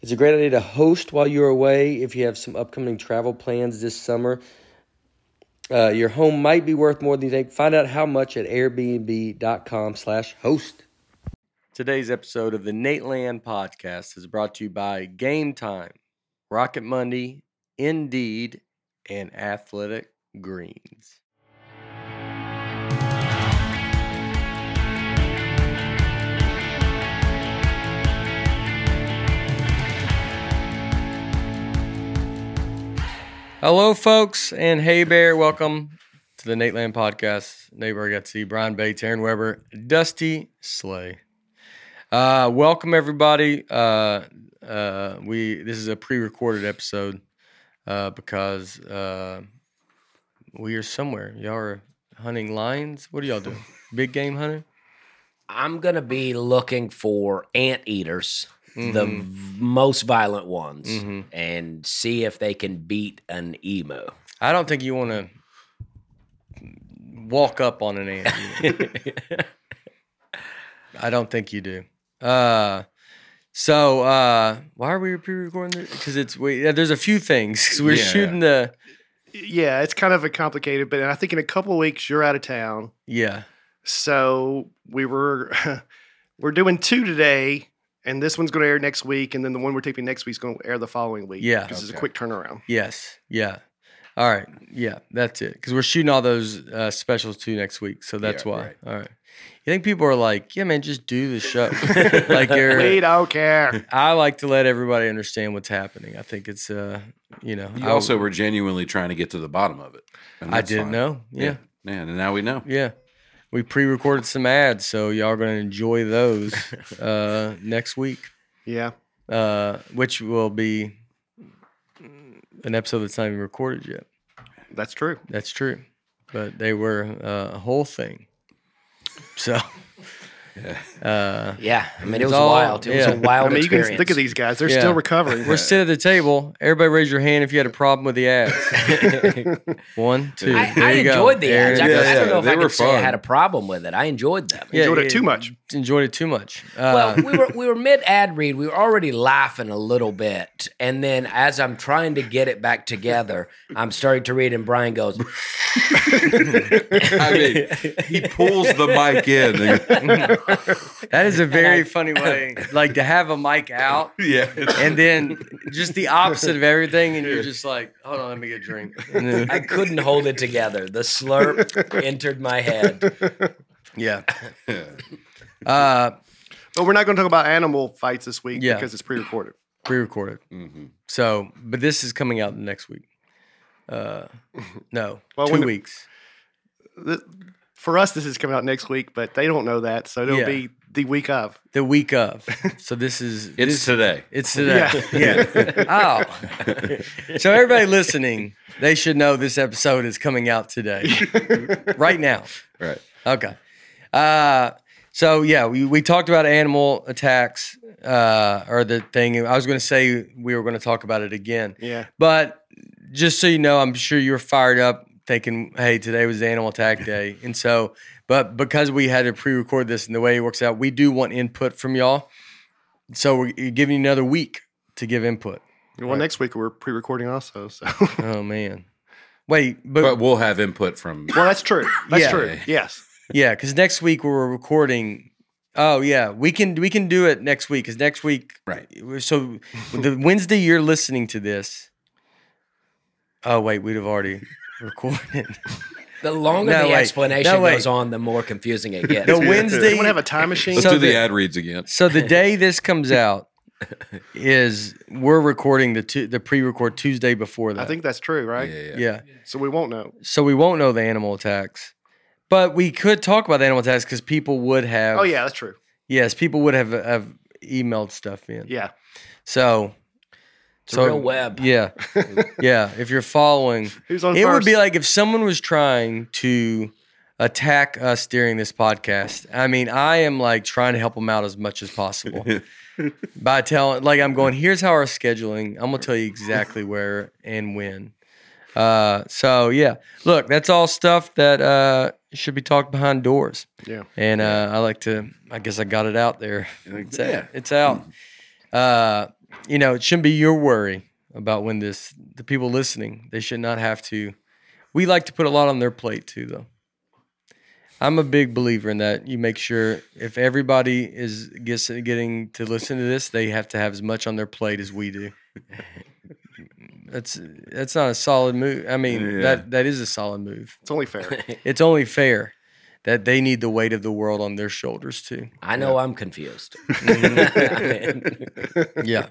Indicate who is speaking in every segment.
Speaker 1: It's a great idea to host while you're away if you have some upcoming travel plans this summer. Uh, your home might be worth more than you think. Find out how much at airbnb.com/host. Today's episode of the Nate Land Podcast is brought to you by Game Time, Rocket Money, Indeed, and Athletic Greens. Hello, folks, and hey, Bear. Welcome to the Nate Land Podcast. Nate Bargatze, Brian Bates, Aaron Weber, Dusty Slay. Uh, welcome everybody. Uh, uh, we this is a pre-recorded episode uh, because uh, we are somewhere. Y'all are hunting lions. What are y'all doing? Big game hunting.
Speaker 2: I'm gonna be looking for anteaters, the
Speaker 1: Mhm.
Speaker 2: v- most violent ones,
Speaker 1: Mhm.
Speaker 2: and see if they can beat an emo.
Speaker 1: I don't think you want to walk up on an ant. I don't think you do. Uh, so uh, why are we pre-recording this? Because it's we, yeah, there's a few things 'Cause we're
Speaker 3: Yeah, yeah.
Speaker 1: shooting the
Speaker 4: Yeah, it's kind of a complicated, but I think in a couple of weeks you're out of town.
Speaker 1: yeah
Speaker 4: So we were we're doing two today, and this one's going to air next week, and then the one we're taping next week's going to air the following week.
Speaker 1: Yeah.
Speaker 4: because it's a
Speaker 3: Okay.
Speaker 4: quick turnaround.
Speaker 1: yes yeah. All right, yeah, that's it. Because we're shooting all those uh, specials too next week, so that's
Speaker 3: Yeah,
Speaker 1: why.
Speaker 3: right.
Speaker 1: All right, you think people are like, yeah, man, just do the show. like you're,
Speaker 4: We don't care.
Speaker 1: I like to let everybody understand what's happening. I think it's, uh, you know,
Speaker 3: You
Speaker 1: I,
Speaker 3: also were genuinely trying to get to the bottom of it. and
Speaker 1: I
Speaker 3: that's
Speaker 1: didn't
Speaker 3: fine.
Speaker 1: know. yeah.
Speaker 3: Man, and now we know.
Speaker 1: Yeah. We pre-recorded some ads, so y'all are going to enjoy those uh, next week,
Speaker 4: yeah,
Speaker 1: uh, which will be an episode that's not even recorded yet.
Speaker 4: that's true.
Speaker 1: That's true, but they were uh, a whole thing. So, uh,
Speaker 2: yeah, I mean
Speaker 1: It's
Speaker 2: it was
Speaker 1: all-
Speaker 2: wild. It
Speaker 1: yeah.
Speaker 2: was a wild
Speaker 4: I mean,
Speaker 2: experience.
Speaker 4: you can look at these guys; they're
Speaker 1: Yeah.
Speaker 4: still recovering.
Speaker 1: we're sitting at the table. Everybody, raise your hand if you had a problem with the ads. One, two.
Speaker 2: I,
Speaker 1: there
Speaker 2: I
Speaker 1: you go.
Speaker 2: enjoyed the
Speaker 1: Aaron
Speaker 2: ads. I,
Speaker 3: Yeah,
Speaker 2: I
Speaker 1: does
Speaker 3: yeah,
Speaker 2: don't know if
Speaker 3: they
Speaker 2: I
Speaker 3: were
Speaker 2: could say I
Speaker 3: fun.
Speaker 2: had a problem with it. I enjoyed them.
Speaker 1: Yeah,
Speaker 4: Enjoyed it too
Speaker 1: yeah,
Speaker 4: much.
Speaker 1: Enjoyed it too much.
Speaker 2: Well,
Speaker 1: Uh,
Speaker 2: we were we were mid ad read. We were already laughing a little bit, and then as I'm trying to get it back together, I'm starting to read, and Brian goes,
Speaker 3: I mean, he pulls the mic in.
Speaker 1: that is a very funny way, like to have a mic out
Speaker 3: yeah.
Speaker 1: and then just the opposite of everything, and you're just like, hold on, let me get a drink. And then-
Speaker 2: I couldn't hold it together. The slurp entered my head.
Speaker 1: yeah. Uh,
Speaker 4: But we're not going to talk about animal fights this week
Speaker 1: Yeah.
Speaker 4: because it's pre-recorded.
Speaker 1: pre-recorded.
Speaker 3: hmm
Speaker 1: So, but this is coming out next week. Uh, no,
Speaker 4: Well,
Speaker 1: two
Speaker 4: when the-
Speaker 1: weeks.
Speaker 4: Th- For us, this is coming out next week, but they don't know that, so it'll
Speaker 1: Yeah.
Speaker 4: be the week of.
Speaker 1: The week of. So this is
Speaker 3: It is today.
Speaker 1: It's today.
Speaker 4: Yeah.
Speaker 1: Yeah. oh. So everybody listening, they should know this episode is coming out today, right now.
Speaker 3: Right.
Speaker 1: Okay. Uh, so yeah, we, we talked about animal attacks uh, or the thing. I was going to say we were going to talk about it again,
Speaker 4: Yeah,
Speaker 1: but just so you know, I'm sure you were fired up thinking, "Hey, today was animal attack day," and so. But because we had to pre-record this and the way it works out, we do want input from y'all. So we're giving you another week to give input.
Speaker 4: well,
Speaker 1: Right.
Speaker 4: next week we're pre-recording also, so
Speaker 1: Oh man, wait,
Speaker 3: But
Speaker 1: but
Speaker 3: we'll have input from.
Speaker 4: well, that's true. That's
Speaker 1: Yeah.
Speaker 4: true. Yes.
Speaker 1: Yeah, because next week we're recording. Oh yeah, we can we can do it next week. Because next week,
Speaker 3: Right.
Speaker 1: So the Wednesday you're listening to this, Oh wait, we'd have already recorded.
Speaker 2: The longer
Speaker 1: No,
Speaker 2: the
Speaker 1: wait.
Speaker 2: explanation
Speaker 1: No, wait.
Speaker 2: goes on, the more confusing it gets.
Speaker 1: The
Speaker 3: Yeah.
Speaker 1: Wednesday.
Speaker 4: Someone have a time machine?
Speaker 3: Let's
Speaker 1: So
Speaker 3: do the,
Speaker 1: the-
Speaker 3: ad reads again.
Speaker 1: so the day this comes out is we're recording the tu- the pre-record Tuesday before that.
Speaker 4: I think that's true, right?
Speaker 3: Yeah, yeah.
Speaker 1: Yeah.
Speaker 4: So we won't know.
Speaker 1: So we won't know the animal attacks, but we could talk about the animal attacks because people would have.
Speaker 4: Oh yeah, that's true.
Speaker 1: Yes, people would have have emailed stuff in.
Speaker 4: Yeah.
Speaker 1: So.
Speaker 2: It's a real web.
Speaker 1: Yeah. yeah. If you're following,
Speaker 4: Who's on
Speaker 1: it
Speaker 4: first?
Speaker 1: would be like if someone was trying to attack us during this podcast. I mean, I am like trying to help them out as much as possible by telling, like, I'm going, here's how our scheduling, I'm going to tell you exactly where and when. Uh, so, yeah, look, that's all stuff that uh, should be talked behind doors.
Speaker 4: Yeah.
Speaker 1: And uh, I like to, I guess I got it out there. It's,
Speaker 3: Yeah.
Speaker 1: out. it's out. Uh, you know, it shouldn't be your worry about when this, the people listening, they should not have to. We like to put a lot on their plate too, though. I'm a big believer in that. You make sure if everybody is gets, getting to listen to this, they have to have as much on their plate as we do. That's that's not a solid move. I mean,
Speaker 3: Yeah.
Speaker 1: that that is a solid move.
Speaker 4: it's only fair.
Speaker 1: It's only fair that they need the weight of the world on their shoulders too.
Speaker 2: I know I'm confused.
Speaker 1: Mm-hmm. Yeah.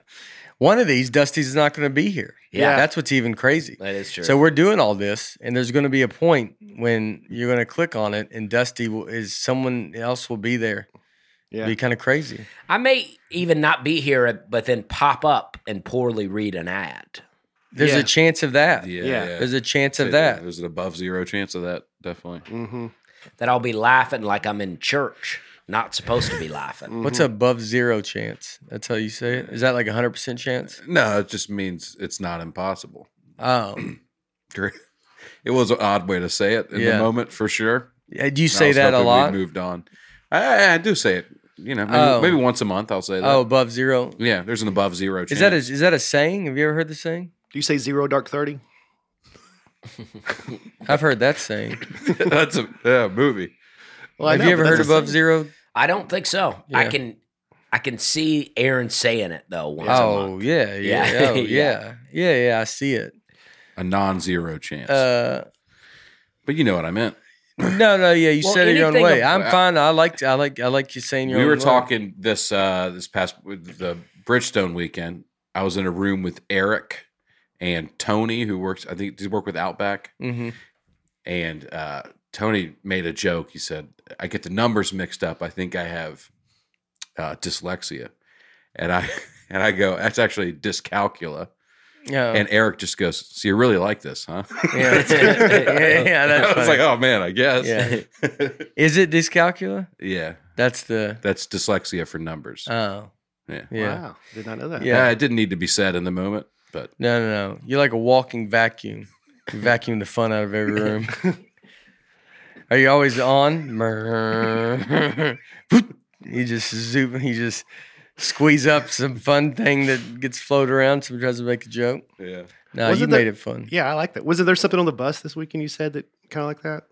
Speaker 1: One of these, Dusty's not going to be here.
Speaker 2: Yeah.
Speaker 1: That's what's even crazy.
Speaker 2: that is true.
Speaker 1: So we're doing all this, and there's going to be a point when you're going to click on it, and Dusty will, is someone else will be there.
Speaker 4: Yeah.
Speaker 1: It'll be kind of crazy.
Speaker 2: I may even not be here, but then pop up and poorly read an ad.
Speaker 1: There's
Speaker 4: Yeah.
Speaker 1: a chance of that.
Speaker 3: Yeah,
Speaker 4: Yeah.
Speaker 3: yeah.
Speaker 1: There's a chance of
Speaker 3: Say
Speaker 1: that.
Speaker 3: There's an above zero chance of that, definitely.
Speaker 4: mm-hmm.
Speaker 2: That I'll be laughing like I'm in church, not supposed to be laughing.
Speaker 1: What's
Speaker 4: Mm-hmm.
Speaker 1: above zero chance? That's how you say it. Is that like a hundred percent chance?
Speaker 3: No, it just means it's not impossible.
Speaker 1: Um,
Speaker 3: It was an odd way to say it in
Speaker 1: Yeah.
Speaker 3: the moment for sure.
Speaker 1: yeah, do you
Speaker 3: I
Speaker 1: say
Speaker 3: was
Speaker 1: that a
Speaker 3: hoping we'd
Speaker 1: lot?
Speaker 3: Moved on. I, I- I do say it. You know, maybe,
Speaker 1: Oh.
Speaker 3: maybe once a month I'll say that.
Speaker 1: Oh, above zero.
Speaker 3: yeah. There's an above zero. Chance.
Speaker 1: Is that a, is that a saying? Have you ever heard the saying?
Speaker 4: Do you say zero dark thirty?
Speaker 1: I've heard that saying.
Speaker 3: that's a yeah, movie?
Speaker 4: Well, I
Speaker 1: Have
Speaker 4: know,
Speaker 1: you
Speaker 4: but
Speaker 1: ever
Speaker 4: that's
Speaker 1: heard
Speaker 4: the
Speaker 1: above
Speaker 4: same.
Speaker 1: zero?
Speaker 2: I don't think so. I
Speaker 1: Yeah.
Speaker 2: can, I can see Aaron saying it though. Once a
Speaker 1: Oh
Speaker 2: month.
Speaker 1: yeah, yeah,
Speaker 2: Yeah.
Speaker 1: oh, yeah, yeah, yeah. I see it.
Speaker 3: A non-zero chance.
Speaker 1: Uh,
Speaker 3: but you know what I meant.
Speaker 1: no, no, yeah. You
Speaker 2: Well,
Speaker 1: said it your own
Speaker 2: anything
Speaker 1: way.
Speaker 2: ab-
Speaker 1: I'm fine. I like, I like, I like you saying your.
Speaker 3: we
Speaker 1: own
Speaker 3: were
Speaker 1: way.
Speaker 3: talking this uh this past with the Bridgestone weekend. I was in a room with Eric and Tony, who works. I think does he work with Outback.
Speaker 1: Mhm.
Speaker 3: And uh, Tony made a joke. He said, "I get the numbers mixed up. I think I have uh, dyslexia." And I and I go, "That's actually dyscalculia."
Speaker 1: Yeah,
Speaker 3: And Eric just goes, "So you really like this, huh?"
Speaker 1: yeah, yeah, yeah,
Speaker 3: I
Speaker 1: that's
Speaker 3: was
Speaker 1: funny.
Speaker 3: like, "Oh man, I guess."
Speaker 1: Yeah.
Speaker 3: Yeah.
Speaker 1: Is it dyscalculia? That's the.
Speaker 3: that's dyslexia for numbers.
Speaker 1: Oh,
Speaker 3: yeah.
Speaker 1: yeah.
Speaker 4: Wow, did not know that.
Speaker 1: Yeah.
Speaker 3: Uh, it didn't need to be said in the moment, but
Speaker 1: No, no, no. You're like a walking vacuum. You vacuum the fun out of every room. Are you always on? Mrrr. you just zoom. You just squeeze up some fun thing that gets floated around. Someone tries to make a joke.
Speaker 3: yeah.
Speaker 1: No,
Speaker 4: Was
Speaker 1: you
Speaker 4: it the-
Speaker 1: made it fun.
Speaker 4: Yeah, I like that. Was there something on the bus this weekend you said that kind of like that?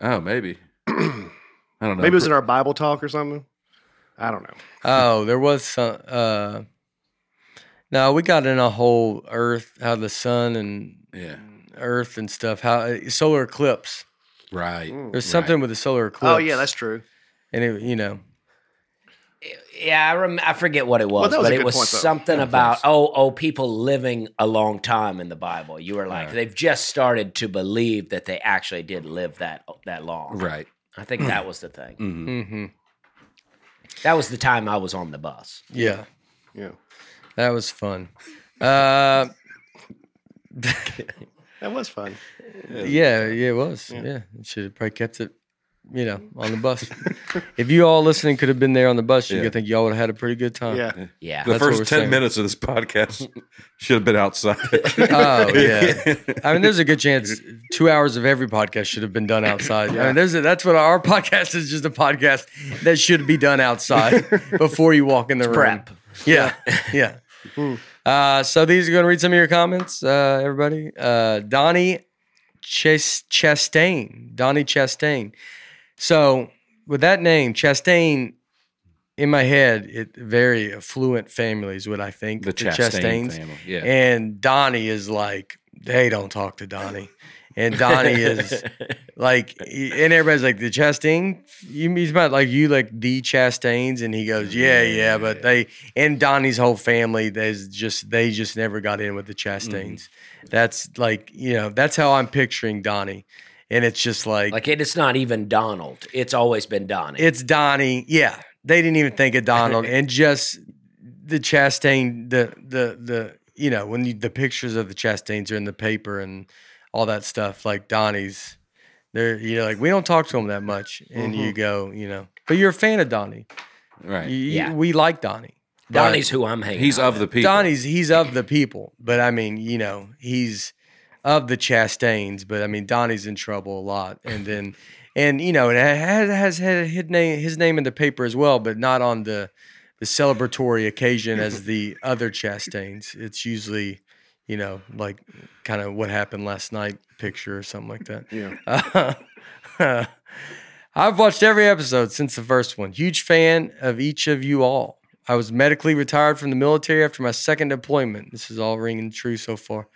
Speaker 3: Oh, maybe. I don't know.
Speaker 4: Maybe it was in our Bible talk or something. I don't know.
Speaker 1: Oh, there was some. Uh, no, we got in a whole Earth, how the sun and
Speaker 3: yeah.
Speaker 1: Earth and stuff. How uh, solar eclipse?
Speaker 3: Right.
Speaker 4: Mm.
Speaker 1: There's something with the solar eclipse.
Speaker 4: Oh yeah, that's true.
Speaker 1: and it, you know,
Speaker 2: yeah. I rem- I forget what it was,
Speaker 4: that was
Speaker 2: but
Speaker 4: a
Speaker 2: it
Speaker 4: good
Speaker 2: was
Speaker 4: point, though.
Speaker 2: something about oh oh people living a long time in the Bible. You were like they've just started to believe that they actually did live that that long.
Speaker 3: Right.
Speaker 2: I think that was the thing.
Speaker 3: hmm
Speaker 1: hmm
Speaker 2: That was the time I was on the bus.
Speaker 1: yeah,
Speaker 4: Yeah,
Speaker 1: that was fun. Uh,
Speaker 4: that was fun.
Speaker 1: yeah, yeah, it was. Yeah, should have probably kept it. You know, on the bus. if you all listening could have been there on the bus, you
Speaker 3: Yeah.
Speaker 1: would think y'all would have had a pretty good time.
Speaker 4: Yeah,
Speaker 2: Yeah.
Speaker 3: The
Speaker 1: That's what we're
Speaker 3: first 10
Speaker 1: saying.
Speaker 3: minutes of this podcast should have been outside.
Speaker 1: Oh yeah. I mean, there's a good chance two hours of every podcast should have been done outside. I mean, there's a, that's what our podcast is just a podcast that should be done outside before you walk in the room.
Speaker 2: Prep.
Speaker 1: Yeah, yeah. Uh, so these are going to read some of your comments, uh, everybody. Uh, Donnie Chas- Chastain, Donnie Chastain. So with that name, Chastain, in my head, it very affluent family is what I think.
Speaker 3: the Chastain, family. Yeah.
Speaker 1: And Donnie is like they don't talk to Donnie. And Donnie is like, he- and everybody's like, the Chastain, you, he's about like, you like the Chastains. And he goes, yeah, yeah. But they, and Donnie's whole family, there's just, they just never got in with the Chastains. That's like, you know, that's how I'm picturing Donnie. And it's just like,
Speaker 2: like it, it's not even Donald. It's always been Donnie.
Speaker 1: it's Donnie. Yeah. They didn't even think of Donald. and just the Chastain, the, the, the, you know, when you, the pictures of the Chastains are in the paper and all that stuff, like Donnie's, they're, you know, like we don't talk to him that much. And you go, you know, but you're a fan of Donnie.
Speaker 3: Right.
Speaker 1: You- you-
Speaker 2: Yeah.
Speaker 1: we like Donnie.
Speaker 2: Donnie's who I'm hanging.
Speaker 3: He's
Speaker 2: out
Speaker 3: of
Speaker 2: with.
Speaker 3: the people.
Speaker 1: Donnie's, he's of the people, but I mean, you know, he's of the Chastains, but I mean, Donnie's in trouble a lot. And then, and you know, and it has, has had his name, his name in the paper as well, but not on the, the celebratory occasion as the other Chastains. It's usually, you know, like kind of what happened last night picture or something like that. Uh,
Speaker 4: Yeah.
Speaker 1: I've watched every episode since the first one. Huge fan of each of you all. I was medically retired from the military after my second deployment. This is all ringing true so far.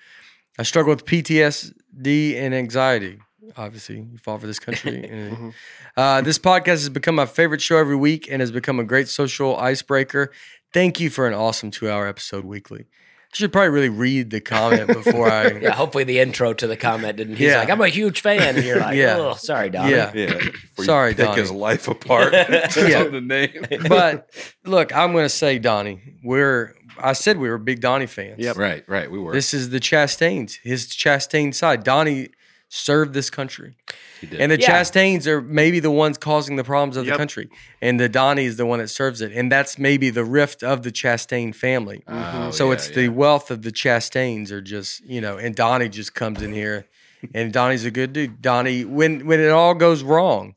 Speaker 1: I struggle with PTSD and anxiety. Obviously, you fall for this country. and- uh, this podcast has become my favorite show every week and has become a great social icebreaker. Thank you for an awesome two hour episode weekly. I should probably really read the comment before I.
Speaker 2: Yeah, hopefully the intro to the comment didn't. He's
Speaker 1: Yeah.
Speaker 2: like, I'm a huge fan. And you're like,
Speaker 1: Yeah.
Speaker 2: oh, sorry, Donnie.
Speaker 1: yeah.
Speaker 3: Yeah. Where you
Speaker 1: Sorry,
Speaker 3: pick
Speaker 1: Donnie.
Speaker 3: his life apart. yeah. on the name.
Speaker 1: but look, I'm going to say, Donnie, we're. I said we were big Donnie fans.
Speaker 4: Yep.
Speaker 3: Right. Right. We were.
Speaker 1: This is the Chastains, his Chastain side. Donnie served this country,
Speaker 3: he did.
Speaker 1: and the
Speaker 2: Yeah.
Speaker 1: Chastains are maybe the ones causing the problems of the
Speaker 4: Yep.
Speaker 1: country, and the Donnie is the one that serves it, and that's maybe the rift of the Chastain family.
Speaker 3: Oh,
Speaker 1: mm-hmm. so
Speaker 3: yeah,
Speaker 1: it's the
Speaker 3: yeah.
Speaker 1: wealth of the Chastains are just you know, and Donnie just comes in here, and Donnie's a good dude. Donnie, when when it all goes wrong,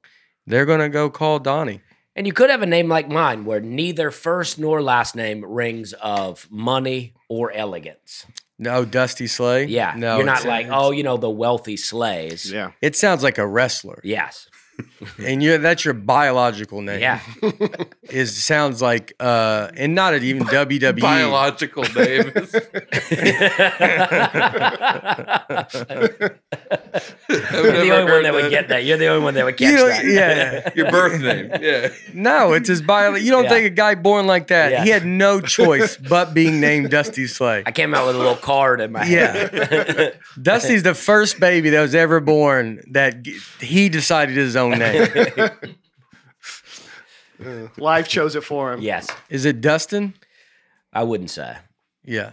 Speaker 1: they're gonna go call Donnie.
Speaker 2: And you could have a name like mine where neither first nor last name rings of money or elegance.
Speaker 1: No, Dusty Slay.
Speaker 2: Yeah.
Speaker 1: no,
Speaker 2: you're not
Speaker 1: it's-
Speaker 2: like, oh, you know, the wealthy slays.
Speaker 4: Yeah.
Speaker 1: It sounds like a wrestler,
Speaker 2: Yes.
Speaker 1: and you that's your biological name.
Speaker 2: Mm-hmm. Yeah.
Speaker 1: is sounds like uh, and not at even E. WWE.
Speaker 3: biological name. is-
Speaker 2: You're the only one that would get that. You're the only one that would
Speaker 1: You
Speaker 2: catch
Speaker 1: don't-
Speaker 2: that.
Speaker 1: yeah,
Speaker 3: Your birth name. Yeah.
Speaker 1: no, it's his bio. You don't
Speaker 2: Yeah.
Speaker 1: think a guy born like that?
Speaker 2: Yeah.
Speaker 1: He had no choice but being named Dusty Slay.
Speaker 2: I came out with a little card in my head. Yeah.
Speaker 1: Dusty's the first baby that was ever born that g- he decided his own name.
Speaker 4: Life chose it for him.
Speaker 2: yes.
Speaker 1: Is it Dustin?
Speaker 2: I wouldn't say.
Speaker 1: Yeah.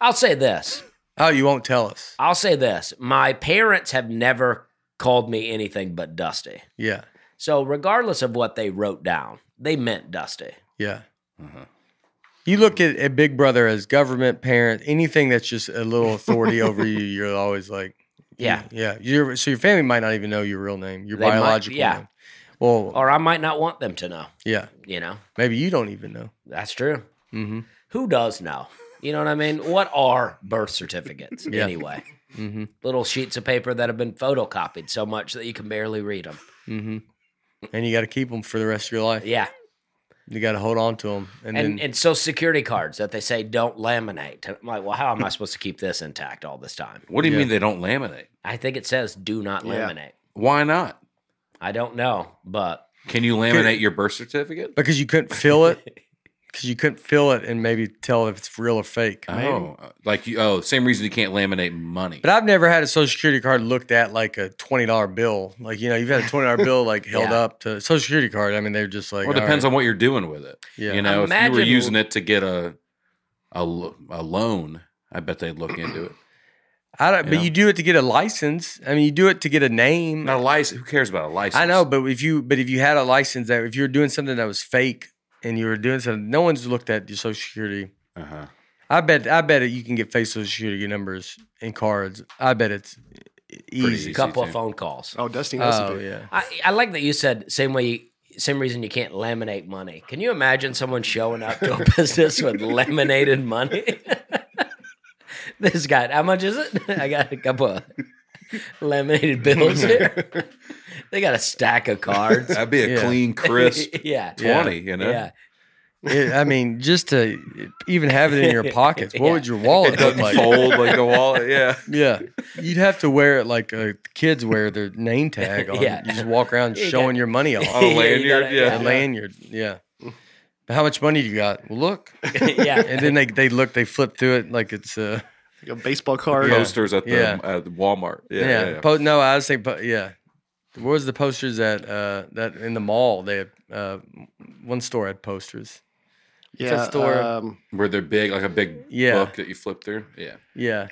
Speaker 2: I'll say this.
Speaker 1: Oh, you won't tell us.
Speaker 2: I'll say this. My parents have never called me anything but Dusty.
Speaker 1: Yeah.
Speaker 2: So regardless of what they wrote down, they meant Dusty.
Speaker 1: Yeah.
Speaker 2: Mm-hmm.
Speaker 1: You look at, at Big Brother as government, parent, anything that's just a little authority over you. You're always like,
Speaker 2: Yeah.
Speaker 1: yeah. Your so your family might not even know your real name, your
Speaker 2: They might-
Speaker 1: biological
Speaker 2: yeah.
Speaker 1: name. Well,
Speaker 2: Or I might not want them to know.
Speaker 1: yeah,
Speaker 2: You know,
Speaker 1: maybe you don't even know.
Speaker 2: that's true.
Speaker 1: Mm-hmm.
Speaker 2: Who does know? You know what I mean? What are birth certificates
Speaker 1: Yeah.
Speaker 2: anyway?
Speaker 1: Mm-hmm.
Speaker 2: Little sheets of paper that have been photocopied so much that you can barely read them.
Speaker 1: Mm-hmm. And you got to keep them for the rest of your life.
Speaker 2: Yeah.
Speaker 1: You got to hold on to them, and,
Speaker 2: And,
Speaker 1: then
Speaker 2: and social security cards that they say don't laminate. And I'm like, well, how am I supposed to keep this intact all this time?
Speaker 3: What do you
Speaker 1: Yeah.
Speaker 3: mean they don't laminate?
Speaker 2: I think it says do not
Speaker 4: Yeah.
Speaker 2: laminate.
Speaker 3: Why not?
Speaker 2: I don't know, but
Speaker 3: Can you laminate your birth certificate?
Speaker 1: because you couldn't feel it, because you couldn't feel it, and maybe tell if it's real or fake.
Speaker 3: Oh, like you. Oh, same reason you can't laminate money.
Speaker 1: But I've never had a social security card looked at like a twenty dollar bill. Like you know, you've had a twenty dollar bill like held
Speaker 2: Yeah.
Speaker 1: up to social security card. I mean, they're just like,
Speaker 3: Well, it
Speaker 1: all
Speaker 3: depends
Speaker 1: right,
Speaker 3: on what you're doing with it.
Speaker 1: yeah,
Speaker 3: You know, if you were
Speaker 2: Imagine-
Speaker 3: using it to get a, a lo- a loan, I bet they'd look into it.
Speaker 1: I don't,
Speaker 3: yeah.
Speaker 1: but you do it to get a license. I mean, you do it to get a name.
Speaker 3: Not a license. Who cares about a license?
Speaker 1: I know, but if you but if you had a license that if you were doing something that was fake and you were doing something, no one's looked at your social security.
Speaker 3: Uh-huh.
Speaker 1: I bet I bet it, you can get fake social security numbers and cards. I bet it's
Speaker 2: a
Speaker 1: easy.
Speaker 3: easy.
Speaker 2: couple
Speaker 3: too.
Speaker 2: of phone calls.
Speaker 4: Oh, Dusty knows
Speaker 1: Oh
Speaker 4: a bit.
Speaker 1: yeah,
Speaker 2: I, I like that you said same way. You, same reason you can't laminate money. Can you imagine someone showing up to a business with laminated money? this guy, how much is it? I got a couple of laminated bills here. they got a stack of cards.
Speaker 3: That'd be a
Speaker 1: Yeah.
Speaker 3: clean, crisp
Speaker 2: yeah.
Speaker 1: Yeah.
Speaker 3: twenty. You know,
Speaker 2: Yeah.
Speaker 1: It, I mean, just to even have it in your pockets, what would your wallet
Speaker 3: It
Speaker 1: look
Speaker 3: doesn't
Speaker 1: like?
Speaker 3: fold like the wallet. Yeah.
Speaker 1: Yeah, you'd have to wear it like uh, kids wear their name tag on.
Speaker 2: Yeah.
Speaker 1: You just walk around
Speaker 2: You
Speaker 1: showing
Speaker 2: got-
Speaker 1: your money
Speaker 2: Yeah,
Speaker 1: off.
Speaker 3: Oh,
Speaker 2: you
Speaker 3: lanyard,
Speaker 2: gotta-
Speaker 1: A
Speaker 3: yeah.
Speaker 1: lanyard, yeah. But how much money do you got? Well, look,
Speaker 2: yeah.
Speaker 1: and then they they look, they flip through it like it's uh
Speaker 4: Like a baseball card.
Speaker 3: Posters at the
Speaker 1: Yeah.
Speaker 3: at the Walmart. Yeah.
Speaker 1: yeah.
Speaker 3: yeah, yeah.
Speaker 1: Po- no, I was saying, po- yeah. Where was the posters at? Uh, that in the mall they had uh, one store had posters.
Speaker 4: Yeah.
Speaker 1: It's a store.
Speaker 4: Um,
Speaker 3: Where they're big, like a big
Speaker 1: Yeah.
Speaker 3: book that you flip through. Yeah.
Speaker 1: Yeah,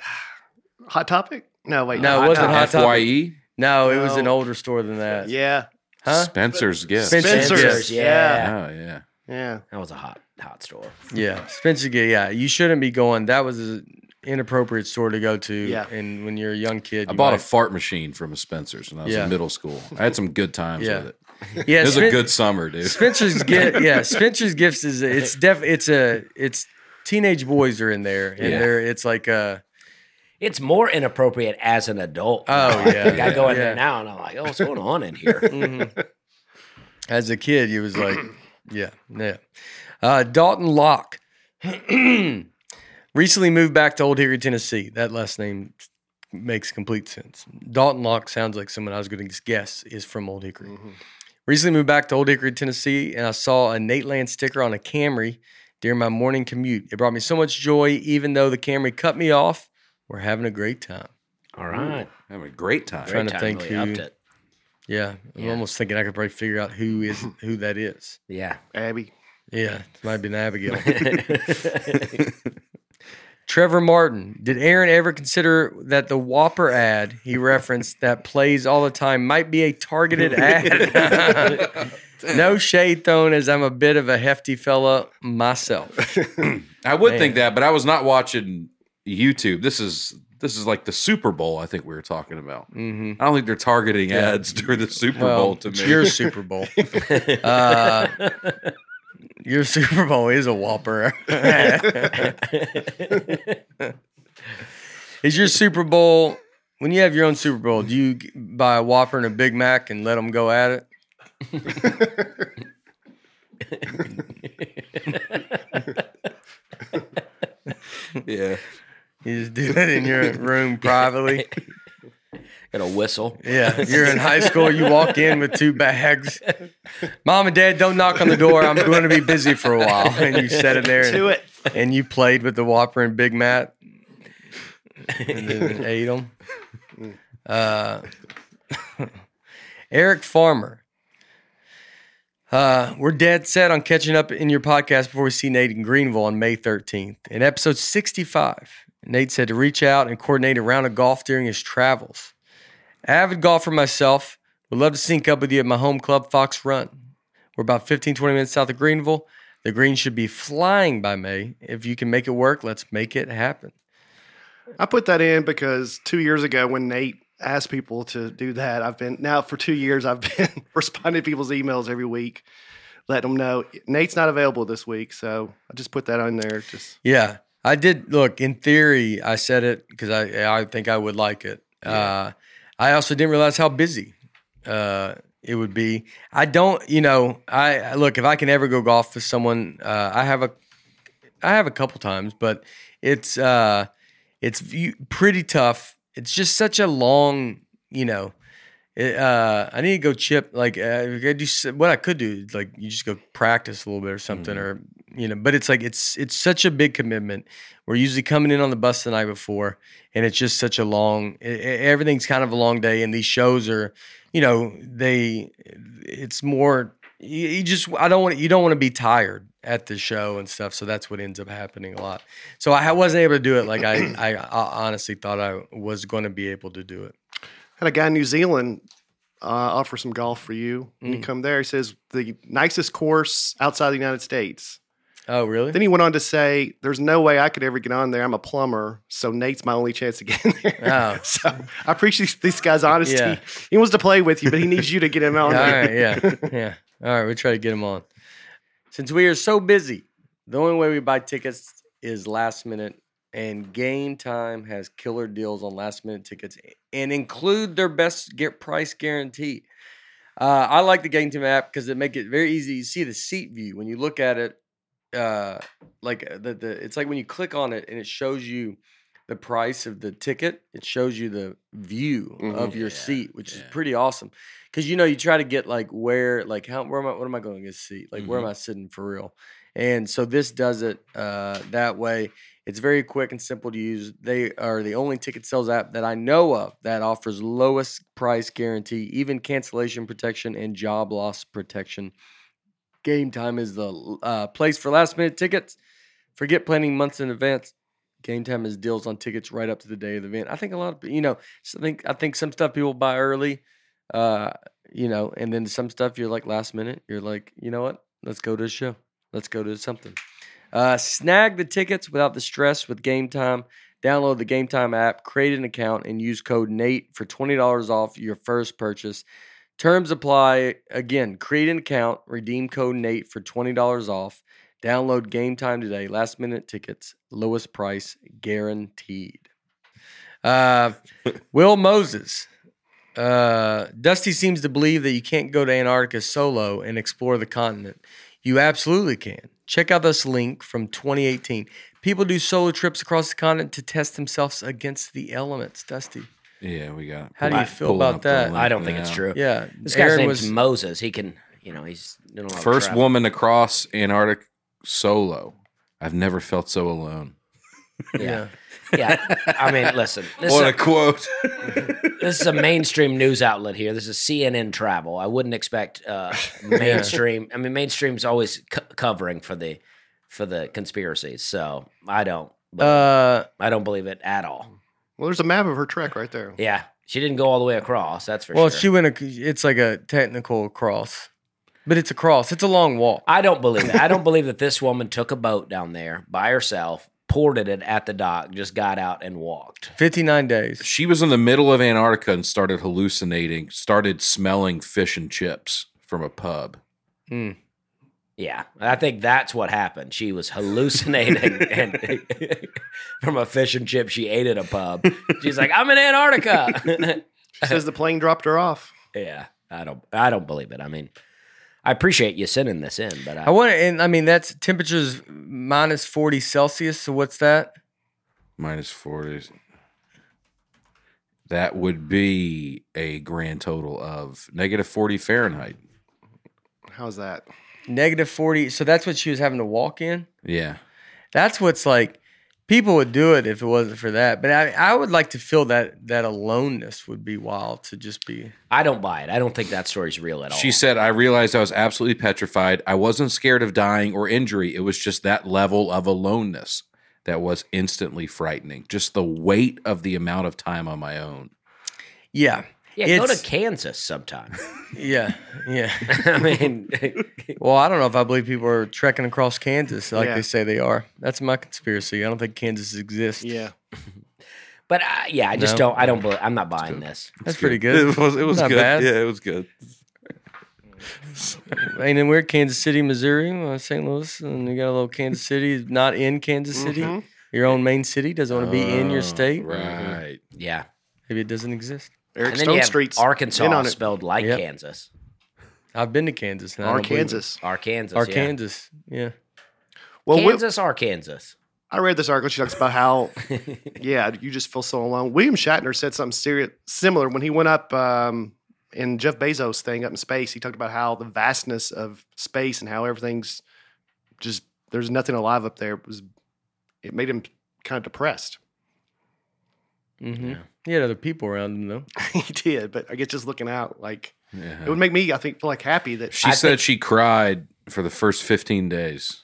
Speaker 4: Hot Topic? No, wait.
Speaker 1: No, it wasn't Hot Topic.
Speaker 3: FYE.
Speaker 1: no, it was an
Speaker 4: No.
Speaker 1: older store than that.
Speaker 4: Yeah.
Speaker 1: Huh?
Speaker 3: Spencer's gift.
Speaker 1: Spencer-
Speaker 4: Spencer's.
Speaker 2: Spencer's, yeah.
Speaker 3: Oh yeah.
Speaker 4: Yeah.
Speaker 2: That was a hot, hot store.
Speaker 1: Yeah, Spencer. Gate, Yeah, you shouldn't be going. That was an inappropriate store to go to.
Speaker 4: Yeah.
Speaker 1: and when you're a young kid,
Speaker 3: I
Speaker 1: you
Speaker 3: bought a
Speaker 1: might-
Speaker 3: fart machine from a Spencer's when I was
Speaker 1: Yeah.
Speaker 3: in middle school. I had some good times
Speaker 1: Yeah.
Speaker 3: with it.
Speaker 1: yeah,
Speaker 3: It was a
Speaker 1: Spen-
Speaker 3: good summer, dude.
Speaker 1: Spencer's gift. Yeah, Spencer's gifts is it's def it's a it's teenage boys are in there and
Speaker 3: Yeah.
Speaker 1: they're it's like uh
Speaker 2: It's more inappropriate as an adult.
Speaker 1: Oh,
Speaker 2: Like,
Speaker 1: yeah,
Speaker 2: I go in
Speaker 1: yeah.
Speaker 2: there now and I'm like, oh, what's going on in here?
Speaker 1: Mm-hmm. as a kid you was like yeah yeah uh, Dalton Locke recently moved back to Old Hickory Tennessee that last name makes complete sense Dalton Locke sounds like someone I was going to guess is from Old Hickory recently moved back to Old Hickory Tennessee and I saw a Nate Land sticker on a Camry during my morning commute it brought me so much joy even though the Camry cut me off we're having a great time.
Speaker 2: All right.
Speaker 3: Having a great time.
Speaker 1: Trying to
Speaker 2: Great time
Speaker 1: think
Speaker 2: really upped
Speaker 1: who-
Speaker 2: it.
Speaker 1: Yeah, I'm
Speaker 2: Yeah.
Speaker 1: almost thinking I could probably figure out who is who that is.
Speaker 2: Yeah.
Speaker 4: Abby.
Speaker 1: Yeah, it might be an Abigail. Trevor Martin, did Aaron ever consider that the Whopper ad he referenced that plays all the time might be a targeted ad? no shade thrown, as I'm a bit of a hefty fella myself.
Speaker 3: I would
Speaker 1: Man.
Speaker 3: think that, but I was not watching YouTube. This is this is like the Super Bowl. I think we were talking about.
Speaker 2: Mm.
Speaker 1: Mm-hmm.
Speaker 3: I don't think they're targeting ads during the Super Bowl to
Speaker 1: it's
Speaker 3: me.
Speaker 1: your Super Bowl. Uh, your Super Bowl is a Whopper. is your Super Bowl when you have your own Super Bowl? Do you g- buy a Whopper and a Big Mac and let them go at it?
Speaker 3: yeah,
Speaker 1: You just do it in your room privately.
Speaker 2: Got a whistle.
Speaker 1: Yeah, you're in high school. You walk in with two bags. Mom and Dad, don't knock on the door. I'm going to be busy for a while. And you set it there. and-
Speaker 4: Do it.
Speaker 1: and you played with the Whopper and Big Matt and then ate them. Uh, Eric Farmer. Uh, we're dead set on catching up in your podcast before we see Nate in Greenville on May 13th. In episode 65, Nate said to reach out and coordinate a round of golf during his travels. Avid golfer myself, would love to sync up with you at my home club, Fox Run. We're about 15, 20 minutes south of Greenville. The green should be flying by May. If you can make it work, let's make it happen.
Speaker 4: I put that in because two years ago when Nate asked people to do that, I've been now for two years I've been responding to people's emails every week, letting them know Nate's not available this week. So I just put that on there. Just
Speaker 1: Yeah, I did. Look, in theory, I said it because I I think I would like it. Uh, I also didn't realize how busy uh, it would be. I don't, you know, I I- look if I can ever go golf with someone. Uh, I have a, I have a couple times, but it's uh, it's v- pretty tough. It's just such a long, you know. It, uh, I need to go chip like uh, if I do s- what I could do. is, Like you just go practice a little bit or something, or you know. But it's like it's it's such a big commitment. We're usually coming in on the bus the night before, and it's just such a long. e- e- everything's kind of a long day, and these shows are, you know, they. It's more. You, you just I don't want you don't want to be tired at the show and stuff. So that's what ends up happening a lot. So I wasn't able to do it like I I, I honestly thought I was going to be able to do it.
Speaker 4: had a guy in New Zealand uh, offer some golf for you. When you
Speaker 1: Mm.
Speaker 4: come there, he says the nicest course outside the United States.
Speaker 1: Oh really?
Speaker 4: Then he went on to say, There's no way I could ever get on there. I'm a plumber. So Nate's my only chance to get in there.
Speaker 1: Oh.
Speaker 4: So I appreciate this guy's honesty.
Speaker 1: Yeah.
Speaker 4: He wants to play with you, but he needs you to get him on
Speaker 1: All
Speaker 4: there.
Speaker 1: right, yeah, yeah. All right, we try to get them on. Since we are so busy, the only way we buy tickets is last minute, and Game Time has killer deals on last minute tickets and include their best get price guarantee. Uh, I like the Game Time app because it make it very easy. You see the seat view when you look at it uh, like the the it's like when you click on it and it shows you the price of the ticket. It shows you the view
Speaker 3: Mhm.
Speaker 1: of your
Speaker 3: Yeah,
Speaker 1: seat, which
Speaker 3: yeah.
Speaker 1: is pretty awesome. Because you know you try to get like where like how where am I what am I going to get seat like where am I sitting for real, and so this does it uh, that way. It's very quick and simple to use. They are the only ticket sales app that I know of that offers lowest price guarantee, even cancellation protection and job loss protection. Game time is the l- uh, place for last minute tickets. Forget planning months in advance. Game time is deals on tickets right up to the day of the event. I think a lot of pe- you know, so I think I think some stuff people buy early, uh, you know, and then some stuff you're like last minute. You're like, you know what? Let's go to a show. Let's go to something. Uh, snag the tickets without the stress with Game Time. Download the Game Time app, create an account, and use code Nate for twenty dollars off your first purchase. Terms apply. Again, create an account, redeem code Nate for twenty dollars off. Download Game Time today. Last minute tickets, lowest price guaranteed. Uh, Will Moses. Uh, Dusty seems to believe that you can't go to Antarctica solo and explore the continent. You absolutely can. Check out this link from 2018. People do solo trips across the continent to test themselves against the elements. Dusty.
Speaker 3: Yeah, we got. it.
Speaker 1: How do you
Speaker 3: Pull-
Speaker 1: feel
Speaker 3: pulling
Speaker 1: about
Speaker 3: up the
Speaker 1: that?
Speaker 3: link
Speaker 2: I don't think it's
Speaker 3: now.
Speaker 2: true.
Speaker 1: Yeah.
Speaker 2: This guy's name's Moses. He can, you know, he's doing a lot of
Speaker 3: First
Speaker 2: travel.
Speaker 3: woman across Antarctic solo. I've never felt so alone.
Speaker 2: Yeah. yeah. I mean, listen. This
Speaker 3: what
Speaker 2: is,
Speaker 3: a quote.
Speaker 2: this is a mainstream news outlet here. This is CNN Travel. I wouldn't expect uh, mainstream. I mean, mainstream's always co- covering for the for the conspiracies. So I don't. believe-
Speaker 1: Uh,
Speaker 2: I don't believe it at all.
Speaker 4: Well, there's a map of her trek right there.
Speaker 2: Yeah, she didn't go all the way across. That's for
Speaker 1: well,
Speaker 2: sure.
Speaker 1: she went. Ac- it's like a technical cross, but it's a cross. It's a long walk.
Speaker 2: I don't believe it. I don't believe that this woman took a boat down there by herself, ported it at the dock, just got out and walked.
Speaker 1: Fifty-nine days.
Speaker 3: she was in the middle of Antarctica and started hallucinating, started smelling fish and chips from a pub.
Speaker 2: Yeah, I think that's what happened. She was hallucinating and from a fish and chip she ate at a pub. She's like, "I'm in Antarctica."
Speaker 4: She says the plane dropped her off.
Speaker 2: yeah, I don't, I don't believe it. I mean, I appreciate you sending this in, but I,
Speaker 1: I want, and I mean that's temperatures minus forty Celsius. So what's that?
Speaker 3: Minus 40. That would be a grand total of negative 40 Fahrenheit.
Speaker 4: How's that?
Speaker 1: Negative forty. So that's what she was having to walk in.
Speaker 3: Yeah.
Speaker 1: That's what's like. People would do it if it wasn't for that. But I, I would like to feel that that aloneness would be wild to just be.
Speaker 2: I don't buy it. I don't think that story's real at all.
Speaker 3: She said, I realized I was absolutely petrified. I wasn't scared of dying or injury. It was just that level of aloneness that was instantly frightening. Just the weight of the amount of time on my own.
Speaker 1: Yeah,
Speaker 2: "Yeah, go
Speaker 1: it's-
Speaker 2: to Kansas sometime."
Speaker 1: yeah, yeah.
Speaker 2: I mean,
Speaker 1: Well, I don't know if I believe people are trekking across Kansas like
Speaker 4: Yeah.
Speaker 1: they say they are. That's my conspiracy. I don't think Kansas exists.
Speaker 4: Yeah.
Speaker 2: but I, yeah, I just
Speaker 1: No.
Speaker 2: don't. I don't. Believe, I'm not buying this.
Speaker 1: That's pretty good.
Speaker 3: It was, it was
Speaker 1: Not
Speaker 3: good.
Speaker 1: bad.
Speaker 3: Yeah, it was good.
Speaker 1: And then we're Kansas City, Missouri, uh, St. Louis, and you got a little Kansas City, not in Kansas City.
Speaker 4: Mhm.
Speaker 1: Your own main city doesn't want to be in your state.
Speaker 3: Oh, Right.
Speaker 2: Yeah,
Speaker 1: Maybe it doesn't exist.
Speaker 4: Eric
Speaker 2: and then you
Speaker 4: Stone
Speaker 2: have
Speaker 4: Street's in
Speaker 2: Arkansas
Speaker 4: on it.
Speaker 2: spelled like
Speaker 1: Yep.
Speaker 2: Kansas,
Speaker 1: I've been to Kansas. and I don't believe it.
Speaker 2: Arkansas,
Speaker 4: Arkansas.
Speaker 2: yeah.
Speaker 1: Arkansas. Yeah.
Speaker 4: Well, Wil-
Speaker 2: Kansas, Arkansas.
Speaker 4: I read this article. She talks about how, yeah, you just feel so alone. William Shatner said something serious, similar when he went up um, in Jeff Bezos' thing up in space. He talked about how the vastness of space and how everything's just there's nothing alive up there. It was it made him kind of depressed.
Speaker 1: hmm
Speaker 2: Yeah.
Speaker 1: He had other people around him though.
Speaker 4: he did, but I guess just looking out, like
Speaker 1: Mm-hmm.
Speaker 3: Yeah.
Speaker 4: it would make me, I think, feel like happy that
Speaker 3: She
Speaker 2: I
Speaker 3: said
Speaker 2: think-
Speaker 3: she cried for the first 15 days.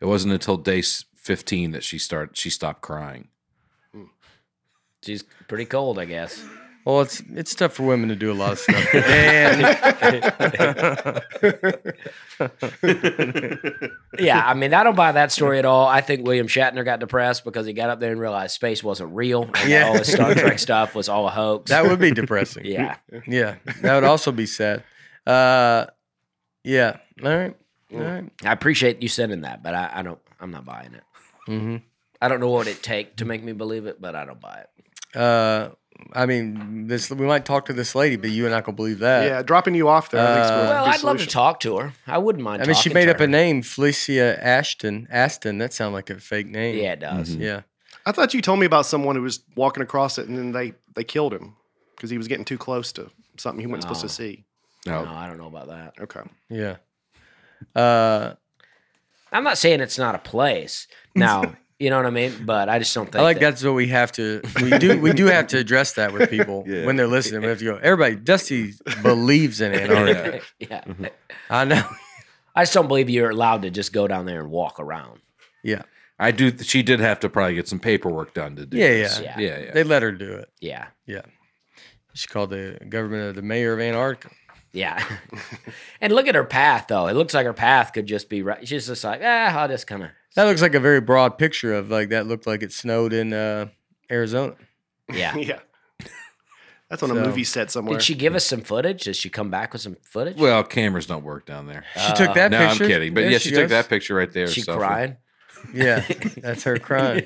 Speaker 3: It wasn't until day s- 15 that she started she stopped crying.
Speaker 2: She's pretty cold, I guess.
Speaker 1: Well, it's it's tough for women to do a lot of stuff. and
Speaker 2: yeah, I mean, I don't buy that story at all. I think William Shatner got depressed because he got up there and realized space wasn't real. And yeah.
Speaker 1: Yeah.
Speaker 2: all his Star Trek stuff was all a hoax.
Speaker 1: that would be depressing.
Speaker 2: yeah.
Speaker 1: Yeah. That would also be sad. Uh, yeah. All right. All right.
Speaker 2: I appreciate you sending that, but I, I don't, I'm not buying it.
Speaker 1: Mhm.
Speaker 2: I don't know what it take to make me believe it, but I don't buy it.
Speaker 1: Uh, I mean, this we might talk to this lady, but you and I can believe that.
Speaker 4: yeah, dropping you off there. I think's
Speaker 1: uh,
Speaker 4: gonna be
Speaker 2: Well,
Speaker 4: a
Speaker 2: I'd love to
Speaker 4: solution.
Speaker 2: talk to her. I wouldn't mind.
Speaker 1: I mean, she
Speaker 2: talking
Speaker 1: made
Speaker 2: to
Speaker 1: up a
Speaker 2: her.
Speaker 1: name, Felicia Ashton. Aston. That sounds like a fake name. Mm-hmm.
Speaker 2: Yeah, it does.
Speaker 3: Mhm.
Speaker 1: Yeah.
Speaker 4: I thought you told me about someone who was walking across it and then they they killed him because he was getting too close to something he wasn't supposed
Speaker 2: No.
Speaker 4: to see.
Speaker 3: No,
Speaker 2: No, I don't know about that.
Speaker 4: Okay.
Speaker 1: Yeah. Uh,
Speaker 2: I'm not saying it's not a place. Now, you know what I mean? But I just don't think
Speaker 1: I like
Speaker 2: that-
Speaker 1: that's what we have to we do we do have to address that with people
Speaker 3: Yeah.
Speaker 1: when they're listening. We have to go. Everybody, Dusty believes in Antarctica.
Speaker 3: Oh, yeah.
Speaker 2: yeah.
Speaker 1: Mm-hmm. I know.
Speaker 2: I just don't believe you're allowed to just go down there and walk around.
Speaker 1: Yeah.
Speaker 3: I do. She did have to probably get some paperwork done to do.
Speaker 1: Yeah,
Speaker 3: this.
Speaker 2: yeah.
Speaker 3: yeah, yeah.
Speaker 1: They let her do it.
Speaker 2: Yeah.
Speaker 1: She called the government of the mayor of Antarctica.
Speaker 2: Yeah. and look at her path, though. It looks like her path could just be right. She's just like, ah, I'll just kind of.
Speaker 1: That looks like a very broad picture of like that looked like it snowed in uh, Arizona.
Speaker 2: Yeah.
Speaker 4: Yeah. That's on
Speaker 1: So-
Speaker 4: a movie set somewhere.
Speaker 2: Did she give us some footage? Did she come back with some footage? Uh,
Speaker 3: Well, cameras don't work down there.
Speaker 1: She took that
Speaker 3: Uh, no, I'm
Speaker 1: picture.
Speaker 3: kidding. But
Speaker 1: There
Speaker 3: yeah, she, took
Speaker 1: goes.
Speaker 3: that picture right there.
Speaker 2: she
Speaker 3: so-
Speaker 2: cried.
Speaker 1: Yeah, that's her crime.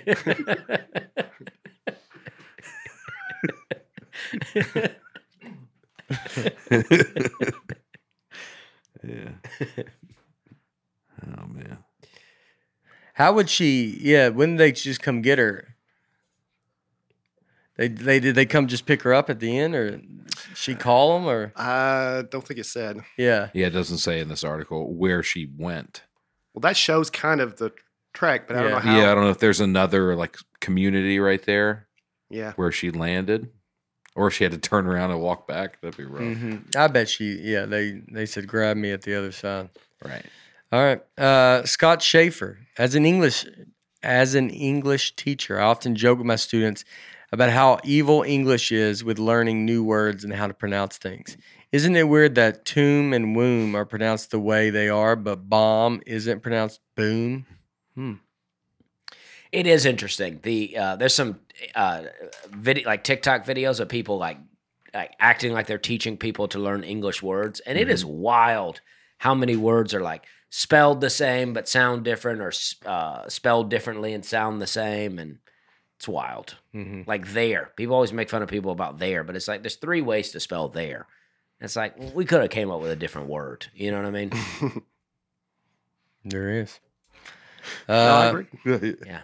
Speaker 3: Yeah. oh man.
Speaker 1: How would she? Yeah, when they just come get her? They they did they come just pick her up at the end, or she call them, or
Speaker 4: I don't think it said.
Speaker 1: yeah,
Speaker 3: Yeah, it doesn't say in this article where she went.
Speaker 4: Well, that shows kind of the track, but I don't
Speaker 1: Yeah.
Speaker 4: know how.
Speaker 3: Yeah, I don't know if there's another like community right there
Speaker 4: Yeah.
Speaker 3: where she landed, or if she had to turn around and walk back. That'd be rough.
Speaker 1: Mhm. I bet she. Yeah, they they said grab me at the other side.
Speaker 3: Right.
Speaker 1: All right, uh, Scott Schaefer as an English as an English teacher, I often joke with my students about how evil English is with learning new words and how to pronounce things. Isn't it weird that tomb and womb are pronounced the way they are, but bomb isn't pronounced boom?
Speaker 2: It is interesting. The uh, there's some uh, video like TikTok videos of people like like acting like they're teaching people to learn English words, and it is
Speaker 4: Mm-hmm.
Speaker 2: wild how many words are like spelled the same but sound different, or s- uh, spelled differently and sound the same, and it's wild.
Speaker 1: Mm-hmm.
Speaker 2: Like there, people always make fun of people about there, but it's like there's three ways to spell there. It's like we could have came up with a different word. You know what I mean?
Speaker 1: There is.
Speaker 4: No, I
Speaker 1: Uh,
Speaker 4: agree.
Speaker 2: Yeah.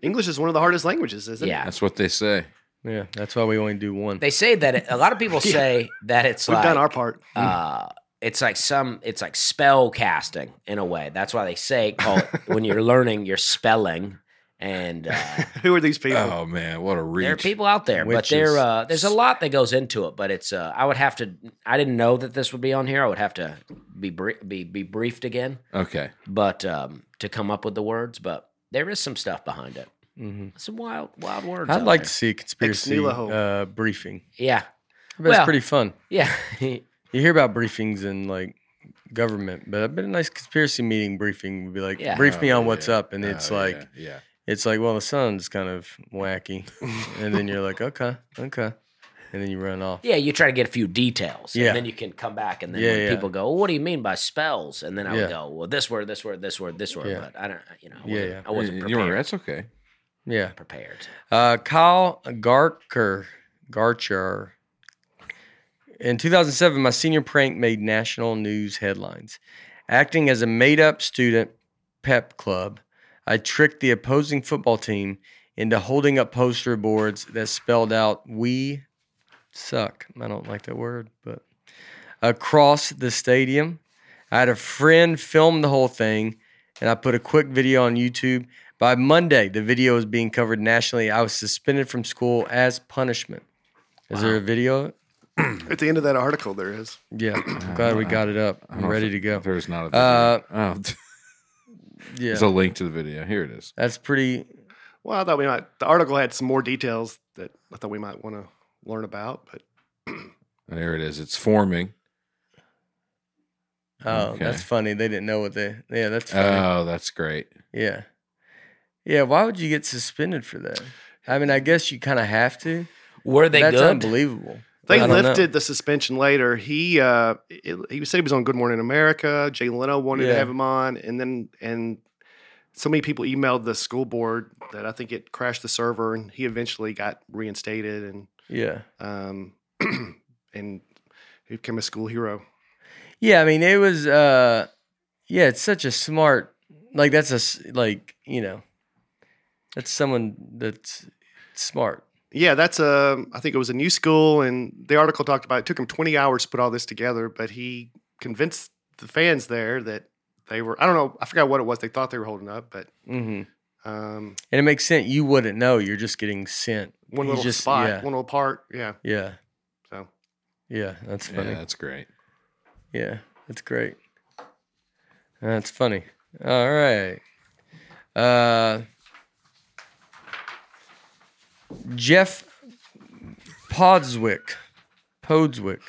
Speaker 4: English is one of the hardest languages, isn't
Speaker 2: Yeah.
Speaker 4: it?
Speaker 3: That's what they say.
Speaker 1: yeah, that's why we only do one.
Speaker 2: They say that it, a lot of people
Speaker 4: Yeah.
Speaker 2: say that it's
Speaker 4: We've
Speaker 2: like
Speaker 4: done our part.
Speaker 1: Hmm.
Speaker 2: uh it's like some it's like spell casting in a way that's why they say call it when you're learning your spelling and uh,
Speaker 4: Who are these people?
Speaker 3: Oh man, what a reach!
Speaker 2: there are people out there but there
Speaker 1: Witches.
Speaker 2: uh there's a lot that goes into it but it's uh i would have to i didn't know that this would be on here i would have to be brie- be be briefed again
Speaker 3: Okay.
Speaker 2: but um to come up with the words but there is some stuff behind it
Speaker 1: Mhm.
Speaker 2: some wild wild words
Speaker 1: I'd
Speaker 2: out
Speaker 1: like to
Speaker 2: there.
Speaker 1: see a conspiracy
Speaker 4: nihilo.
Speaker 1: uh, briefing. I
Speaker 2: yeah
Speaker 1: bet
Speaker 2: Well-
Speaker 1: it's pretty fun.
Speaker 2: yeah
Speaker 1: You hear about briefings in like government, but I bet a nice conspiracy meeting briefing would be like,
Speaker 2: Yeah.
Speaker 1: brief me
Speaker 3: Oh,
Speaker 1: on what's
Speaker 3: yeah.
Speaker 1: up, and it's
Speaker 3: Oh,
Speaker 1: like,
Speaker 3: yeah,
Speaker 1: it's like, well, the sun's kind of wacky, and then you're like, okay, okay, and then you run off.
Speaker 2: Yeah, you try to get a few details,
Speaker 1: Yeah.
Speaker 2: and then you can come back, and then
Speaker 1: Yeah,
Speaker 2: when
Speaker 1: yeah.
Speaker 2: people go, well, "What do you mean by spells?" and then I would
Speaker 1: Yeah.
Speaker 2: go, "Well, this word, this word, this word, this word,"
Speaker 1: Yeah.
Speaker 2: but I don't, you know, I
Speaker 1: Yeah,
Speaker 2: wasn't,
Speaker 1: yeah.
Speaker 2: I wasn't
Speaker 3: You were,
Speaker 2: prepared.
Speaker 3: that's okay.
Speaker 1: Yeah,
Speaker 2: prepared.
Speaker 1: Uh, Kyle Garker, Garcher. In 2007, my senior prank made national news headlines. Acting as a made up student pep club, I tricked the opposing football team into holding up poster boards that spelled out, We suck. I don't like that word, but across the stadium. I had a friend film the whole thing and I put a quick video on YouTube. By Monday, the video was being covered nationally. I was suspended from school as punishment. Is there a video? of it?
Speaker 4: At the end of that article, there is.
Speaker 1: Yeah, I'm glad we got it up. I'm ready to go.
Speaker 3: There's not a video.
Speaker 1: Uh,
Speaker 3: oh,
Speaker 1: Yeah,
Speaker 3: there's a link to the video. Here it is.
Speaker 1: that's pretty.
Speaker 4: Well, I thought we might. The article had some more details that I thought we might want to learn about, but
Speaker 3: There it is. It's forming.
Speaker 1: Oh,
Speaker 3: Okay.
Speaker 1: that's funny. They didn't know what they. Yeah, that's funny.
Speaker 3: Oh, that's great.
Speaker 1: yeah, yeah. Why would you get suspended for that? I mean, I guess you kind of have to.
Speaker 2: Were they
Speaker 1: that's
Speaker 2: good?
Speaker 1: unbelievable.
Speaker 4: They
Speaker 1: I don't know.
Speaker 4: lifted the suspension later. He uh, it- he said he was on Good Morning America. Jay Leno wanted
Speaker 1: Yeah.
Speaker 4: to have him on, and then and so many people emailed the school board that I think it crashed the server, and he eventually got reinstated and
Speaker 1: Yeah.
Speaker 4: um, and he became a school hero.
Speaker 1: Yeah, I mean it was uh yeah, it's such a smart like that's a s- like, you know, that's someone that's smart.
Speaker 4: Yeah, that's a. I think it was a new school, and the article talked about it took him 20 hours to put all this together, but he convinced the fans there that they were. I don't know. I forgot what it was. They thought they were holding up, but
Speaker 1: Mhm.
Speaker 4: um,
Speaker 1: And it makes sense you wouldn't know, you're just getting sent.
Speaker 4: one
Speaker 1: You
Speaker 4: little
Speaker 1: just-
Speaker 4: spot,
Speaker 1: yeah.
Speaker 4: one little part. Yeah.
Speaker 1: Yeah.
Speaker 4: So
Speaker 1: Yeah, that's
Speaker 3: Yeah,
Speaker 1: funny.
Speaker 3: that's great.
Speaker 1: Yeah, that's great. That's funny. All right. Uh, Jeff Podswick. Podswick.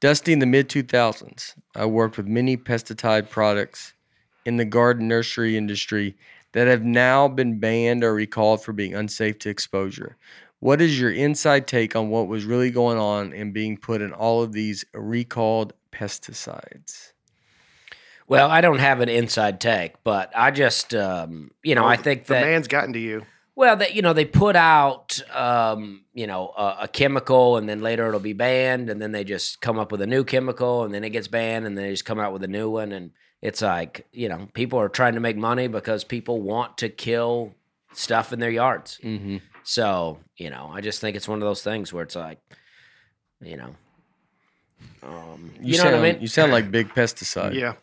Speaker 1: Dusty in the mid 2000s, I worked with many pesticide products in the garden nursery industry that have now been banned or recalled for being unsafe to exposure. What is your inside take on what was really going on and being put in all of these recalled pesticides?
Speaker 2: Well, I don't have an inside take, but I just, um, you know,
Speaker 4: Well,
Speaker 2: I think
Speaker 4: the
Speaker 2: that
Speaker 4: man's gotten to you.
Speaker 2: Well, that you know, they put out um, you know a, a chemical, and then later it'll be banned, and then they just come up with a new chemical, and then it gets banned, and then they just come out with a new one, and it's like you know, people are trying to make money because people want to kill stuff in their yards.
Speaker 1: Mm-hmm.
Speaker 2: So you know, I just think it's one of those things where it's like, you know, um, you, know
Speaker 1: sound,
Speaker 2: what I mean?
Speaker 1: You sound like big
Speaker 2: Uh,
Speaker 1: pesticide.
Speaker 4: Yeah.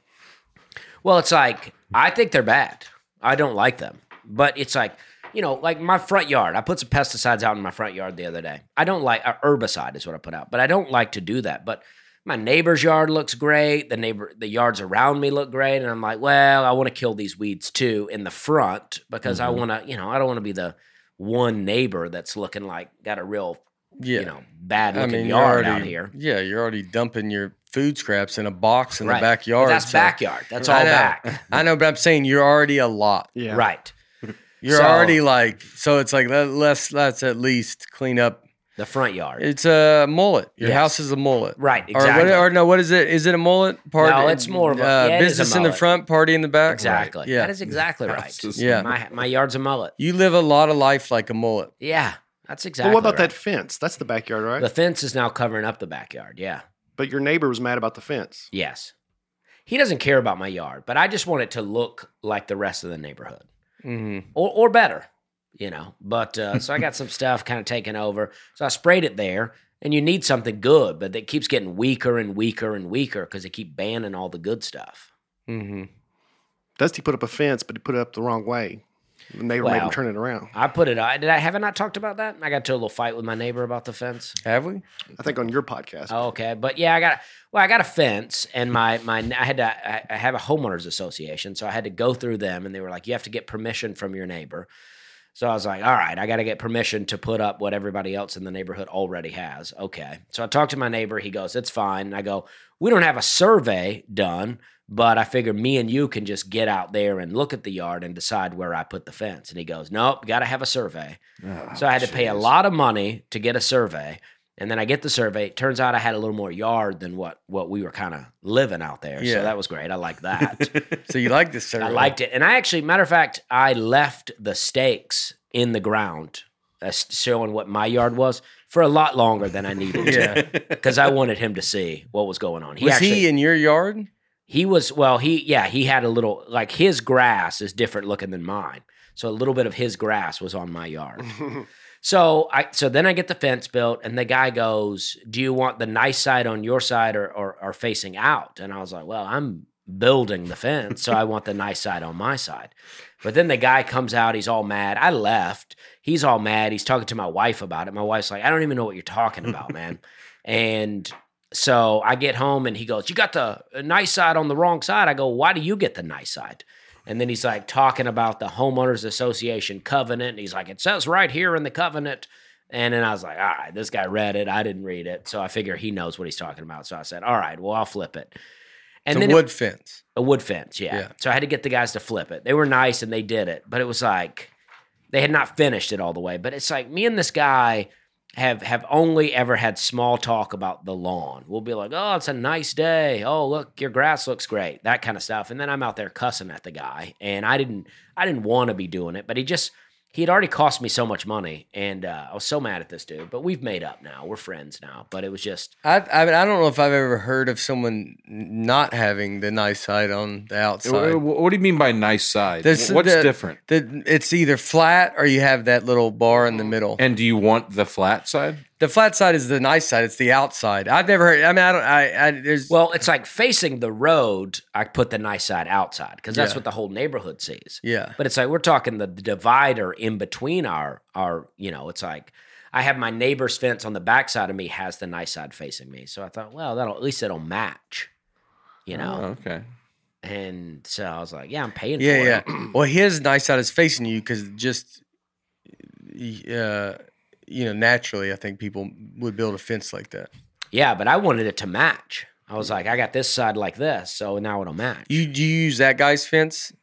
Speaker 2: Well, it's like I think they're bad. I don't like them. But it's like, you know, like my front yard. I put some pesticides out in my front yard the other day. I don't like a herbicide is what I put out, but I don't like to do that. But my neighbor's yard looks great. The neighbor the yards around me look great and I'm like, well, I want to kill these weeds too in the front because
Speaker 1: Mm-hmm.
Speaker 2: I want to, you know, I don't want to be the one neighbor that's looking like got a real,
Speaker 1: Yeah.
Speaker 2: you know, bad
Speaker 1: I
Speaker 2: looking
Speaker 1: mean, you're
Speaker 2: yard
Speaker 1: already,
Speaker 2: out here.
Speaker 1: Yeah, you're already dumping your food scraps in a box in
Speaker 2: Right.
Speaker 1: the
Speaker 2: But
Speaker 1: backyard.
Speaker 2: That's
Speaker 1: so-
Speaker 2: backyard. That's all
Speaker 1: I know.
Speaker 2: back.
Speaker 1: I know, but I'm saying you're already a lot.
Speaker 4: Yeah.
Speaker 2: Right.
Speaker 1: You're
Speaker 2: So-
Speaker 1: already like so. It's like let, let's let's at least clean up.
Speaker 2: The front yard.
Speaker 1: It's a mullet. Your
Speaker 2: Yes.
Speaker 1: house is a mullet,
Speaker 2: Right,
Speaker 1: Or,
Speaker 2: exactly.
Speaker 1: what, or no? What is it? Is it a mullet? Party? uh,
Speaker 2: No, it's more of a- yeah, it is a
Speaker 1: business in the
Speaker 2: mullet.
Speaker 1: front, party in the back.
Speaker 2: Exactly.
Speaker 1: Right, yeah.
Speaker 2: That is exactly right.
Speaker 3: Houses.
Speaker 1: Yeah.
Speaker 2: My my yard's a mullet.
Speaker 1: You live a lot of life like a mullet.
Speaker 2: Yeah. That's exactly.
Speaker 4: Well, what about that
Speaker 2: right.
Speaker 4: fence? That's the backyard, right?
Speaker 2: The fence is now covering up the backyard. Yeah.
Speaker 4: but your neighbor was mad about the fence.
Speaker 2: Yes. He doesn't care about my yard, but I just want it to look like the rest of the neighborhood.
Speaker 1: hmm
Speaker 2: or or better, you know. But uh, so I got some stuff kind of taken over. So I sprayed it there, and you need something good, but it keeps getting weaker and weaker and weaker because they keep banning all the good stuff. Mm-hmm.
Speaker 1: hmm
Speaker 4: Dusty put up a fence, but he put it up the wrong way. The neighbor made
Speaker 2: Wow.
Speaker 4: him turn it around.
Speaker 2: I put it. I did. I have I not talked about that. I got into a little fight with my neighbor about the fence.
Speaker 1: Have we?
Speaker 4: I think on your podcast.
Speaker 2: Oh, okay, but yeah, I got well, I got a fence, and my my I had to I- I have a homeowners association, so I had to go through them, and they were like, you have to get permission from your neighbor. So I was like, all right, I got to get permission to put up what everybody else in the neighborhood already has. Okay, so I talked to my neighbor. He goes, it's fine. And I go, we don't have a survey done, but I figure me and you can just get out there and look at the yard and decide where I put the fence. And he goes, nope, got to have a survey.
Speaker 3: Oh,
Speaker 2: So I had to pay a lot of money to get a survey. And then I get the survey. It turns out I had a little more yard than what what we were kind of living out there.
Speaker 1: Yeah.
Speaker 2: So that was great. I like that.
Speaker 1: So you like this?
Speaker 2: I
Speaker 1: survey.
Speaker 2: liked it. And I actually, matter of fact, I left the stakes in the ground, uh, s- showing what my yard was for a lot longer than I needed to,
Speaker 1: Yeah.
Speaker 2: because I wanted him to see what was going on. He
Speaker 1: was
Speaker 2: actually,
Speaker 1: he in your yard?
Speaker 2: he was well he yeah he had a little like his grass is different looking than mine so a little bit of his grass was on my yard so i so then i get the fence built and the guy goes do you want the nice side on your side or or, or facing out and i was like well i'm building the fence so i want the nice side on my side but then the guy comes out he's all mad i left he's all mad he's talking to my wife about it my wife's like i don't even know what you're talking about man and so I get home and he goes, You got the nice side on the wrong side. I go, Why do you get the nice side? And then he's like talking about the homeowners association covenant. And he's like, It says right here in the covenant. And then I was like, All right, this guy read it. I didn't read it. So I figure he knows what he's talking about. So I said, All right, well, I'll flip it. And
Speaker 1: the
Speaker 2: then it-
Speaker 1: wood fence.
Speaker 2: a wood fence, yeah.
Speaker 1: Yeah.
Speaker 2: So I had to get the guys to flip it. They were nice and they did it, but it was like they had not finished it all the way. But it's like me and this guy, have have only ever had small talk about the lawn. We'll be like, "Oh, it's a nice day. Oh, look, your grass looks great." That kind of stuff. And then I'm out there cussing at the guy, and I didn't I didn't want to be doing it, but he just he had already cost me so much money, and uh, I was so mad at this dude. But we've made up now. We're friends now. But it was just
Speaker 1: I, I mean, I don't know if I've ever heard of someone n- not having the nice side on the outside.
Speaker 3: Wh- wh- What do you mean by nice side?
Speaker 1: This-
Speaker 3: Wh- What's
Speaker 1: the-
Speaker 3: different?
Speaker 1: The- it's either flat or you have that little bar
Speaker 2: Mm.
Speaker 1: in the middle.
Speaker 3: And do you want the flat side?
Speaker 1: the flat side is the nice side. It's the outside. I've never heard. I mean, I don't. I, I there's
Speaker 2: well, it's like facing the road. I put the nice side outside because that's
Speaker 1: Yeah.
Speaker 2: what the whole neighborhood sees.
Speaker 1: yeah.
Speaker 2: But it's like we're talking the divider in between our our you know, it's like I have my neighbor's fence on the backside of me has the nice side facing me. So I thought, well, that'll at least it'll match. You
Speaker 3: Oh,
Speaker 2: know?
Speaker 3: okay.
Speaker 2: And so I was like, yeah, I'm paying
Speaker 1: Oh. Yeah,
Speaker 2: for
Speaker 1: yeah.
Speaker 2: it.
Speaker 1: well, his nice side is facing you because just, uh, you know, naturally, I think people would build a fence like that.
Speaker 2: Yeah, but I wanted it to match. I was like, I got this side like this, so now it'll match.
Speaker 1: Mm. You do you use that guy's fence?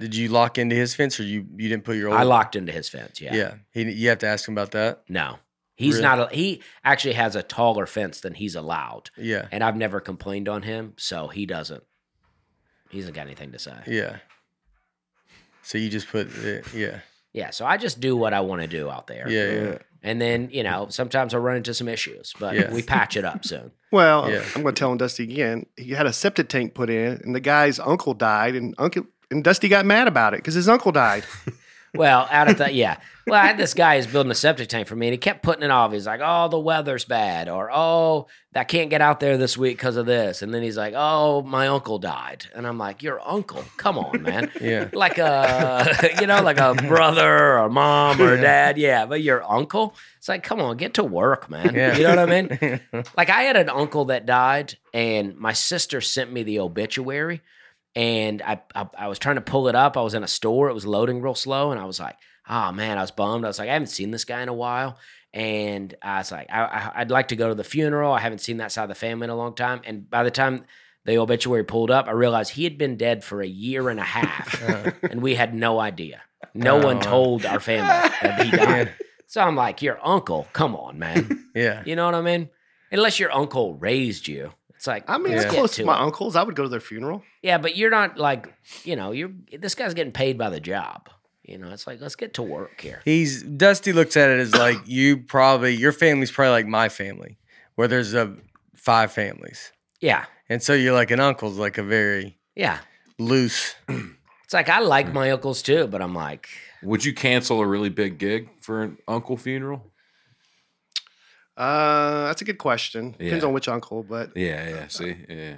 Speaker 1: Did you lock into his fence, or you you didn't put your old?
Speaker 2: I locked into his fence, yeah.
Speaker 1: Yeah, He, you have to ask him about that.
Speaker 2: No. He's
Speaker 1: Really?
Speaker 2: not a, he actually has a taller fence than he's allowed.
Speaker 1: Yeah,
Speaker 2: And I've never complained on him, so he doesn't he doesn't got anything to say.
Speaker 1: yeah. So you just put it, yeah,
Speaker 2: Yeah, so I just do what I want to do out there.
Speaker 1: yeah, yeah.
Speaker 2: And then, you know, sometimes I run into some issues, but
Speaker 1: Yeah.
Speaker 2: we patch it up soon.
Speaker 4: Well,
Speaker 1: Yeah.
Speaker 4: I'm going to tell him Dusty again. He had a septic tank put in, and the guy's uncle died, and uncle and Dusty got mad about it because his uncle died.
Speaker 2: Well, out of that, yeah. Well, I had this guy who's building a septic tank for me, and he kept putting it off. He's like, "Oh, the weather's bad," or "Oh, I can't get out there this week because of this." And then he's like, "Oh, my uncle died," and I'm like, "Your uncle? Come on, man!
Speaker 1: Yeah.
Speaker 2: like a, you know, like a brother or mom or dad, yeah. But your uncle? It's like, come on, get to work, man.
Speaker 1: Yeah.
Speaker 2: You know what I mean? like I had an uncle that died, and my sister sent me the obituary, and I, I I was trying to pull it up. I was in a store; it was loading real slow, and I was like, "Oh man," I was bummed. I was like, "I haven't seen this guy in a while," and I was like, I, I, "I'd like to go to the funeral. I haven't seen that side of the family in a long time." And by the time the obituary pulled up, I realized he had been dead for a year and a half,
Speaker 1: Uh,
Speaker 2: and we had no idea. No
Speaker 1: Oh,
Speaker 2: one
Speaker 1: wow.
Speaker 2: told our family that he died.
Speaker 1: yeah,
Speaker 2: So I'm like, "Your uncle? Come on, man."
Speaker 1: yeah.
Speaker 2: You know what I mean? Unless your uncle raised you. It's like
Speaker 4: I mean,
Speaker 2: let's
Speaker 4: it's
Speaker 2: get
Speaker 4: close to
Speaker 2: it.
Speaker 4: my uncles. I would go to their funeral.
Speaker 2: Yeah, but you're not like, you know, you're this guy's getting paid by the job. You know, it's like let's get to work here.
Speaker 1: He's Dusty looks at it as like you probably your family's probably like my family, where there's a five families,
Speaker 2: Yeah.
Speaker 1: and so you're like an uncle's like a very
Speaker 2: Yeah.
Speaker 1: loose.
Speaker 2: It's like I
Speaker 4: Hmm.
Speaker 2: like my uncles too, but I'm like,
Speaker 3: Would you cancel a really big gig for an uncle funeral?
Speaker 4: Uh, that's a good question. Depends
Speaker 3: Yeah.
Speaker 4: on which uncle, but
Speaker 3: Yeah,
Speaker 2: Uh,
Speaker 3: yeah. See, yeah.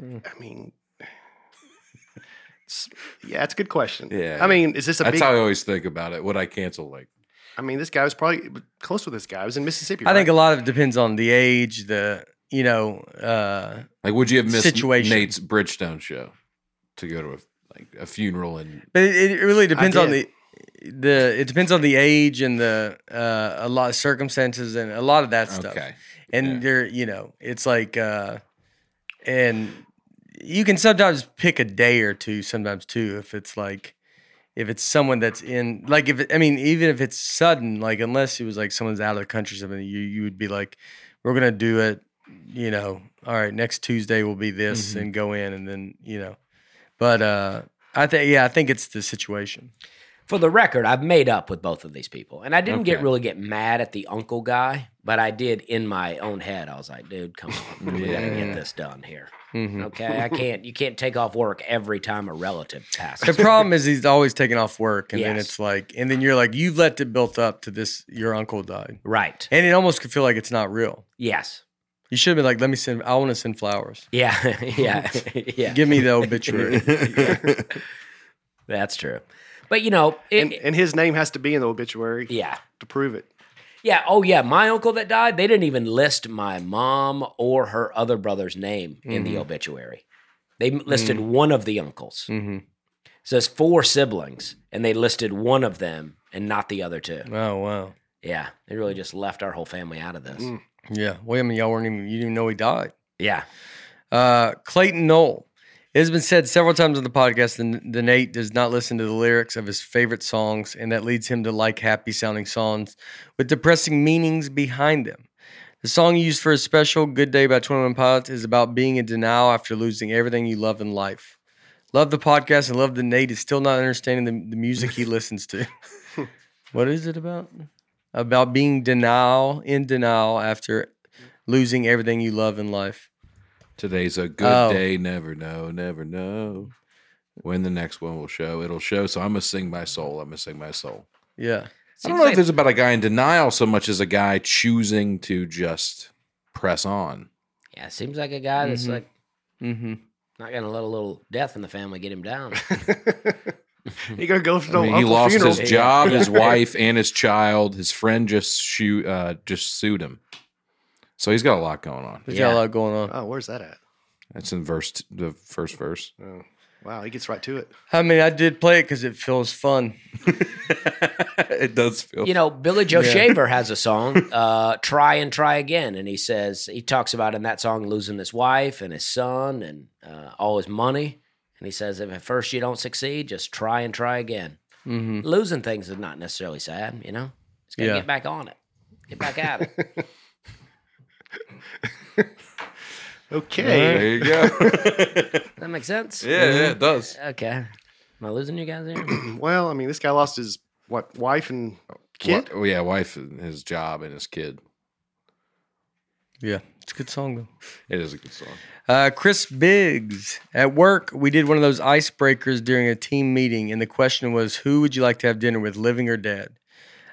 Speaker 4: I mean, it's- yeah, it's a good question.
Speaker 3: Yeah,
Speaker 4: I mean, is this a
Speaker 3: That's
Speaker 4: big?
Speaker 3: how I always think about it. Would I cancel like?
Speaker 4: I mean, this guy was probably close with this guy. He was in Mississippi.
Speaker 1: I think
Speaker 4: right?
Speaker 1: a lot of it depends on the age, the you know, uh,
Speaker 3: Like, would you have missed
Speaker 1: Situation.
Speaker 3: Nate's Bridgestone show to go to a, like a funeral and
Speaker 1: but it, it really depends on
Speaker 4: did.
Speaker 1: the the it depends on the age and the uh, a lot of circumstances and a lot of that stuff.
Speaker 3: okay?
Speaker 1: and
Speaker 3: Yeah.
Speaker 1: there you know it's like uh and you can sometimes pick a day or two sometimes too if it's like if it's someone that's in like if it, i mean even if it's sudden like unless it was like someone's out of the country or something you you would be like we're gonna do it you know all right next tuesday will be this
Speaker 3: Mhm.
Speaker 1: and go in and then you know but uh i think yeah i think it's the situation
Speaker 2: for the record, I've made up with both of these people. And I didn't get
Speaker 3: Okay.
Speaker 2: really get mad at the uncle guy, but I did in my own head. I was like, dude, come on. We gotta
Speaker 1: Yeah.
Speaker 2: get this done here.
Speaker 1: Mhm.
Speaker 2: Okay. I can't you can't take off work every time a relative passes.
Speaker 1: The problem is he's always taking off work, and then
Speaker 2: Yes.
Speaker 1: it's like, and then you're like, you've let it built up to this. Your uncle died,
Speaker 2: right.
Speaker 1: and it almost could feel like it's not real.
Speaker 2: Yes.
Speaker 1: You should have been like, let me send. I want to send flowers.
Speaker 2: Yeah. yeah. yeah.
Speaker 1: Give me the obituary.
Speaker 2: That's true. But you know, it,
Speaker 4: and, and his name has to be in the obituary
Speaker 2: yeah.
Speaker 4: to prove it.
Speaker 2: Yeah. Oh, yeah. My uncle that died, they didn't even list my mom or her other brother's name in
Speaker 3: Mm-hmm.
Speaker 2: the obituary. They m- listed
Speaker 3: Mm.
Speaker 2: one of the uncles.
Speaker 1: hmm
Speaker 2: So it's four siblings, and they listed one of them and not the other two.
Speaker 1: Oh wow.
Speaker 2: Yeah. They really just left our whole family out of this.
Speaker 4: Mm.
Speaker 1: Yeah. Well, I mean, y'all weren't even. You didn't even know he died.
Speaker 2: Yeah.
Speaker 1: Uh, Clayton Knoll. It has been said several times on the podcast that, that Nate does not listen to the lyrics of his favorite songs, and that leads him to like happy sounding songs with depressing meanings behind them. The song used for his special Good Day by 21 Pilots is about being in denial after losing everything you love in life. Love the podcast and love that Nate is still not understanding the, the music he listens to. what is it about? About being denial in denial after losing everything you love in life.
Speaker 3: Today's a good
Speaker 1: Oh.
Speaker 3: day. Never know, never know when the next one will show. It'll show. So I'm gonna sing my soul. I'm gonna sing my soul.
Speaker 1: Yeah.
Speaker 3: I don't know if it's about a guy in denial so much as a guy choosing to just press on.
Speaker 2: Yeah, seems like a guy that's
Speaker 1: Mhm.
Speaker 2: like
Speaker 1: Mm-hmm.
Speaker 2: not gonna let a little death in the family get him down.
Speaker 4: You gonna go for the
Speaker 3: I mean, he
Speaker 4: uncle
Speaker 3: lost
Speaker 4: funeral?
Speaker 3: his job, his wife, and his child. His friend just shoot, uh, just sued him. So he's got a lot going on.
Speaker 1: There's
Speaker 2: Yeah.
Speaker 1: got a lot going on.
Speaker 4: Oh, where's that at?
Speaker 3: That's in verse the first verse.
Speaker 4: Oh, wow, he gets right to it.
Speaker 1: I mean, I did play it because it feels fun.
Speaker 3: it does feel.
Speaker 2: you know, Billy Joe
Speaker 1: Yeah.
Speaker 2: Shaver has a song, uh, "Try and Try Again," and he says he talks about in that song losing his wife and his son and uh, all his money, and he says if at first you don't succeed, just try and try again.
Speaker 1: Mm-hmm.
Speaker 2: Losing things is not necessarily sad, you know. Just gotta
Speaker 1: Yeah.
Speaker 2: get back on it, get back at it.
Speaker 4: Okay.
Speaker 3: There you go.
Speaker 2: that makes sense.
Speaker 3: yeah, yeah, it does.
Speaker 2: Okay. Am I losing you guys here?
Speaker 4: Well, I mean, this guy lost his what wife and kid.
Speaker 3: Wi- oh, yeah, wife, and his job, and his kid.
Speaker 1: Yeah, it's a good song though.
Speaker 3: It is a good song.
Speaker 1: Uh, Chris Biggs at work. We did one of those icebreakers during a team meeting, and the question was, "Who would you like to have dinner with, living or dead?"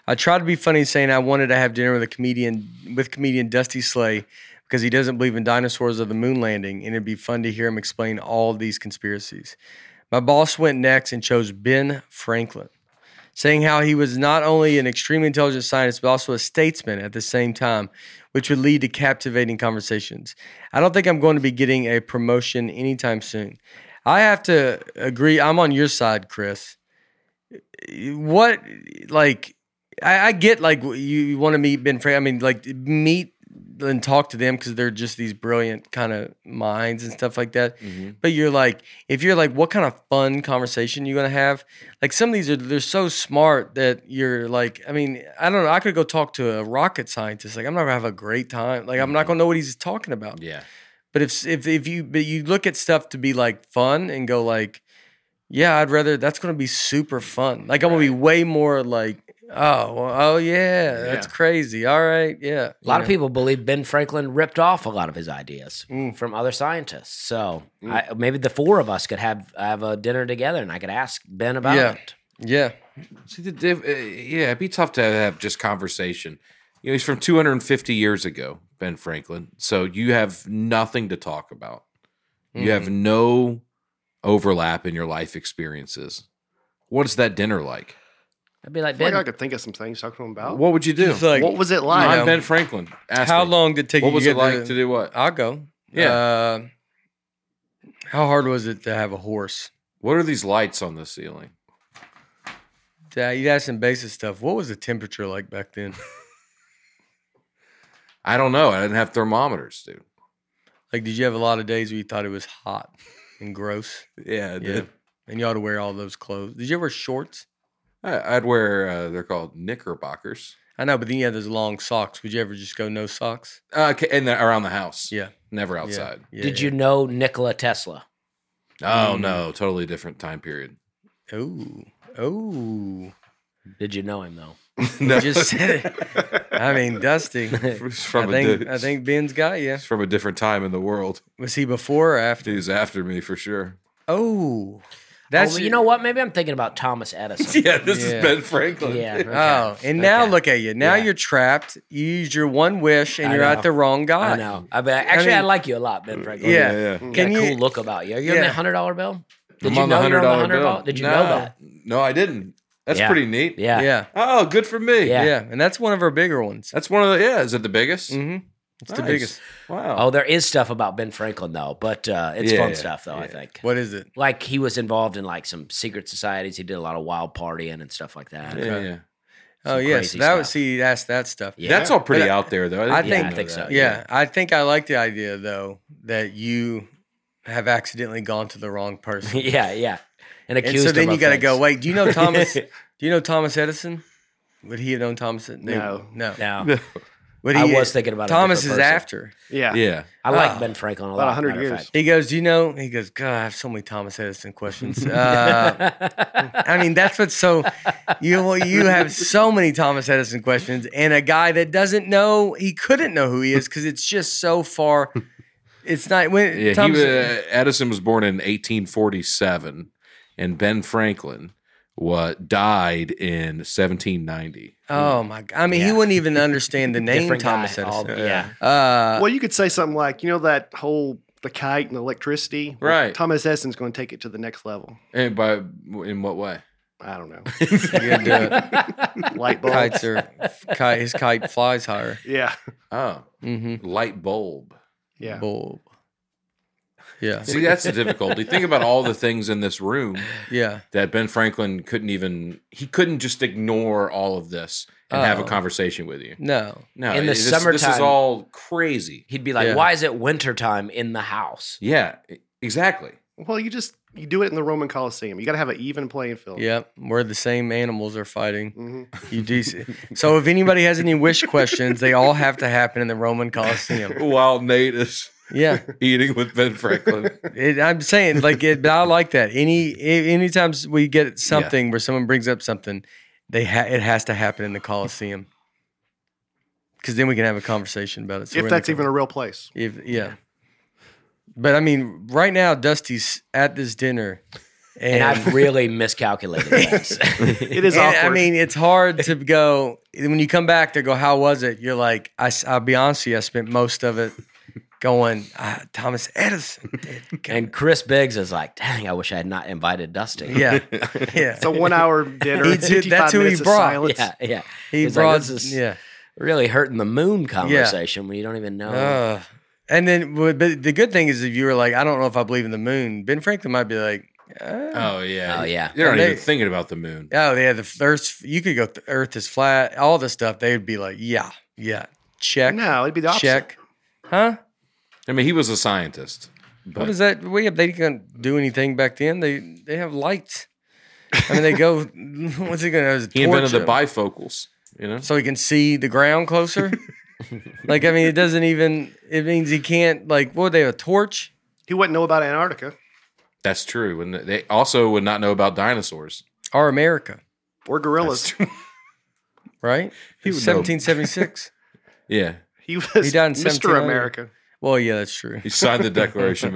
Speaker 1: I tried to be funny, saying I wanted to have dinner with a comedian with comedian Dusty Slay because he doesn't believe in dinosaurs or the moon landing, and it'd be fun to hear him explain all these conspiracies. My boss went next and chose Ben Franklin, saying how he was not only an extremely intelligent scientist but also a statesman at the same time, which would lead to captivating conversations. I don't think I'm going to be getting a promotion anytime soon. I have to agree. I'm on your side, Chris. What, like, I, I get like you, you want to meet Ben Frank. I mean, like, meet and talk to them because they're just these brilliant kind of minds and stuff like that.
Speaker 3: Mm-hmm.
Speaker 1: But you're like, if you're like, what kind of fun conversation you gonna have? Like, some of these are they're so smart that you're like, I mean, I don't know. I could go talk to a rocket scientist. Like, I'm not gonna have a great time. Like, I'm not gonna know what he's talking about.
Speaker 3: Yeah,
Speaker 1: But if if if you but you look at stuff to be like fun and go like, yeah, I'd rather that's gonna be super fun. Like I'm gonna be way more like, oh well, oh yeah, that's
Speaker 4: Yeah.
Speaker 1: crazy. All right, yeah.
Speaker 2: A lot of people believe Ben Franklin ripped off a lot of his ideas
Speaker 1: Mm,
Speaker 2: from other scientists. So I, maybe the four of us could have have a dinner together, and I could ask Ben about
Speaker 1: Yeah.
Speaker 2: it.
Speaker 1: Yeah,
Speaker 3: see the div- uh, yeah, it'd be tough to have just conversation. You know, he's from 250 years ago, Ben Franklin. So you have nothing to talk about.
Speaker 1: mm.
Speaker 3: You have no overlap in your life experiences. What's that dinner like?
Speaker 2: I'd be like,
Speaker 4: I feel
Speaker 2: Ben,
Speaker 4: like I could think of some things to talk to him about.
Speaker 3: What would you do?
Speaker 1: It's like,
Speaker 4: what was
Speaker 1: you
Speaker 4: it like?
Speaker 1: know,
Speaker 3: I'm Ben Franklin. Ask
Speaker 1: how
Speaker 3: me.
Speaker 1: long did it take?
Speaker 3: What
Speaker 1: you
Speaker 3: was
Speaker 1: get
Speaker 3: it like to do what?
Speaker 1: I'll go.
Speaker 3: Yeah.
Speaker 1: Uh, how hard was it to have a horse?
Speaker 3: What are these lights on the ceiling?
Speaker 1: Yeah, you asked some basic stuff. What was the temperature like back then?
Speaker 3: I don't know. I didn't have thermometers, dude.
Speaker 1: Like, did you have a lot of days where you thought it was hot and gross?
Speaker 3: Yeah, I
Speaker 1: Yeah. And you ought to wear all those clothes. Did you ever wear shorts?
Speaker 3: I, I'd wear. Uh, they're called knickerbockers.
Speaker 1: I know, but then you had those long socks. Would you ever just go no socks?
Speaker 3: Uh, ca- and they're around the house.
Speaker 1: Yeah.
Speaker 3: never
Speaker 1: Yeah,
Speaker 3: outside.
Speaker 1: yeah,
Speaker 2: did
Speaker 1: yeah.
Speaker 2: you know Nikola Tesla?
Speaker 3: Oh
Speaker 1: Mm.
Speaker 3: no, totally different time period.
Speaker 1: Oh, oh.
Speaker 2: Did you know him though?
Speaker 3: no,
Speaker 1: You just said it. I mean, Dusty.
Speaker 3: it's
Speaker 1: I
Speaker 3: from a
Speaker 1: think
Speaker 3: di-
Speaker 1: I think Ben's got you.
Speaker 3: it's from a different time in the world.
Speaker 1: Was he before or after?
Speaker 3: He's after me for sure.
Speaker 1: Oh,
Speaker 2: Oh,
Speaker 1: that's
Speaker 2: well, you know what? Maybe I'm thinking about Thomas Edison.
Speaker 3: Yeah, this
Speaker 1: Yeah.
Speaker 3: is Ben Franklin.
Speaker 2: yeah. okay.
Speaker 1: Oh, and now
Speaker 2: Okay.
Speaker 1: look at you. Now
Speaker 2: Yeah.
Speaker 1: you're trapped. You used your one wish, and
Speaker 2: I
Speaker 1: you're
Speaker 2: know.
Speaker 1: at the wrong guy.
Speaker 2: I know. I mean, actually, I,
Speaker 1: mean-
Speaker 2: like you a lot, Ben Franklin.
Speaker 1: Yeah.
Speaker 3: yeah.
Speaker 2: You got
Speaker 1: Can
Speaker 2: a cool
Speaker 1: you-
Speaker 2: look about you. Are you on
Speaker 1: Yeah.
Speaker 2: the hundred dollar bill? Did
Speaker 3: I'm
Speaker 2: you
Speaker 3: on the
Speaker 2: know
Speaker 3: hundred
Speaker 2: you're on
Speaker 3: dollar
Speaker 2: the hundred
Speaker 3: bill.
Speaker 2: dollar? Did you
Speaker 3: no,
Speaker 2: know that?
Speaker 3: No, I didn't. That's
Speaker 2: Yeah.
Speaker 3: pretty neat.
Speaker 2: Yeah.
Speaker 1: Yeah.
Speaker 3: Oh, good for me.
Speaker 1: yeah,
Speaker 2: Yeah.
Speaker 1: and that's one of our bigger ones.
Speaker 3: That's one of the. Yeah, is it the biggest?
Speaker 1: hmm It's the
Speaker 3: Nice.
Speaker 1: biggest.
Speaker 3: Wow.
Speaker 2: Oh, there is stuff about Ben Franklin though, but uh, it's
Speaker 3: Yeah,
Speaker 2: fun
Speaker 3: yeah,
Speaker 2: stuff though.
Speaker 3: yeah.
Speaker 2: I think.
Speaker 1: What is it?
Speaker 2: Like he was involved in like some secret societies. He did a lot of wild partying and stuff like that.
Speaker 3: yeah, yeah.
Speaker 1: oh
Speaker 2: Some
Speaker 1: yes,
Speaker 2: crazy
Speaker 1: that was
Speaker 2: stuff.
Speaker 1: he asked that stuff.
Speaker 2: Yeah.
Speaker 3: That's all pretty
Speaker 1: But I-
Speaker 3: out there, though.
Speaker 1: I
Speaker 2: Uh,
Speaker 3: didn't
Speaker 1: think-
Speaker 3: know
Speaker 2: I think so.
Speaker 3: that.
Speaker 1: Yeah, I think I like the idea though that you have accidentally gone to the wrong person.
Speaker 2: yeah, yeah. And
Speaker 1: and
Speaker 2: accused
Speaker 1: so then
Speaker 2: him
Speaker 1: you
Speaker 2: of
Speaker 1: got to go.
Speaker 2: things.
Speaker 1: Wait, do you know Thomas? do you know Thomas Edison? Would he have known Thomas? Ed-
Speaker 4: No.
Speaker 1: no.
Speaker 2: No,
Speaker 1: But
Speaker 2: I
Speaker 1: he-
Speaker 2: was thinking about a
Speaker 1: Thomas is
Speaker 2: different person.
Speaker 1: after.
Speaker 4: Yeah.
Speaker 3: Yeah.
Speaker 2: I like
Speaker 1: Ah,
Speaker 2: Ben Franklin a
Speaker 4: about
Speaker 2: lot.
Speaker 4: 100
Speaker 2: matter of
Speaker 4: years.
Speaker 2: fact.
Speaker 1: He goes. You know. He goes. God, I have so many Thomas Edison questions. Uh, I mean, that's what's so you well, you have so many Thomas Edison questions, and a guy that doesn't know he couldn't know who he is because it's just so far. It's not when
Speaker 3: Yeah,
Speaker 1: Thomas,
Speaker 3: he, uh, Edison was born in 1847, and Ben Franklin what died in 1790.
Speaker 1: Oh my! God. I mean, he
Speaker 2: Yeah.
Speaker 1: wouldn't even understand the name
Speaker 2: Different
Speaker 1: Thomas
Speaker 2: guy.
Speaker 1: Edison.
Speaker 2: All- yeah.
Speaker 1: Uh,
Speaker 4: Well, you could say something like, you know, that whole the kite and electricity. Well,
Speaker 3: Right.
Speaker 4: Thomas Edison's going to take it to the next level.
Speaker 3: And by in what way?
Speaker 4: I don't know.
Speaker 1: good, uh,
Speaker 4: Light bulb.
Speaker 1: kites are kite, his kite flies higher.
Speaker 4: Yeah.
Speaker 3: Oh,
Speaker 1: Mm-hmm.
Speaker 3: light bulb.
Speaker 4: Yeah.
Speaker 1: Bulb. Yeah,
Speaker 3: See, that's the difficulty. Think about all the things in this room
Speaker 1: yeah.
Speaker 3: that Ben Franklin couldn't even. He couldn't just ignore all of this and have a
Speaker 1: Oh.
Speaker 3: conversation with you.
Speaker 1: No,
Speaker 3: No,
Speaker 2: In the
Speaker 3: this, this is
Speaker 2: summertime-
Speaker 3: all crazy.
Speaker 2: He'd be like,
Speaker 1: Yeah.
Speaker 2: "Why is it wintertime in the house?"
Speaker 3: Yeah, e- exactly.
Speaker 4: Well, you just you do it in the Roman Coliseum. You got to have an even playing field.
Speaker 1: yeah. Where the same animals are fighting.
Speaker 4: Mhm.
Speaker 1: You dec- so if anybody has any wish questions, they all have to happen in the Roman Colosseum.
Speaker 3: While Nate is
Speaker 1: Yeah,
Speaker 3: eating with Ben Franklin,
Speaker 1: it, I'm saying like, it, but I like that. Any a- anytime we get something where someone brings up something, they ha- it has to happen in the Colosseum because then we can have a conversation about it. So we're
Speaker 4: if
Speaker 1: in the
Speaker 4: that's even a real place.
Speaker 1: If yeah. But I mean, right now Dusty's at this dinner, and,
Speaker 2: And I've really miscalculated this.
Speaker 4: It is
Speaker 1: and,
Speaker 4: awkward.
Speaker 1: I mean, it's hard to go when you come back to go. How was it? You're like, I, will be honest with you. I spent most of it going. Ah, Thomas Edison did.
Speaker 2: and Chris Biggs is like, "Dang, I wish I had not invited Dusty."
Speaker 1: yeah, yeah.
Speaker 4: it's a one hour dinner.
Speaker 1: He did-
Speaker 4: 55
Speaker 1: that's who he
Speaker 4: minutes of
Speaker 1: brought.
Speaker 4: silence.
Speaker 2: yeah, yeah.
Speaker 1: he
Speaker 2: He's like,
Speaker 1: brought.
Speaker 2: this is-
Speaker 1: yeah.
Speaker 2: Really hurting the moon conversation when you don't even know.
Speaker 3: Um,
Speaker 1: Ugh. and then, but but the good thing is, if you were like, I don't know if I believe in the moon, Ben Franklin might be like, uh,
Speaker 3: oh yeah,
Speaker 2: Oh, yeah.
Speaker 3: You're not
Speaker 1: And
Speaker 3: even
Speaker 1: they-
Speaker 3: thinking about the moon.
Speaker 1: Oh yeah, the Earth. You could go. The Earth is flat. All this stuff. They would be like, yeah, yeah. Check.
Speaker 4: No, it'd be the opposite.
Speaker 1: check. Huh?
Speaker 3: I mean, he was a scientist. But
Speaker 1: What is that? We have. They couldn't do anything back then. They they have lights. I mean, they go. What's he gonna? do?
Speaker 3: he invented the
Speaker 1: Torch 'em
Speaker 3: bifocals. You know,
Speaker 1: so he can see the ground closer. like I mean, it doesn't even. It means he can't. Like, what? They have a torch.
Speaker 4: He wouldn't know about Antarctica
Speaker 3: that's true. And they also would not know about dinosaurs.
Speaker 1: Our America,
Speaker 4: or gorillas.
Speaker 3: That's-
Speaker 1: right?
Speaker 3: He would know.
Speaker 1: 1776.
Speaker 3: yeah,
Speaker 4: He was
Speaker 1: He died in
Speaker 4: Mr.
Speaker 1: 1700.
Speaker 4: America.
Speaker 1: well, yeah, that's true.
Speaker 3: he signed the Declaration of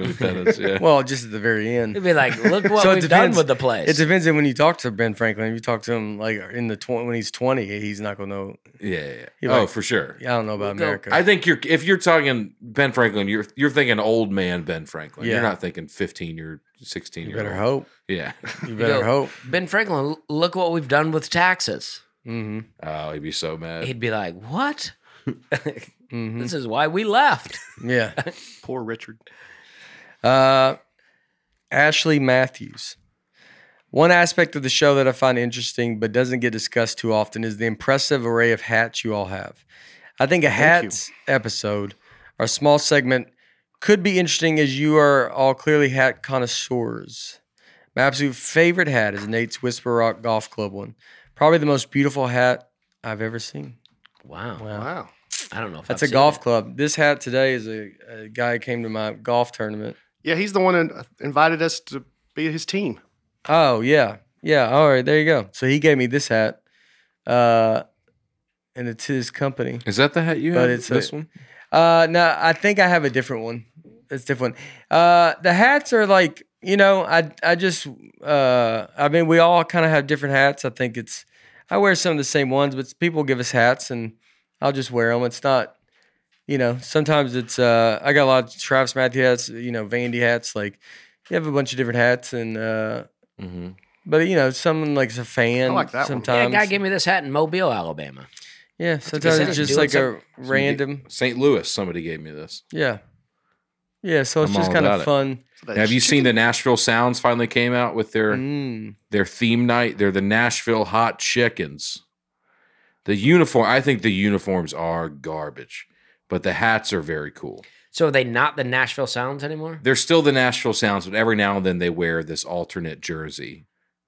Speaker 3: Independence. Yeah,
Speaker 1: Well, just at the very end.
Speaker 2: It'd be like, "Look what
Speaker 1: So it
Speaker 2: we've done
Speaker 1: depends.
Speaker 2: with the place."
Speaker 1: It depends on when you talk to Ben Franklin. If you talk to him like in the tw- when he's twenty, he's not gonna know.
Speaker 3: yeah, yeah.
Speaker 1: He
Speaker 3: oh,
Speaker 1: like-
Speaker 3: for sure.
Speaker 1: I don't know about
Speaker 2: Go-
Speaker 1: America.
Speaker 3: I think you're if you're talking Ben Franklin, you're you're thinking old man Ben Franklin. You're
Speaker 1: Yeah.
Speaker 3: not thinking fifteen or sixteen
Speaker 1: you
Speaker 3: year
Speaker 1: better
Speaker 3: old.
Speaker 1: hope.
Speaker 3: Yeah.
Speaker 1: You better
Speaker 2: go-
Speaker 1: hope.
Speaker 2: ben Franklin, l- look what we've done with taxes.
Speaker 1: hmm
Speaker 3: Oh, he'd be so mad.
Speaker 2: He'd be like, "What?
Speaker 1: hmm
Speaker 2: This is why we left."
Speaker 1: Yeah.
Speaker 4: Poor Richard.
Speaker 1: Uh, Ashley Matthews. One aspect of the show that I find interesting but doesn't get discussed too often is the impressive array of hats you all have. I think a
Speaker 4: Thank you.
Speaker 1: hats episode or small segment could be interesting as you are all clearly hat connoisseurs. My absolute favorite hat is Nate's Whisper Rock Golf Club one. Probably the most beautiful hat I've ever seen.
Speaker 2: Wow.
Speaker 4: Wow.
Speaker 2: I don't know. If
Speaker 1: That's
Speaker 2: I've
Speaker 1: a
Speaker 2: seen
Speaker 1: golf
Speaker 2: it.
Speaker 1: club. This hat today is a, a guy who came to my golf tournament
Speaker 4: Yeah, he's the one that invited us to be his team.
Speaker 1: Oh yeah, yeah. All right, there you go. So he gave me this hat, uh, and it's his company.
Speaker 3: Is that the hat you
Speaker 1: But
Speaker 3: had?
Speaker 1: it's a-
Speaker 3: this one.
Speaker 1: Uh, no, I think I have a different one. It's different. Uh, the hats are like you know, I I just uh, I mean, we all kind of have different hats. I think it's I wear some of the same ones, but people give us hats, and I'll just wear them. It's not. You know, sometimes it's uh, I got a lot of Travis Matthew hats, you know, Vandy hats. Like, you have a bunch of different hats, and uh,
Speaker 3: hmm
Speaker 1: But you know, someone like a fan.
Speaker 4: I like that one.
Speaker 2: Yeah, a
Speaker 1: sometimes.
Speaker 2: guy gave me this hat in Mobile, Alabama.
Speaker 1: Yeah, sometimes
Speaker 2: said
Speaker 1: it's
Speaker 2: he's
Speaker 1: just
Speaker 2: doing
Speaker 1: like a random.
Speaker 3: St. Louis. Somebody gave me this.
Speaker 1: Yeah, yeah. So it's
Speaker 3: I'm
Speaker 1: just
Speaker 3: all
Speaker 1: kind
Speaker 3: about
Speaker 1: of
Speaker 3: it.
Speaker 1: fun.
Speaker 4: So that
Speaker 3: Have you seen the Nashville Sounds finally came out with their
Speaker 1: Mm.
Speaker 3: their theme night? They're the Nashville Hot Chickens. The uniform, I think the uniforms are garbage, but the hats are very cool.
Speaker 2: So are they not the Nashville Sounds anymore?
Speaker 3: They're still the Nashville Sounds, but every now and then they wear this alternate jersey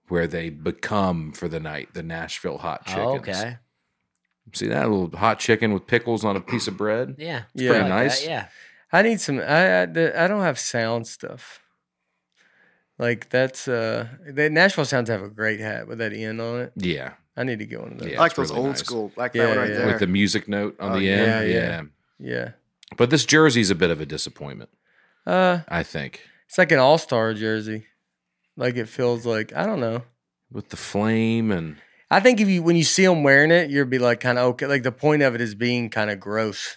Speaker 3: where they become for the night the Nashville Hot Chickens.
Speaker 2: Oh, okay.
Speaker 3: See that little hot chicken with pickles on a piece of bread?
Speaker 2: Yeah.
Speaker 1: Yeah.
Speaker 2: I like that,
Speaker 3: nice.
Speaker 2: Yeah.
Speaker 1: I need some. I I, the- I don't have sound stuff. Like that's uh, the Nashville Sounds have a great hat with that end on it.
Speaker 3: Yeah.
Speaker 1: I need to get one of those.
Speaker 3: Yeah.
Speaker 1: Yeah,
Speaker 4: I like
Speaker 3: it's
Speaker 4: those
Speaker 3: really
Speaker 4: old
Speaker 3: nice.
Speaker 4: school, like
Speaker 1: Yeah,
Speaker 4: that one right
Speaker 1: yeah.
Speaker 4: there.
Speaker 3: With the music note on
Speaker 4: Oh,
Speaker 3: the
Speaker 4: yeah,
Speaker 3: end.
Speaker 1: yeah.
Speaker 3: yeah. But this jersey's a bit of a disappointment,
Speaker 1: Uh,
Speaker 3: I think.
Speaker 1: it's like an All Star jersey. Like it feels like I don't know.
Speaker 3: With the flame and
Speaker 1: I think if you when you see them wearing it, you'll be like kind of okay. Like the point of it is being kind of gross.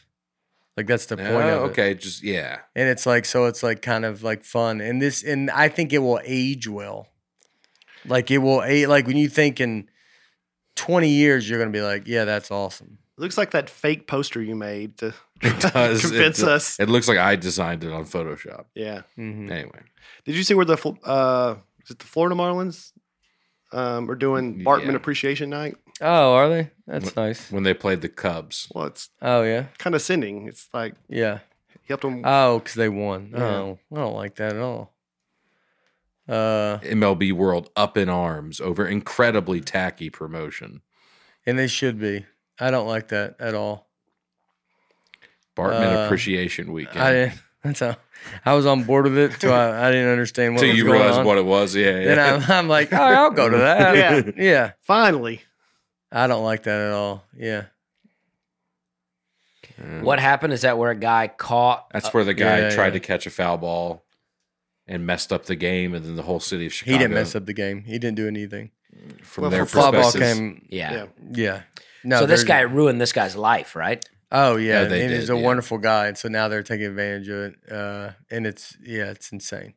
Speaker 1: Like that's the point of
Speaker 3: Oh,
Speaker 1: it.
Speaker 3: okay, just yeah.
Speaker 1: And it's like so it's like kind of like fun. And this and I think it will age well. Like it will a like when you think in 20 years you're going to be like, yeah, that's awesome.
Speaker 4: Looks like that fake poster you made to
Speaker 3: It does.
Speaker 4: convince
Speaker 3: it,
Speaker 4: us.
Speaker 3: It looks like I designed it on Photoshop.
Speaker 4: yeah.
Speaker 1: Mhm.
Speaker 3: Anyway,
Speaker 4: Did you see where the Fl- uh, is it the Florida Marlins um, are doing Bartman
Speaker 3: Yeah.
Speaker 4: Appreciation Night?
Speaker 1: Oh, are they? That's
Speaker 3: What-
Speaker 1: nice.
Speaker 3: when they played the Cubs,
Speaker 4: Well, it's
Speaker 1: Oh, yeah.
Speaker 4: condescending. It's like
Speaker 1: Yeah.
Speaker 4: he helped him.
Speaker 3: Uh,
Speaker 1: Oh, cuz they won.
Speaker 4: Yeah.
Speaker 1: Oh, I don't like that at all. Uh,
Speaker 3: MLB World up in arms over incredibly tacky promotion.
Speaker 1: and they should be. I don't like that at all.
Speaker 3: Bartman
Speaker 1: Uh,
Speaker 3: Appreciation Weekend.
Speaker 1: I didn't. That's how I was on board with it till I, I didn't understand what
Speaker 3: Until
Speaker 1: was
Speaker 3: you
Speaker 1: going
Speaker 3: realize
Speaker 1: on.
Speaker 3: what it was. Yeah,
Speaker 1: Then
Speaker 3: yeah.
Speaker 1: I'm, I'm like, all right, I'll go to that.
Speaker 4: Yeah.
Speaker 1: yeah.
Speaker 4: Finally,
Speaker 1: I don't like that at all. Yeah.
Speaker 3: Yeah.
Speaker 2: What happened? Is that where a guy caught?
Speaker 3: Mm. That's where the guy
Speaker 1: yeah,
Speaker 3: tried
Speaker 1: yeah.
Speaker 3: to catch a foul ball and messed up the game, and then the whole city of Chicago.
Speaker 1: He didn't mess up the game. He didn't do anything.
Speaker 3: from
Speaker 4: Well,
Speaker 3: their
Speaker 4: for
Speaker 1: Fly ball
Speaker 3: perspective.
Speaker 1: came.
Speaker 2: yeah.
Speaker 4: yeah.
Speaker 1: Yeah. No.
Speaker 2: so this
Speaker 1: there's-
Speaker 2: guy ruined this guy's life, right?
Speaker 1: Oh yeah,
Speaker 3: Yeah, they
Speaker 1: and he's
Speaker 3: did,
Speaker 1: a
Speaker 3: yeah.
Speaker 1: wonderful guy, and so now they're taking advantage of it. Uh, and it's yeah, it's insane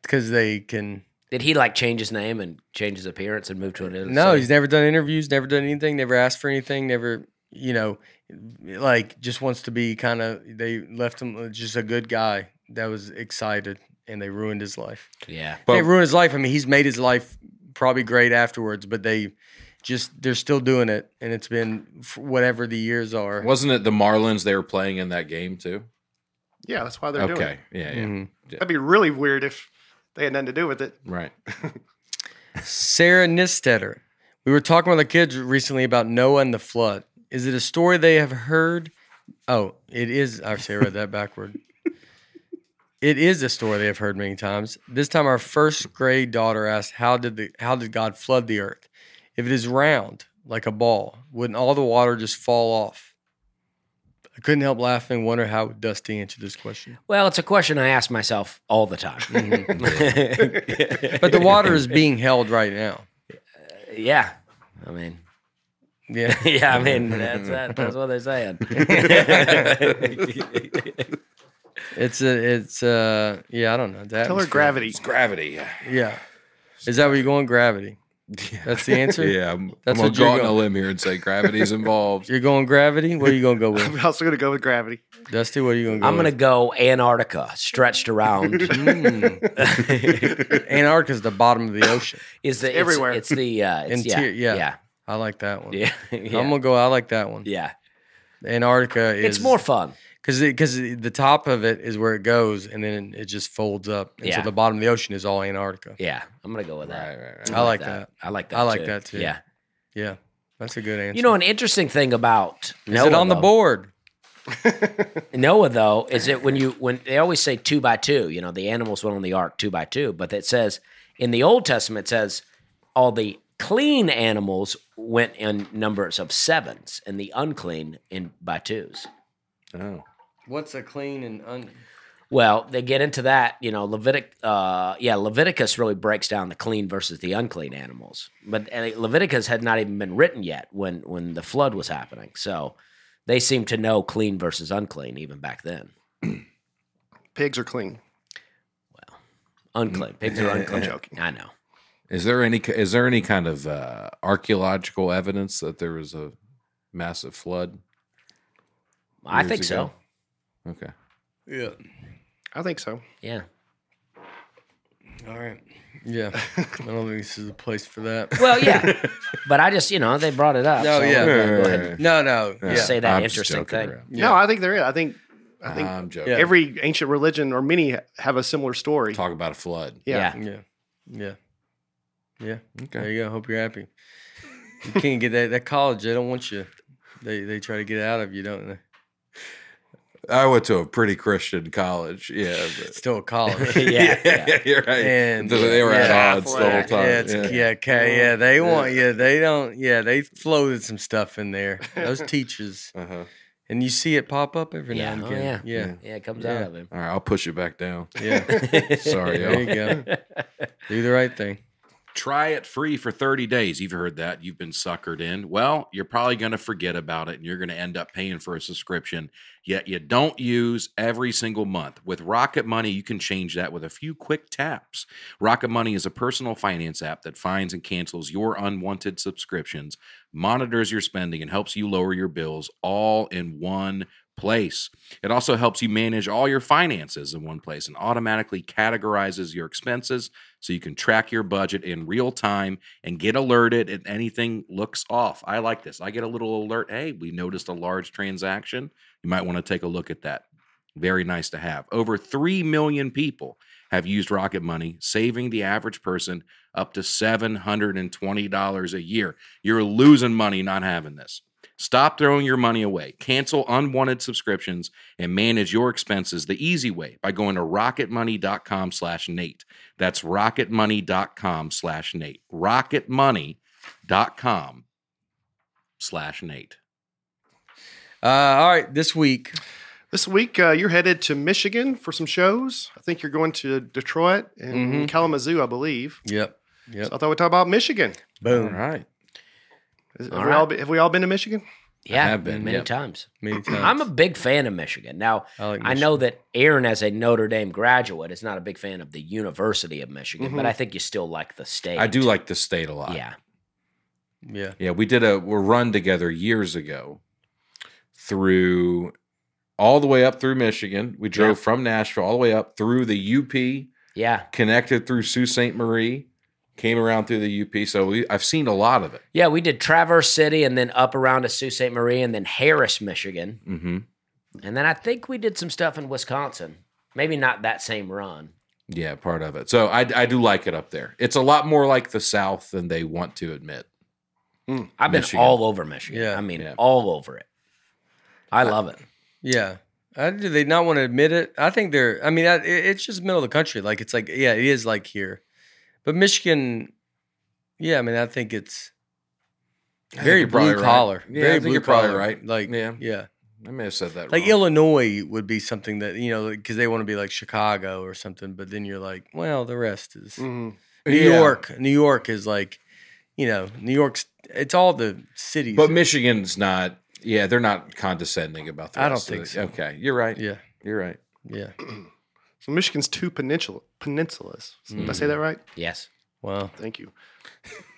Speaker 1: because they can.
Speaker 2: Did he like change his name and change his appearance and move to another?
Speaker 1: No,
Speaker 2: city?
Speaker 1: he's never done interviews, never done anything, never asked for anything, never you know, like just wants to be kind of. They left him just a good guy that was excited, and they ruined his life.
Speaker 2: yeah.
Speaker 1: They
Speaker 3: But
Speaker 1: ruined his life. I mean, he's made his life probably great afterwards, but they just they're still doing it, and it's been f- whatever the years are.
Speaker 3: wasn't it the Marlins they were playing in that game too?
Speaker 4: yeah, that's why they're doing.
Speaker 3: Okay,
Speaker 4: it.
Speaker 3: yeah, yeah,
Speaker 1: Mhm.
Speaker 4: That'd be really weird if they had nothing to do with it.
Speaker 3: right.
Speaker 1: Sarah Nistetter. We were talking with the kids recently about Noah and the flood. Is it a story they have heard? Oh, it is. I actually read that backward. It is a story they have heard many times. This time, our first grade daughter asked, "How did the How did God flood the earth? If it is round like a ball, wouldn't all the water just fall off?" I couldn't help laughing, and wonder how Dusty answered this question.
Speaker 2: Well, it's a question I ask myself all the time.
Speaker 1: But the water is being held right now.
Speaker 2: yeah. I mean,
Speaker 1: Yeah,
Speaker 2: yeah, I mean, that's that, that's what they're saying.
Speaker 1: it's a, it's a, yeah. I don't know. That
Speaker 4: Tell her gravity.
Speaker 3: Gravity. Yeah,
Speaker 1: Yeah. Is that where you're going? Gravity. That's the answer?
Speaker 3: yeah. I'm,
Speaker 1: That's
Speaker 3: I'm
Speaker 1: what
Speaker 3: gonna
Speaker 1: you're
Speaker 3: go out on a
Speaker 1: going-
Speaker 3: limb here and say gravity's involved.
Speaker 1: You're going gravity? What are you going to go with?
Speaker 4: I'm also gonna go with gravity.
Speaker 1: Dusty, what are you going to go
Speaker 2: I'm gonna
Speaker 1: with?
Speaker 2: go Antarctica, stretched around.
Speaker 1: Hmm. Mm. Antarctica's the bottom of the ocean.
Speaker 2: Is the it's-
Speaker 4: everywhere.
Speaker 2: It's, the uh, it's, yeah,
Speaker 1: Interior-
Speaker 2: yeah,
Speaker 1: yeah.
Speaker 2: yeah,
Speaker 1: I like that one.
Speaker 2: yeah,
Speaker 1: I'm going to go, I like that one.
Speaker 2: Yeah.
Speaker 1: Antarctica is.
Speaker 2: It's more fun.
Speaker 1: Because because the top of it is where it goes and then it just folds up. And
Speaker 2: Yeah.
Speaker 1: so the bottom of the ocean is all Antarctica.
Speaker 2: Yeah, I'm gonna go with that.
Speaker 3: Right, right, right.
Speaker 1: I like that.
Speaker 2: I like that.
Speaker 1: I like that, too.
Speaker 2: Yeah.
Speaker 1: Yeah. That's a good answer.
Speaker 2: You know, an interesting thing about
Speaker 1: is
Speaker 2: Noah
Speaker 1: it on the
Speaker 2: though-
Speaker 1: board?
Speaker 2: Noah though is it when you when they always say two by two, you know, the animals went on the ark two by two, but it says in the Old Testament it says all the clean animals went in numbers of sevens and the unclean in by twos.
Speaker 3: Oh.
Speaker 1: What's a clean and un.
Speaker 2: Well, they get into that, you know, Levitic uh yeah, Leviticus really breaks down the clean versus the unclean animals. But uh, Leviticus had not even been written yet when when the flood was happening. So they seem to know clean versus unclean even back then.
Speaker 4: Pigs are clean.
Speaker 2: Unclean. Pigs are unclean.
Speaker 4: I'm joking.
Speaker 2: I know.
Speaker 3: Is there any is there any kind of uh, archaeological evidence that there was a massive flood?
Speaker 2: I
Speaker 3: years
Speaker 2: think so.
Speaker 3: ago? Okay.
Speaker 1: Yeah.
Speaker 4: I think so.
Speaker 2: Yeah.
Speaker 1: All right. Yeah, I don't think this is the place for that.
Speaker 2: Well, yeah, but I just you know they brought it up.
Speaker 1: No,
Speaker 3: Oh,
Speaker 2: so I'm
Speaker 1: yeah.
Speaker 2: gonna go ahead and
Speaker 1: No, no, yeah,
Speaker 2: say that
Speaker 3: just
Speaker 2: interesting
Speaker 3: joking
Speaker 2: thing.
Speaker 3: around.
Speaker 4: No, I think there is. I think I think
Speaker 3: I'm joking.
Speaker 1: Yeah.
Speaker 4: every ancient religion or many have a similar story.
Speaker 3: Talk about a flood.
Speaker 4: Yeah.
Speaker 1: yeah, yeah, yeah. There
Speaker 3: Okay.
Speaker 1: you go. Hope you're happy. You can't get that that college. They don't want you. They they try to get it out of you, don't they?
Speaker 3: I went to a pretty Christian college. Yeah.
Speaker 1: It's
Speaker 3: but-
Speaker 1: still a college.
Speaker 2: Yeah, yeah.
Speaker 3: you're right.
Speaker 1: And-
Speaker 3: they they were
Speaker 4: Yeah.
Speaker 3: at odds the whole time.
Speaker 1: Yeah, it's, yeah, okay, yeah. They want you. They don't. Yeah, they floated some stuff in there. Those teachers,
Speaker 3: Uh-huh.
Speaker 1: and you see it pop up every
Speaker 2: Yeah,
Speaker 1: now
Speaker 2: oh,
Speaker 1: and again. yeah,
Speaker 2: Yeah, it comes
Speaker 1: Yeah.
Speaker 2: out of him.
Speaker 3: All right, I'll push you back down.
Speaker 1: yeah.
Speaker 3: Sorry,
Speaker 1: There you go. Do the right thing.
Speaker 3: Try it free for 30 days. You've heard that. You've been suckered in. Well, you're probably going to forget about it and you're going to end up paying for a subscription, yet you don't use every single month. With Rocket Money, you can change that with a few quick taps. Rocket Money is a personal finance app that finds and cancels your unwanted subscriptions, monitors your spending, and helps you lower your bills all in one place. It also helps you manage all your finances in one place and automatically categorizes your expenses so you can track your budget in real time and get alerted if anything looks off. I like this. I get a little alert. Hey, we noticed a large transaction. You might want to take a look at that. Very nice to have. Over 3 million people have used Rocket Money, saving the average person up to $720 a year. You're losing money not having this. Stop throwing your money away. Cancel unwanted subscriptions and manage your expenses the easy way by going to rocketmoney.com slash Nate. That's rocketmoney.com slash Nate. Rocketmoney.com slash Nate.
Speaker 1: Uh, all right, this week.
Speaker 4: This week, uh, you're headed to Michigan for some shows. I think you're going to Detroit and
Speaker 1: Mhm.
Speaker 4: Kalamazoo, I believe.
Speaker 1: Yep. Yep.
Speaker 4: So I thought we'd talk about Michigan.
Speaker 1: Boom.
Speaker 3: All right.
Speaker 4: Is-
Speaker 2: All
Speaker 4: have, we
Speaker 2: right.
Speaker 4: all been, have we all been to Michigan?
Speaker 2: Yeah,
Speaker 3: have been,
Speaker 2: many
Speaker 3: yeah.
Speaker 2: times.
Speaker 1: Many times.
Speaker 2: I'm a big fan of Michigan. Now,
Speaker 1: I, like
Speaker 2: I know that Aaron, as a Notre Dame graduate, is not a big fan of the University of Michigan, but
Speaker 4: Mhm.
Speaker 2: I think you still like the state.
Speaker 3: Mm-hmm. I do like the state a lot.
Speaker 2: Yeah,
Speaker 1: Michigan.
Speaker 3: Yeah, we did a we run together years ago through all the way up through Michigan. We drove from Nashville all the way up through the
Speaker 2: yeah,
Speaker 3: UP, connected through Sault Ste. Marie, came around through the UP. So we, I've seen a lot of it.
Speaker 2: yeah. We did Traverse City and then up around to Sault Ste. Marie and then Harris, Michigan,
Speaker 3: Mm-hmm.
Speaker 2: and then I think we did some stuff in Wisconsin. Maybe not that same run.
Speaker 3: Yeah, part of it. So I, I do like it up there. It's a lot more like the South than they want to admit.
Speaker 2: I've been
Speaker 3: Michigan.
Speaker 2: all over Michigan.
Speaker 1: Yeah,
Speaker 2: I mean,
Speaker 3: yeah.
Speaker 2: all over it. I love it.
Speaker 1: Yeah. Yeah. I, do they not want to admit it? I think they're. I mean, I, it, it's just middle of the country. Like it's like yeah, it is like here, but Michigan. Yeah, I mean, I think it's
Speaker 3: I
Speaker 1: very
Speaker 3: think you're probably
Speaker 1: blue collar.
Speaker 3: Right. Yeah,
Speaker 1: very
Speaker 3: I think
Speaker 1: blue
Speaker 3: you're probably
Speaker 1: collar.
Speaker 3: right.
Speaker 1: Like
Speaker 3: Yeah.
Speaker 1: yeah, yeah.
Speaker 3: I may have said that.
Speaker 1: Like
Speaker 3: wrong.
Speaker 1: Illinois would be something that you know because they want to be like Chicago or something, but then you're like, well, the rest is
Speaker 4: Mhm.
Speaker 1: New
Speaker 3: Mm, Yeah.
Speaker 1: York. New York is like, you know, New York's. It's all the cities.
Speaker 3: but Michigan's not. Yeah, they're not condescending about the.
Speaker 1: I
Speaker 3: rest
Speaker 1: don't
Speaker 3: of
Speaker 1: think
Speaker 3: it. Okay, you're right.
Speaker 1: yeah,
Speaker 3: You're right.
Speaker 1: yeah.
Speaker 4: So Michigan's two peninsula, peninsulas. Did I say that right?
Speaker 2: Yes.
Speaker 1: Wow.
Speaker 4: Thank you.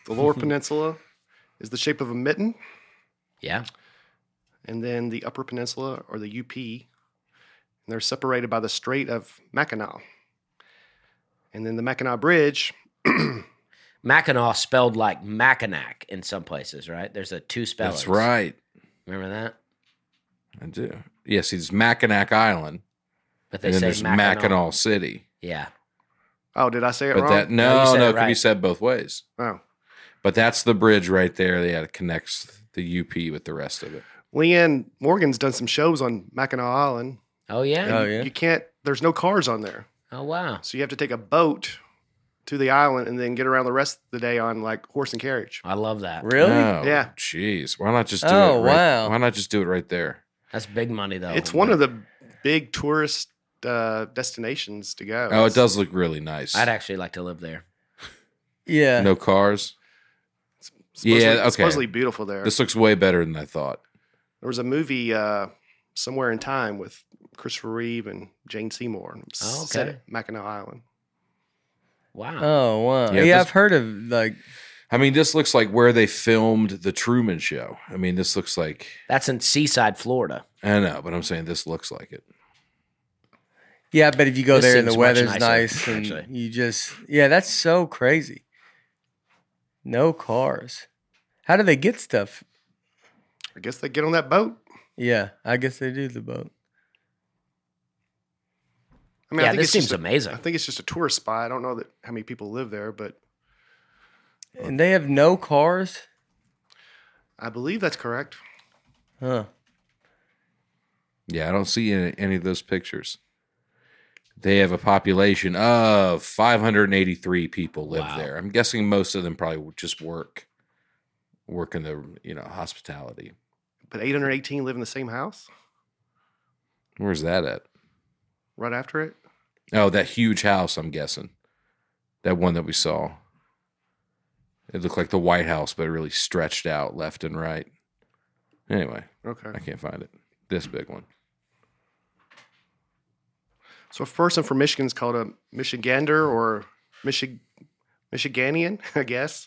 Speaker 4: The lower peninsula is the shape of a mitten,
Speaker 2: Yeah.
Speaker 4: and then the upper peninsula, or the UP, and they're separated by the Strait of Mackinac. And then the Mackinac Bridge
Speaker 2: Mackinac spelled like Mackinac in some places, right? There's a two spellings.
Speaker 3: That's right.
Speaker 2: Remember that?
Speaker 3: I do. Yes, it's Mackinac Island,
Speaker 2: But they
Speaker 3: and then
Speaker 2: say
Speaker 3: there's
Speaker 2: Mackinac.
Speaker 3: Mackinac, City.
Speaker 2: Yeah.
Speaker 4: Oh, did I say it
Speaker 3: But
Speaker 4: wrong?
Speaker 3: that
Speaker 2: No, you
Speaker 3: no,
Speaker 2: said
Speaker 3: no,
Speaker 2: it
Speaker 3: it can be
Speaker 2: right.
Speaker 3: said both ways.
Speaker 4: oh,
Speaker 3: But that's the bridge right there. Yeah, it connects the UP with the rest of it.
Speaker 4: Leanne Morgan's done some shows on Mackinac Island.
Speaker 2: Oh yeah.
Speaker 1: Oh yeah.
Speaker 4: You can't. There's no cars on there,
Speaker 2: Oh wow.
Speaker 4: so you have to take a boat to the island and then get around the rest of the day on like horse and carriage.
Speaker 3: Oh,
Speaker 2: I love that.
Speaker 1: Really?
Speaker 3: No,
Speaker 4: Yeah.
Speaker 3: Jeez, why not just do
Speaker 1: Oh,
Speaker 3: it? Right,
Speaker 1: wow.
Speaker 3: Why not just do it right there?
Speaker 2: That's big money though.
Speaker 4: it's one of the big tourist uh, destinations to go.
Speaker 3: Oh, it
Speaker 4: It's-
Speaker 3: does look really nice.
Speaker 2: I'd actually like to live there.
Speaker 1: Yeah.
Speaker 3: no cars.
Speaker 4: supposedly-
Speaker 3: Yeah, okay.
Speaker 4: supposedly beautiful there.
Speaker 3: This looks way better than I thought.
Speaker 4: there was a movie uh, somewhere in time with Christopher Reeve and Jane Seymour. and it was
Speaker 2: Oh,
Speaker 4: set
Speaker 2: okay.
Speaker 4: at Mackinac Island.
Speaker 2: Wow.
Speaker 4: Uh,
Speaker 1: Oh wow.
Speaker 3: Yeah,
Speaker 1: Yeah,
Speaker 3: this-
Speaker 1: I've heard of like
Speaker 3: I mean, this looks like where they filmed the Truman Show. I mean, this looks like
Speaker 2: That's in Seaside, Florida.
Speaker 3: I know, but I'm saying this looks like it.
Speaker 1: Yeah, but if you go
Speaker 2: This
Speaker 1: there and the
Speaker 2: seems much
Speaker 1: weather's
Speaker 2: nicer,
Speaker 1: nice and
Speaker 2: actually.
Speaker 1: you just yeah, that's so crazy. No cars. How do they get stuff?
Speaker 4: I guess they get on that boat.
Speaker 1: Yeah, I guess they do the boat.
Speaker 4: I mean, I
Speaker 2: yeah,
Speaker 4: think
Speaker 2: this
Speaker 4: it's
Speaker 2: seems
Speaker 4: just a-
Speaker 2: amazing.
Speaker 4: I think it's just a tourist spot. I don't know that how many people live there, but
Speaker 1: And they have no cars?
Speaker 4: I believe that's correct.
Speaker 1: Huh.
Speaker 3: Yeah, I don't see any, any of those pictures. They have a population of 583 people live
Speaker 2: Wow.
Speaker 3: there. I'm guessing most of them probably would just work, work in the you know hospitality.
Speaker 4: But 818 live in the same house
Speaker 3: Where's that at?
Speaker 4: right after it.
Speaker 3: Oh, that huge house. I'm guessing that one that we saw. It looked like the White House, but really stretched out left and right. Anyway,
Speaker 4: Okay.
Speaker 3: I can't find it. This big one.
Speaker 4: So a person from Michigan is called a Michigander or Michi- Michiganian, I guess.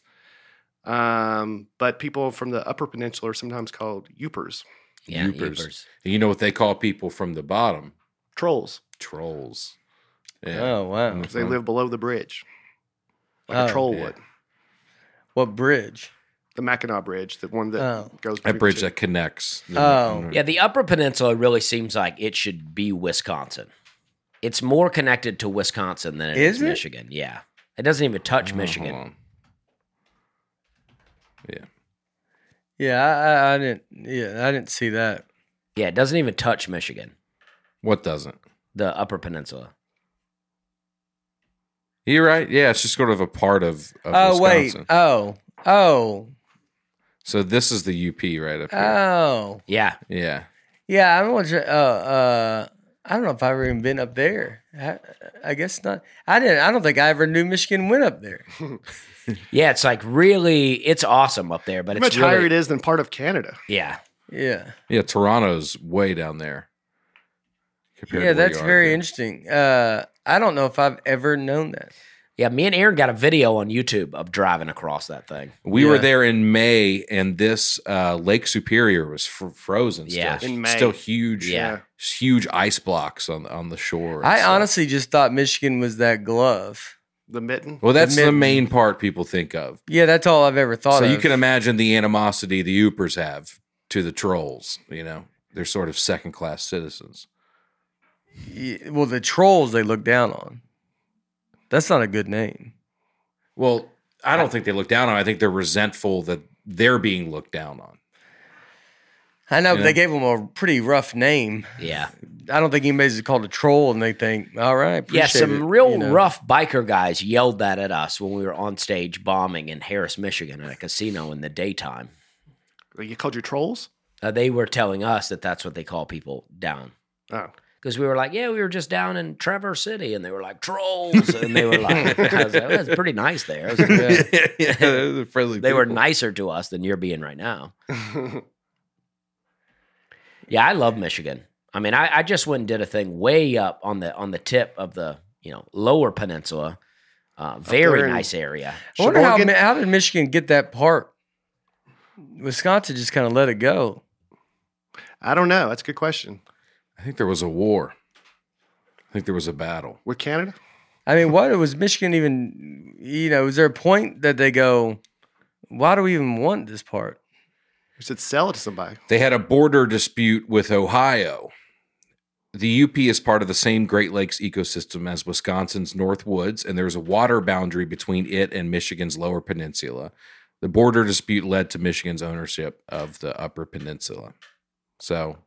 Speaker 4: Um, but people from the Upper Peninsula are sometimes called Upers,
Speaker 2: yeah,
Speaker 3: Ubers.
Speaker 2: Ubers.
Speaker 3: And you know what they call people from the bottom?
Speaker 4: trolls,
Speaker 3: Trolls.
Speaker 1: Oh wow.
Speaker 2: Mm.
Speaker 4: because they
Speaker 3: Mhm.
Speaker 4: live below the bridge, like
Speaker 1: Oh,
Speaker 4: a troll
Speaker 3: yeah.
Speaker 4: would.
Speaker 1: What bridge?
Speaker 4: The Mackinac Bridge, the one that
Speaker 1: Oh.
Speaker 4: goes.
Speaker 3: That
Speaker 4: between
Speaker 3: bridge
Speaker 4: two-
Speaker 3: that connects. the-
Speaker 1: Oh.
Speaker 2: Yeah, the Upper Peninsula really seems like it should be Wisconsin. It's more connected to Wisconsin than it is,
Speaker 1: Is it?
Speaker 2: Michigan. Yeah. It doesn't even touch
Speaker 3: Oh,
Speaker 2: Michigan.
Speaker 3: hold on. Yeah.
Speaker 1: Yeah, I, I, I didn't yeah, I didn't see that.
Speaker 2: Yeah, it doesn't even touch Michigan,
Speaker 3: What doesn't?
Speaker 2: the Upper Peninsula.
Speaker 3: You're right. Yeah, it's just sort of a part of. of
Speaker 1: Oh wait.
Speaker 3: Wisconsin.
Speaker 1: Oh. Oh.
Speaker 3: So this is the UP right up here.
Speaker 1: Oh.
Speaker 2: Yeah.
Speaker 3: yeah.
Speaker 1: Yeah, I don't want to. Uh, uh, I don't know if I've ever even been up there. I, I guess not. I didn't. I don't think I ever knew Michigan went up there.
Speaker 2: Yeah, it's like really it's awesome up there, but
Speaker 4: How
Speaker 2: it's
Speaker 4: much
Speaker 2: really,
Speaker 4: higher it is than part of Canada.
Speaker 2: Yeah.
Speaker 1: Yeah,
Speaker 3: Yeah. Toronto's way down there. compared
Speaker 1: yeah,
Speaker 3: to where you
Speaker 1: that's
Speaker 3: are
Speaker 1: very
Speaker 3: here.
Speaker 1: interesting. Uh, I don't know if I've ever known that.
Speaker 2: Yeah, me and Aaron got a video on YouTube of driving across that thing.
Speaker 3: We were
Speaker 1: Yeah.
Speaker 3: there in May, and this uh, Lake Superior was fr- frozen.
Speaker 2: Yeah.
Speaker 3: Still,
Speaker 4: In May.
Speaker 3: Still huge.
Speaker 2: Yeah.
Speaker 3: Huge ice blocks on on the shore. and
Speaker 1: I
Speaker 3: stuff.
Speaker 1: honestly just thought Michigan was that glove.
Speaker 4: The mitten.
Speaker 3: Well, that's the
Speaker 1: Mitten.
Speaker 3: main part people think of.
Speaker 1: Yeah, that's all I've ever thought.
Speaker 3: So you
Speaker 1: of.
Speaker 3: can imagine the animosity the Oopers have to the trolls. You know, they're sort of second class citizens.
Speaker 1: Yeah, well, the trolls they look down on. That's not a good name.
Speaker 3: Well, I don't think they look down on. it. I think they're resentful that they're being looked down on.
Speaker 1: I know but
Speaker 3: Yeah.
Speaker 1: they gave them a pretty rough name.
Speaker 2: Yeah.
Speaker 1: I don't think anybody's called a troll, and they think, "All right,
Speaker 2: Yeah,
Speaker 1: appreciate
Speaker 2: some
Speaker 1: it,"
Speaker 2: real
Speaker 1: you know?
Speaker 2: rough biker guys yelled that at us when we were on stage bombing in Harris, Michigan at a casino in the daytime.
Speaker 4: You called you trolls?
Speaker 2: Uh, they were telling us that that's what they call people down.
Speaker 4: Oh,
Speaker 2: Because we were like, yeah, we were just down in Traverse City, and they were like trolls, and they were like, I was like, well, that's pretty nice there. I was like,
Speaker 1: Yeah.
Speaker 3: yeah, they're friendly.
Speaker 2: they were
Speaker 3: people.
Speaker 2: nicer to us than you're being right now. Yeah, I love Michigan. I mean, I, I just went and did a thing way up on the on the tip of the you know lower peninsula. Uh, very
Speaker 4: there in-
Speaker 2: nice area.
Speaker 1: I wonder how,
Speaker 4: Sheboygan.
Speaker 1: Mi- how did Michigan get that part? Wisconsin just kind of let it go.
Speaker 4: I don't know. That's a good question.
Speaker 3: I think there was a war. I think there was a battle.
Speaker 4: With Canada,
Speaker 1: I mean, what was Michigan even? You know, is there a point that they go, "Why do we even want this part?"
Speaker 4: we should sell it to somebody.
Speaker 3: They had a border dispute with Ohio. The UP is part of the same Great Lakes ecosystem as Wisconsin's North Woods, and there's a water boundary between it and Michigan's Lower Peninsula. The border dispute led to Michigan's ownership of the Upper Peninsula. So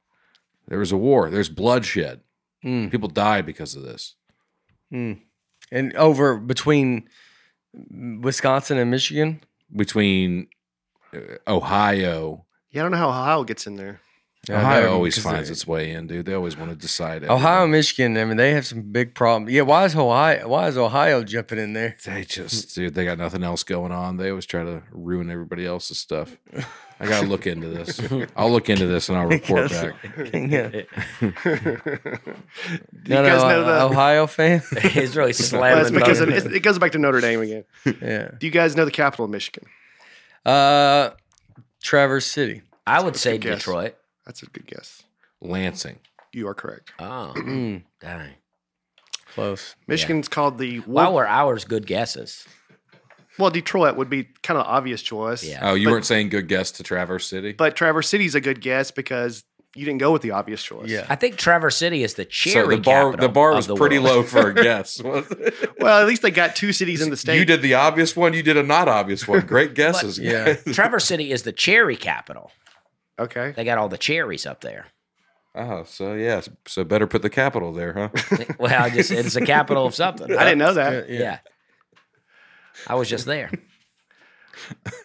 Speaker 3: there was a war. There's bloodshed.
Speaker 1: Mm,
Speaker 3: People died because of this.
Speaker 1: mm. And over between Wisconsin and Michigan,
Speaker 3: between uh, Ohio.
Speaker 4: Yeah, I don't know how Ohio gets in there.
Speaker 1: I
Speaker 3: Ohio
Speaker 1: know,
Speaker 3: always
Speaker 1: 'cause
Speaker 3: finds
Speaker 1: they-
Speaker 3: its way in, dude. They always want to decide.
Speaker 1: Ohio, and
Speaker 3: everything.
Speaker 1: Michigan. I mean, they have some big problems. Yeah, why is Ohio? Why is Ohio jumping in there?
Speaker 3: They
Speaker 2: Mm.
Speaker 3: just, dude, they got nothing else going on. They always try to ruin everybody else's stuff. I gotta look into this. I'll look into this and I'll report back.
Speaker 1: yeah.
Speaker 4: Do you guys know the?
Speaker 1: Ohio fan?
Speaker 2: It's really
Speaker 4: Well, that's
Speaker 2: slamming.
Speaker 4: because
Speaker 2: both-
Speaker 4: it, it's- it goes back to Notre Dame again.
Speaker 1: yeah.
Speaker 4: Do you guys know the capital of Michigan?
Speaker 1: Uh, Traverse City.
Speaker 2: I would say
Speaker 4: good guess.
Speaker 2: Detroit.
Speaker 4: That's a good guess.
Speaker 3: Lansing.
Speaker 4: You are correct.
Speaker 2: Oh,
Speaker 1: Mm.
Speaker 2: dang.
Speaker 1: Close.
Speaker 4: Michigan's called the
Speaker 2: Why
Speaker 4: Wolf-
Speaker 2: were ours good guesses?
Speaker 4: well, Detroit would be kind of obvious choice.
Speaker 2: Yeah.
Speaker 3: Oh, you weren't saying good guess to Traverse City?
Speaker 4: But Traverse City's a good guess because you didn't go with the obvious choice.
Speaker 1: Yeah.
Speaker 2: I think Traverse City is the
Speaker 3: so
Speaker 2: cherry
Speaker 3: the bar
Speaker 2: capital
Speaker 3: the bar
Speaker 2: of
Speaker 3: was
Speaker 2: the
Speaker 3: pretty
Speaker 2: world.
Speaker 3: low for a guess. wasn't it?
Speaker 4: Well, at least they got two cities in the state.
Speaker 3: you did the obvious one, you did a not obvious one. Great guesses.
Speaker 1: Yeah.
Speaker 2: Traverse City is the cherry capital.
Speaker 4: Okay.
Speaker 2: They got all the cherries up there.
Speaker 3: Oh, so yeah. So better put the capital there, huh?
Speaker 2: Well, I just it's the capital of something.
Speaker 4: I didn't know that.
Speaker 1: Yeah.
Speaker 2: Yeah. I was just there.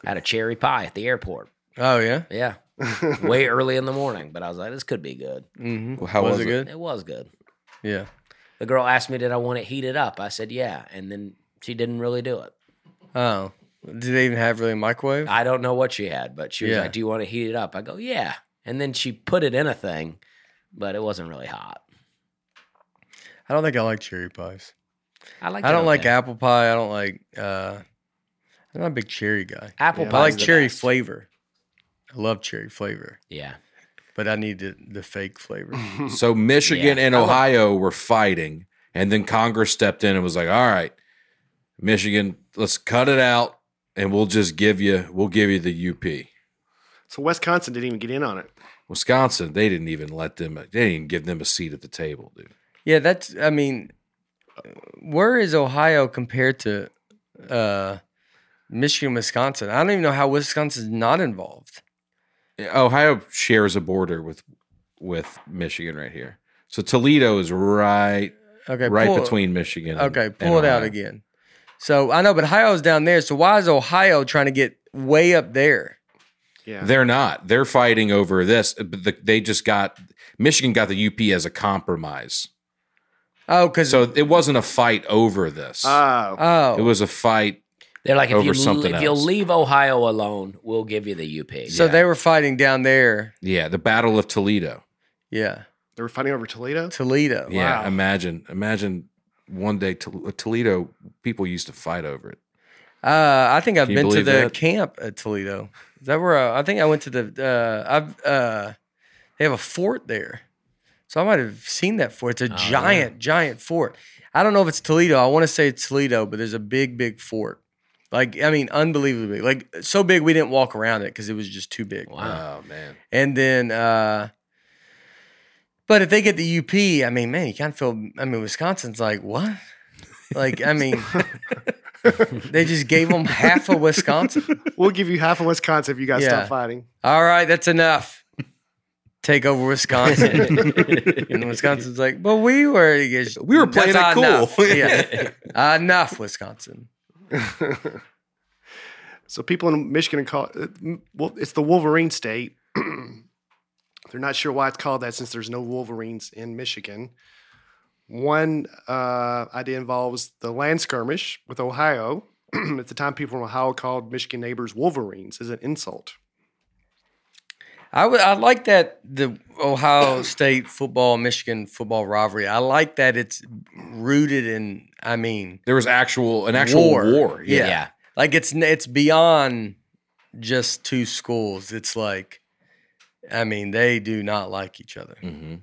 Speaker 2: Had a cherry pie at the airport.
Speaker 1: Oh yeah.
Speaker 2: Yeah. Way early in the morning, but I was like, this could be good.
Speaker 1: Mm-hmm.
Speaker 3: Well, how was it?
Speaker 1: good?
Speaker 2: It was good.
Speaker 1: Yeah.
Speaker 2: The girl asked me, did I want it heated up? I said, yeah. And then she didn't really do it.
Speaker 1: Oh, did they even have really a microwave?
Speaker 2: I don't know what she had, but she was
Speaker 1: Yeah.
Speaker 2: like, do you want to heat it up? I go, yeah. And then she put it in a thing, but it wasn't really hot.
Speaker 1: I don't think I like cherry pies.
Speaker 2: I like.
Speaker 1: I don't
Speaker 2: it
Speaker 1: like
Speaker 2: okay.
Speaker 1: apple pie. I don't like. uh I'm not a big cherry guy.
Speaker 2: apple
Speaker 4: Yeah.
Speaker 2: pie.
Speaker 1: I like
Speaker 2: the
Speaker 1: cherry
Speaker 2: best.
Speaker 1: flavor. I love cherry flavor,
Speaker 2: Yeah,
Speaker 1: but I need the, the fake flavor.
Speaker 4: Hmm.
Speaker 3: So Michigan
Speaker 2: Yeah.
Speaker 3: and
Speaker 2: I love-
Speaker 3: Ohio were fighting, and then Congress stepped in and was like, "All right, Michigan, let's cut it out, and we'll just give you we'll give you the UP."
Speaker 4: So Wisconsin didn't even get in on it.
Speaker 3: Wisconsin, they didn't even let them. They didn't even give them a seat at the table, dude.
Speaker 1: yeah, that's. I mean, where is Ohio compared to uh Michigan, Wisconsin? I don't even know how Wisconsin's not involved.
Speaker 3: Ohio shares a border with with Michigan right here. So Toledo is right
Speaker 1: Okay,
Speaker 3: right
Speaker 1: pull-
Speaker 3: between Michigan. and-
Speaker 1: Okay,
Speaker 3: and
Speaker 1: pull it out
Speaker 3: Ohio.
Speaker 1: again. So I know, but Ohio's down there. So why is Ohio trying to get way up there?
Speaker 4: Yeah.
Speaker 3: They're not. They're fighting over this. But the, they just got Michigan got the UP as a compromise.
Speaker 1: Oh, because
Speaker 3: So it wasn't a fight over this.
Speaker 4: Oh.
Speaker 1: oh,
Speaker 3: It was a fight.
Speaker 2: they're like if
Speaker 3: Over
Speaker 2: you
Speaker 3: something
Speaker 2: if you
Speaker 3: else.
Speaker 2: leave Ohio alone, we'll give you the UP.
Speaker 1: so
Speaker 3: yeah.
Speaker 1: they were fighting down there.
Speaker 3: Yeah, the Battle of Toledo.
Speaker 1: Yeah,
Speaker 4: they were fighting over Toledo?
Speaker 1: Toledo.
Speaker 3: Yeah,
Speaker 4: Wow.
Speaker 3: imagine, imagine one day Tol- uh, Toledo people used to fight over it.
Speaker 1: Uh, I think I've
Speaker 3: Can you
Speaker 1: been to
Speaker 3: believe
Speaker 1: the
Speaker 3: that?
Speaker 1: camp at Toledo. Is that where I, I think I went to the? Uh, I've uh, they have a fort there, so I might have seen that fort. It's a
Speaker 2: Oh, yeah.
Speaker 1: giant, giant fort. I don't know if it's Toledo. I want to say it's Toledo, but there's a big, big fort. Like I mean, unbelievably, like so big we didn't walk around it because it was just too big.
Speaker 2: Wow.
Speaker 3: Oh man,
Speaker 1: And then, uh, but if they get the UP, I mean, man, you kind of feel. I mean, Wisconsin's like what? Like, I mean, they just gave them half of Wisconsin.
Speaker 4: We'll give you half of Wisconsin if you guys
Speaker 1: Yeah.
Speaker 4: stop fighting.
Speaker 1: All right, that's enough. Take over Wisconsin, and Wisconsin's like, but we were
Speaker 3: we were playing it
Speaker 1: that's
Speaker 3: cool.
Speaker 1: Enough. Yeah, enough, Wisconsin.
Speaker 4: So people in Michigan are called uh, m- well, it's the Wolverine state. They're not sure why it's called that since there's no Wolverines in Michigan. One uh, idea involves the land skirmish with Ohio. At the time, people from Ohio called Michigan neighbors Wolverines as an insult.
Speaker 1: I would. I like that the Ohio State football, Michigan football rivalry. I like that it's rooted in. I mean,
Speaker 3: There was actual an actual war.
Speaker 1: Yeah.
Speaker 2: Yeah.
Speaker 1: like it's n- it's beyond just two schools. It's like, I mean, they do not like each other.
Speaker 3: hmm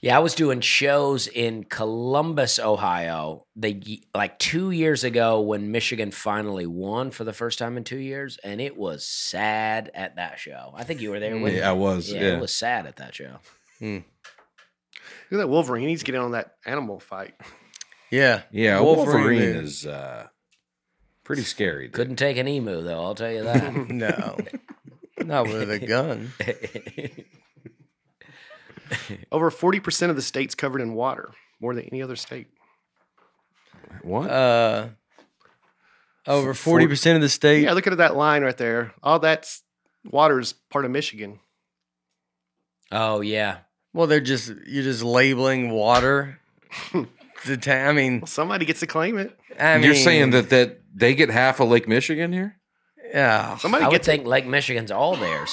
Speaker 2: Yeah, I was doing shows in Columbus, Ohio, the y- like 2 years ago when Michigan finally won for the first time in 2 years and it was sad at that show. I think you were there
Speaker 1: Mm.
Speaker 2: with
Speaker 3: Yeah, I was.
Speaker 2: yeah,
Speaker 3: Yeah,
Speaker 2: it was sad at that show.
Speaker 4: Look at that Wolverine. He's getting on that animal fight.
Speaker 1: Yeah,
Speaker 3: yeah. a
Speaker 1: Wolverine
Speaker 3: Wolverine,
Speaker 1: is-
Speaker 3: is uh, pretty scary. dude.
Speaker 2: Couldn't take an emu though, I'll tell you that.
Speaker 1: no, not with a gun.
Speaker 4: Over 40% of the state's covered in water, more than any other state.
Speaker 3: What?
Speaker 1: Uh, over forty percent of the state.
Speaker 4: Yeah, look at that line right there. All that's water's part of Michigan.
Speaker 2: oh yeah.
Speaker 1: Well, they're just you're just labeling water. the ta- I mean,
Speaker 4: Well, somebody gets to claim it.
Speaker 1: I mean,
Speaker 3: You're saying that that they get half of Lake Michigan here?
Speaker 1: Yeah,
Speaker 4: Somebody
Speaker 2: I would
Speaker 4: gets
Speaker 2: think Lake Michigan's all theirs.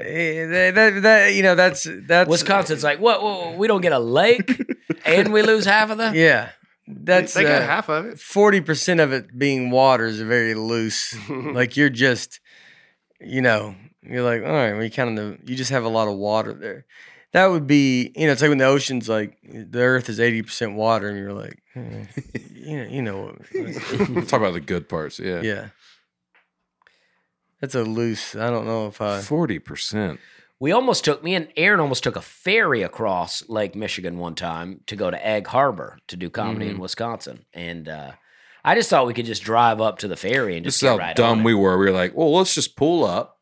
Speaker 1: Eh, that, that, that- you know that's that's
Speaker 2: Wisconsin's like, what, whoa, whoa, we don't get a lake and we lose half of them?
Speaker 1: Yeah, that's
Speaker 4: they got
Speaker 1: uh,
Speaker 4: half of it.
Speaker 1: forty percent of it being water is very loose. like you're just, you know, you're like, all right, we kind of you just have a lot of water there. that would be you know it's like when the ocean's like the earth is 80% water and you're like eh, you know, you know what-
Speaker 3: Talk about the good parts. Yeah.
Speaker 1: yeah that's a loose i don't know if i
Speaker 3: Forty percent.
Speaker 2: We almost took me and Aaron almost took a ferry across Lake Michigan one time to go to Egg Harbor to do comedy
Speaker 1: Mm-hmm.
Speaker 2: in Wisconsin, and uh, I just thought we could just drive up to the ferry and
Speaker 3: This
Speaker 2: just get
Speaker 3: is how
Speaker 2: right on
Speaker 3: dumb
Speaker 2: it.
Speaker 3: we were. We were like, well, let's just pull up,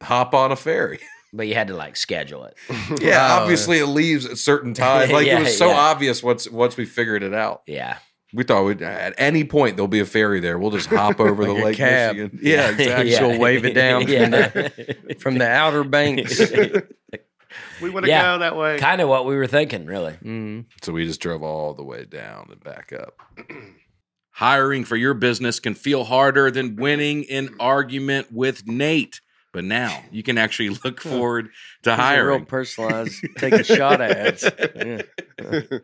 Speaker 3: hop on a ferry.
Speaker 2: But you had to like schedule it.
Speaker 3: yeah,
Speaker 1: Wow.
Speaker 3: obviously it leaves at certain times. Like
Speaker 2: Yeah,
Speaker 3: it was so
Speaker 2: yeah.
Speaker 3: obvious once once we figured it out.
Speaker 2: Yeah,
Speaker 3: We thought we'd, at any point there'll be a ferry there. We'll just hop over
Speaker 1: Like
Speaker 3: the
Speaker 1: a
Speaker 3: lake
Speaker 1: cab.
Speaker 3: Michigan. Yeah, exactly.
Speaker 1: She'll wave it down from from the outer banks
Speaker 4: We would have
Speaker 2: Yeah.
Speaker 4: go that way.
Speaker 2: kind of what we were thinking, really.
Speaker 1: Mhm.
Speaker 3: So we just drove all the way down and back up. Hiring for your business can feel harder than winning an argument with Nate. But now you can actually look forward to
Speaker 1: These are real
Speaker 3: hiring.
Speaker 1: personalized take a shot at yeah.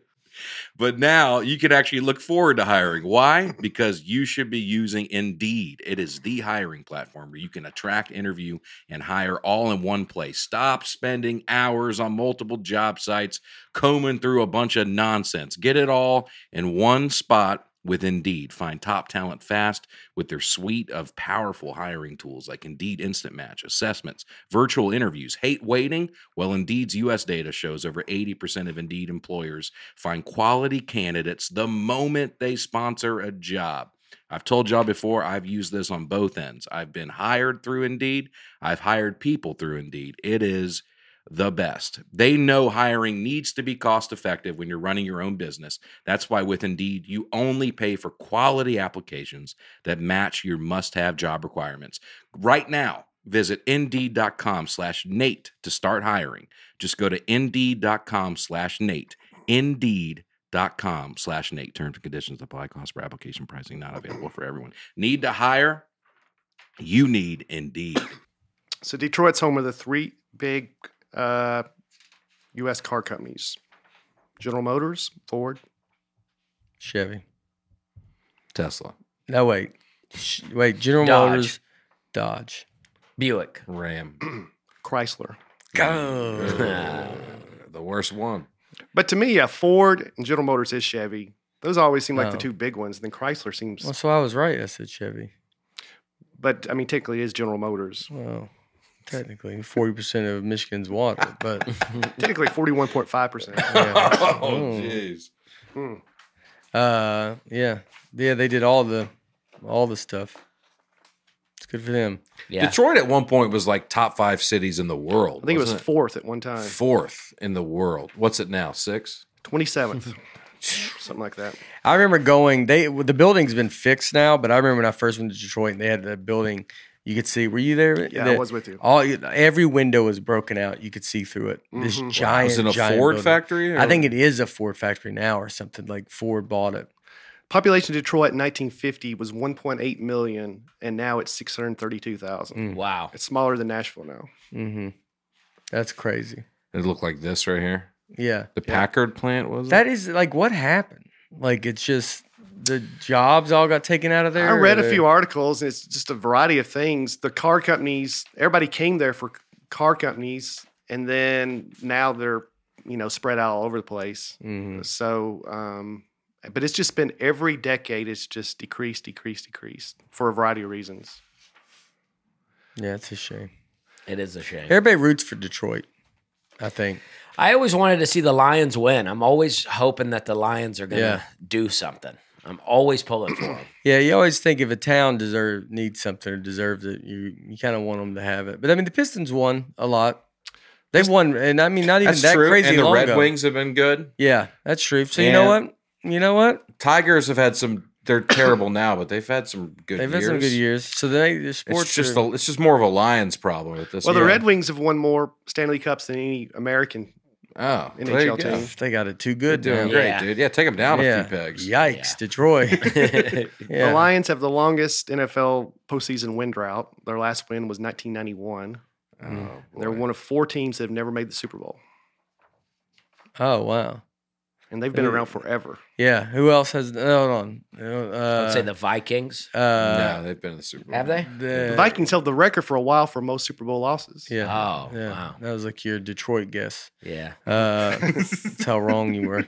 Speaker 3: But now you can actually look forward to hiring. Why? Because you should be using Indeed. It is the hiring platform where you can attract, interview, and hire all in one place. Stop spending hours on multiple job sites combing through a bunch of nonsense. Get it all in one spot with Indeed. Find top talent fast with their suite of powerful hiring tools like Indeed Instant Match, assessments, virtual interviews. Hate waiting? Well, Indeed's US data shows over 80% of Indeed employers find quality candidates the moment they sponsor a job. I've told y'all before, I've used this on both ends. I've been hired through Indeed, I've hired people through Indeed. It is the best. They know hiring needs to be cost effective when you're running your own business. That's why with Indeed, you only pay for quality applications that match your must-have job requirements. Right now, visit indeed.com slash Nate to start hiring. Just go to indeed.com slash Nate. Indeed.com slash Nate. Terms and conditions apply. Cost per application pricing not available for everyone. Need to hire? You need Indeed.
Speaker 4: So Detroit's home of the three big uh, U.S. car companies: General Motors, Ford.
Speaker 1: chevy
Speaker 3: Tesla.
Speaker 1: no wait Sh- wait general
Speaker 2: Dodge.
Speaker 1: motors dodge
Speaker 2: Buick.
Speaker 3: Ram.
Speaker 4: Chrysler.
Speaker 3: Go. the worst one.
Speaker 4: But to me, yeah, Ford and General Motors is Chevy. Those always seem like the
Speaker 1: Oh.
Speaker 4: two big ones. And then Chrysler seems,
Speaker 1: well, so i was right i said chevy
Speaker 4: but I mean, technically, it is General Motors.
Speaker 1: Well, technically, forty percent of Michigan's water, but
Speaker 4: Technically, forty-one point five percent.
Speaker 1: yeah,
Speaker 3: oh, jeez.
Speaker 1: uh, yeah, yeah, they did all the all the stuff. It's good for them.
Speaker 2: Yeah.
Speaker 3: Detroit at one point was like top five cities in the world.
Speaker 4: I think it was
Speaker 3: wasn't
Speaker 4: fourth at one time,
Speaker 3: fourth in the world. What's it now? Six?
Speaker 4: twenty-seventh, something like that.
Speaker 1: I remember going. They the building's been fixed now, but I remember when I first went to Detroit, and they had that building. You could see. Were you there?
Speaker 4: Yeah, I
Speaker 1: The-
Speaker 4: was with you.
Speaker 1: All every window was broken out. You could see through it. This
Speaker 4: Mhm.
Speaker 1: giant,
Speaker 3: was it a
Speaker 1: giant
Speaker 3: Ford
Speaker 1: building.
Speaker 3: factory? or-
Speaker 1: I think it is a Ford factory now or something. Like Ford bought it.
Speaker 4: Population of Detroit in 1950 was 1.8 million, and now it's 632,000.
Speaker 1: Mm.
Speaker 2: Wow.
Speaker 4: It's smaller than Nashville now.
Speaker 1: Mm-hmm. That's crazy.
Speaker 3: it looked like this right here.
Speaker 1: Yeah.
Speaker 3: The Packard plant was
Speaker 1: That is like what happened. Like it's just the jobs all got taken out of there.
Speaker 4: I read
Speaker 1: or
Speaker 4: a
Speaker 1: they-
Speaker 4: few articles, and it's just a variety of things. The car companies, everybody came there for car companies, and then now they're you know spread out all over the place.
Speaker 1: Mhm.
Speaker 4: So, um, but it's just been every decade. It's just decreased, decreased, decreased for a variety of reasons.
Speaker 1: Yeah, it's a shame.
Speaker 2: It is a shame.
Speaker 1: Everybody roots for Detroit. I think.
Speaker 2: I always wanted to see the Lions win. I'm always hoping that the Lions are going to
Speaker 1: Yeah.
Speaker 2: do something. I'm always pulling for them.
Speaker 1: Yeah, you always think if a town deserve needs something or deserves it, you you kind of want them to have it. But I mean, the Pistons won a lot. They won, and I mean, not even
Speaker 3: That's
Speaker 1: that
Speaker 3: true.
Speaker 1: crazy
Speaker 3: and the
Speaker 1: long
Speaker 3: Red
Speaker 1: ago.
Speaker 3: Wings have been good.
Speaker 1: Yeah, that's true. So you know
Speaker 3: And-
Speaker 1: what? You know what?
Speaker 3: Tigers have had some. They're terrible now, but they've had some good.
Speaker 1: They've
Speaker 3: years.
Speaker 1: had some good years. So they the sports.
Speaker 3: It's just
Speaker 1: are-
Speaker 3: a, it's just more of a Lions problem at this.
Speaker 4: Well, the
Speaker 3: point.
Speaker 4: Red Wings have won more Stanley Cups than any American.
Speaker 3: oh,
Speaker 4: NHL
Speaker 3: there you go.
Speaker 4: team.
Speaker 1: they got it too
Speaker 3: They're
Speaker 1: good.
Speaker 3: doing
Speaker 1: now.
Speaker 3: great,
Speaker 2: Yeah.
Speaker 3: dude. Yeah, take them down
Speaker 1: Yeah.
Speaker 3: a few pegs.
Speaker 1: Yikes,
Speaker 2: Yeah.
Speaker 1: Detroit. yeah.
Speaker 4: The Lions have the longest NFL postseason win drought. Their last win was 1991.
Speaker 3: Oh,
Speaker 1: Mm.
Speaker 4: They're
Speaker 3: boy.
Speaker 4: one of four teams that have never made the Super Bowl.
Speaker 1: Oh wow.
Speaker 4: and they've been around forever.
Speaker 1: Yeah. Who else has? Hold on. Uh,
Speaker 2: I'd say the Vikings.
Speaker 1: uh,
Speaker 3: no, they've been in the Super Bowl.
Speaker 2: Have they?
Speaker 1: the-
Speaker 4: The Vikings held the record for a while for most Super Bowl losses.
Speaker 1: Yeah.
Speaker 2: Oh,
Speaker 1: yeah.
Speaker 2: wow.
Speaker 1: That was like your Detroit guess.
Speaker 2: Yeah.
Speaker 1: Uh, that's how wrong you were.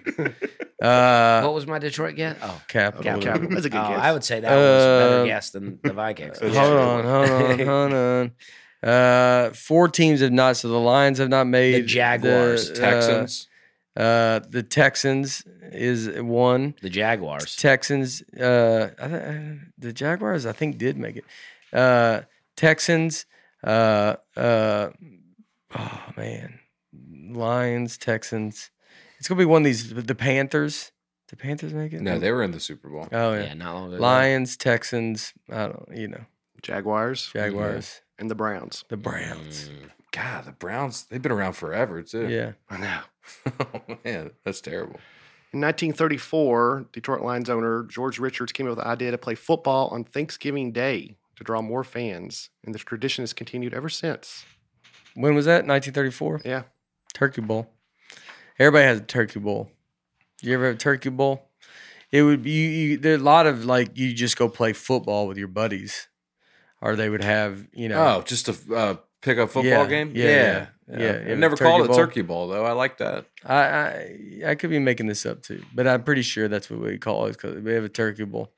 Speaker 1: Uh,
Speaker 2: what was my Detroit guess? Oh,
Speaker 1: capital.
Speaker 4: Cap- That's a good
Speaker 2: oh,
Speaker 4: guess.
Speaker 2: I would say that was a better
Speaker 1: Uh,
Speaker 2: guess than the Vikings.
Speaker 1: Hold
Speaker 3: Yeah.
Speaker 1: on, hold on, hold on. Uh, four teams have not. So the Lions have not made
Speaker 2: Jaguars,
Speaker 1: the, uh,
Speaker 3: Texans.
Speaker 1: Uh, the Texans is one.
Speaker 2: The Jaguars.
Speaker 1: Texans. Uh, I th- the Jaguars, I think, did make it. Uh, Texans. Uh, uh, oh man, Lions, Texans. It's gonna be one of these. The Panthers. The Panthers make it.
Speaker 3: no, they were in the Super Bowl.
Speaker 1: Oh yeah.
Speaker 2: Yeah, not long ago.
Speaker 1: Lions, Texans. I don't. You know,
Speaker 4: Jaguars
Speaker 1: Jaguars,
Speaker 4: and the Browns.
Speaker 1: the Browns.
Speaker 3: Mm. God, the Browns, they've been around forever, too.
Speaker 1: Yeah.
Speaker 4: I know.
Speaker 3: oh, man, that's terrible.
Speaker 4: In 1934, Detroit Lions owner George Richards came up with the idea to play football on Thanksgiving Day to draw more fans, and the tradition has continued ever since.
Speaker 1: When was that? 1934.
Speaker 4: Yeah.
Speaker 1: Turkey Bowl. Everybody has a Turkey Bowl. You ever have a Turkey Bowl? It would be you, you, there. Are a lot of like you just go play football with your buddies, or they would have you know.
Speaker 3: Oh, just a uh, pickup football
Speaker 1: Yeah,
Speaker 3: game?
Speaker 1: yeah, yeah, yeah.
Speaker 3: I've never
Speaker 1: Turkey
Speaker 3: called it
Speaker 1: Bowl.
Speaker 3: Turkey Bowl, though. I like that.
Speaker 1: I, I I could be making this up too, but I'm pretty sure that's what we call it because we have a Turkey Bowl.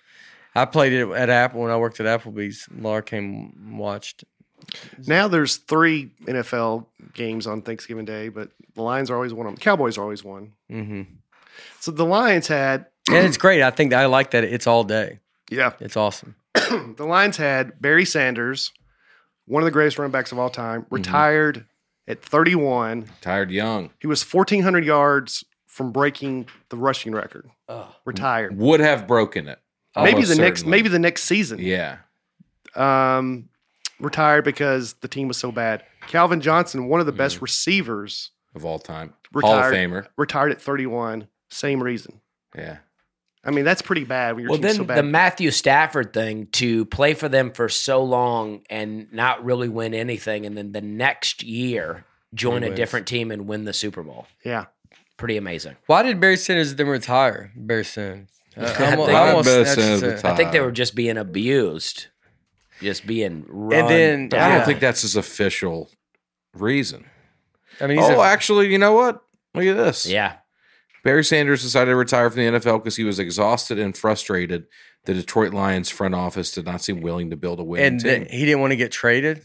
Speaker 1: I played it at Apple when I worked at Applebee's. Laura came and watched.
Speaker 4: Now there's three NFL games on Thanksgiving Day, but the Lions are always one of them. Cowboys are always one.
Speaker 1: hmm
Speaker 4: So the Lions had,
Speaker 1: and it's great. I think I like that. It's all day.
Speaker 4: yeah,
Speaker 1: It's awesome.
Speaker 4: the Lions had Barry Sanders, one of the greatest running backs of all time,
Speaker 3: Mm-hmm.
Speaker 4: retired at 31.
Speaker 3: Tired young.
Speaker 4: He was 1,400 yards from breaking the rushing record. Retired.
Speaker 3: Would have broken it.
Speaker 4: maybe the
Speaker 3: Mm-hmm. Almost
Speaker 4: next,
Speaker 3: certainly.
Speaker 4: maybe the next season.
Speaker 3: Yeah.
Speaker 4: um, retired because the team was so bad. Calvin Johnson, one of the best receivers,
Speaker 3: Of all time. Mm-hmm. Hall of
Speaker 4: Retired.
Speaker 3: Famer.
Speaker 4: retired at 31. Same reason.
Speaker 3: Yeah.
Speaker 4: I mean, that's pretty bad when your
Speaker 2: Well,
Speaker 4: team's
Speaker 2: then
Speaker 4: so
Speaker 2: the
Speaker 4: bad.
Speaker 2: Matthew Stafford thing to play for them for so long and not really win anything, and then the next year join
Speaker 1: He
Speaker 2: a
Speaker 1: wins.
Speaker 2: different team and win the Super Bowl.
Speaker 4: yeah,
Speaker 2: Pretty amazing.
Speaker 1: Why did Barry Sanders then retire? Barry Sanders. I,
Speaker 2: I
Speaker 1: almo-
Speaker 2: think-
Speaker 1: I almost
Speaker 3: Barry
Speaker 1: snatched
Speaker 3: Sanders
Speaker 1: it.
Speaker 3: retired.
Speaker 2: I think they were just being abused, just being run.
Speaker 1: then-
Speaker 2: down.
Speaker 3: I
Speaker 1: Yeah.
Speaker 3: don't think that's his official reason.
Speaker 1: I mean, he's
Speaker 3: oh,
Speaker 1: a-
Speaker 3: actually, you know what? Look at this.
Speaker 2: yeah,
Speaker 3: Barry Sanders decided to retire from the NFL because he was exhausted and frustrated. The Detroit Lions front office did not seem willing to build a winning
Speaker 4: uh,
Speaker 1: and
Speaker 3: team.
Speaker 1: then he didn't want to get traded.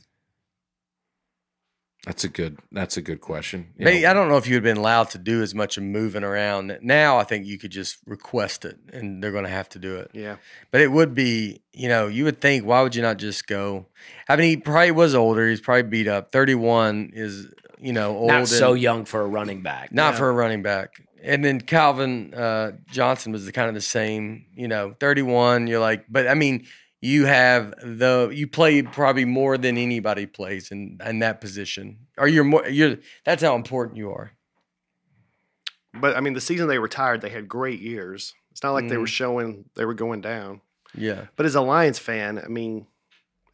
Speaker 3: that's a good. That's a good question. You
Speaker 1: Maybe,
Speaker 3: know,
Speaker 1: I don't know if you had been allowed to do as much of moving around. Now I think you could just request it, and they're going to have to do it.
Speaker 4: yeah.
Speaker 1: But it would be, you know, you would think, why would you not just go? I mean, he probably was older. He's probably beat up. Thirty-one is, you know, old.
Speaker 2: not so
Speaker 1: and-
Speaker 2: young for a running back.
Speaker 1: not
Speaker 4: Yeah.
Speaker 1: for a running back. And then Calvin uh, Johnson was the kind of the same, you know, 31. You're like, but I mean, you have the you play probably more than anybody plays in in that position. Or you're more you're that's how important you are.
Speaker 4: But I mean, the season they retired, they had great years. It's not like they
Speaker 2: Mm.
Speaker 4: were showing they were going down.
Speaker 1: Yeah.
Speaker 4: But as a Lions fan, I mean,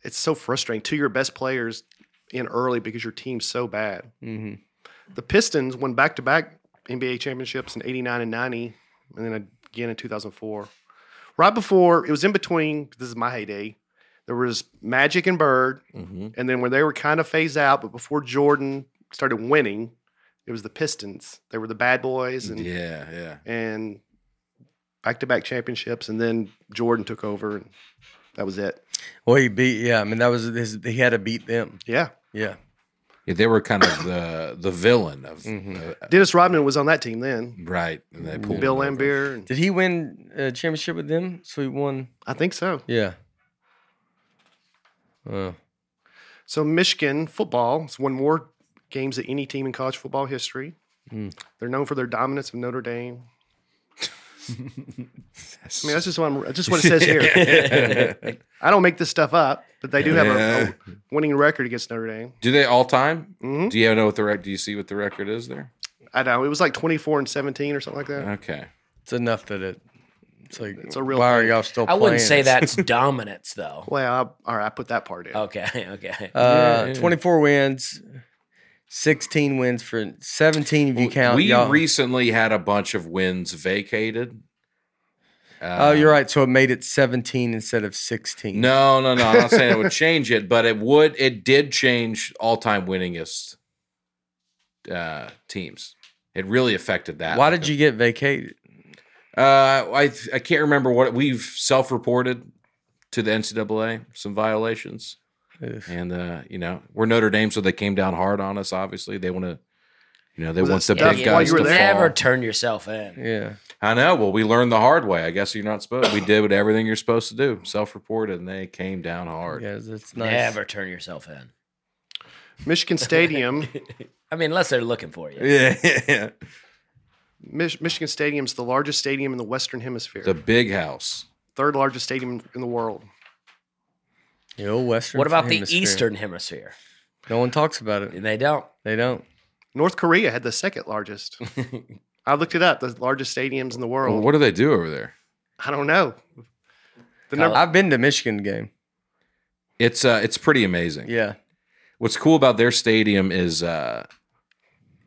Speaker 4: it's so frustrating. Two of your best players in early because your team's so bad.
Speaker 1: hmm
Speaker 4: The Pistons won back to back NBA championships in 89 and 90, and then again in 2004. Right before, it was in between, this is my heyday, there was Magic and Bird,
Speaker 3: mhm.
Speaker 4: and then when they were kind of phased out, but before Jordan started winning, it was the Pistons. They were the bad boys and
Speaker 3: Yeah, yeah.
Speaker 4: and back to back championships, and then Jordan took over, and that was it.
Speaker 1: Well, he beat. Yeah, I mean that was his. He had to beat them.
Speaker 4: Yeah.
Speaker 1: Yeah.
Speaker 3: Yeah, they were kind of the the villain of
Speaker 4: Mm-hmm.
Speaker 1: Mhm.
Speaker 3: uh,
Speaker 4: Dennis Rodman was on that team then.
Speaker 3: right. And they pulled
Speaker 4: Bill
Speaker 3: them over.
Speaker 4: Lambier. And
Speaker 1: Did he win a championship with them? Sweet one.
Speaker 4: I think so.
Speaker 1: Yeah. Oh.
Speaker 4: So Michigan football has won more games than any team in college football history.
Speaker 1: Hmm.
Speaker 4: They're known for their dominance of Notre Dame. I mean, that's just what, I'm, that's just what it says here. I don't make this stuff up, but they do have a, a winning record against Notre Dame.
Speaker 3: Do they all time?
Speaker 4: Mhm.
Speaker 3: Do you know what the rec- Do you see what the record is there?
Speaker 4: I know it was like twenty four and seventeen or something like that.
Speaker 3: Okay.
Speaker 1: It's enough that it. It's like it's
Speaker 4: a real
Speaker 1: Why are
Speaker 4: thing.
Speaker 1: y'all still?
Speaker 2: I
Speaker 1: playing?
Speaker 2: wouldn't say
Speaker 1: It's-
Speaker 2: that's dominance, though.
Speaker 1: Oh.
Speaker 4: Well, I, all right, I put that part in.
Speaker 2: Okay, okay.
Speaker 1: Uh,
Speaker 3: Yeah, yeah.
Speaker 1: 24 wins, 16 wins for 17 if you count.
Speaker 3: we
Speaker 1: y'all.
Speaker 3: recently had a bunch of wins vacated.
Speaker 1: oh, you're
Speaker 3: Um,
Speaker 1: right. So it made it 17 instead of 16.
Speaker 3: No, no, no. I'm not saying it would change it, but it would. It did change all-time winningest uh, teams. It really affected that.
Speaker 1: Why did you get vacated?
Speaker 3: Uh, I I can't remember what we've self-reported to the NCAA some violations,
Speaker 1: Ugh.
Speaker 3: and uh, you know we're Notre Dame, so they came down hard on us. Obviously, they want to, you know, they
Speaker 4: Was
Speaker 3: want the
Speaker 4: that-
Speaker 2: Yeah,
Speaker 3: big
Speaker 4: that's
Speaker 2: you
Speaker 4: why
Speaker 3: guys
Speaker 4: you were
Speaker 3: to
Speaker 4: there?
Speaker 2: never
Speaker 3: fall.
Speaker 2: turn yourself in.
Speaker 1: Yeah.
Speaker 3: I know. Well, we learned the hard way. I guess you're not supposed. We did what everything you're supposed to do, self-reported, and they came down hard.
Speaker 1: Yeah, that's nice.
Speaker 2: Never turn yourself in.
Speaker 4: Michigan Stadium.
Speaker 2: I mean, unless they're looking for you.
Speaker 3: Yeah, yeah.
Speaker 4: Mich- Michigan Stadium's the largest stadium in the Western Hemisphere,
Speaker 3: The big house.
Speaker 4: third largest stadium in the world.
Speaker 1: The old Western.
Speaker 2: What about the
Speaker 1: Hemisphere.
Speaker 2: Eastern Hemisphere?
Speaker 1: No one talks about it.
Speaker 2: They don't.
Speaker 1: They don't.
Speaker 4: North Korea had the second largest. I looked it up. The largest stadiums in the world.
Speaker 3: Well, what do they do over there?
Speaker 4: I don't know. The
Speaker 2: College-
Speaker 4: number.
Speaker 1: I've been to Michigan game.
Speaker 3: It's uh, it's pretty amazing.
Speaker 1: Yeah.
Speaker 3: What's cool about their stadium is uh,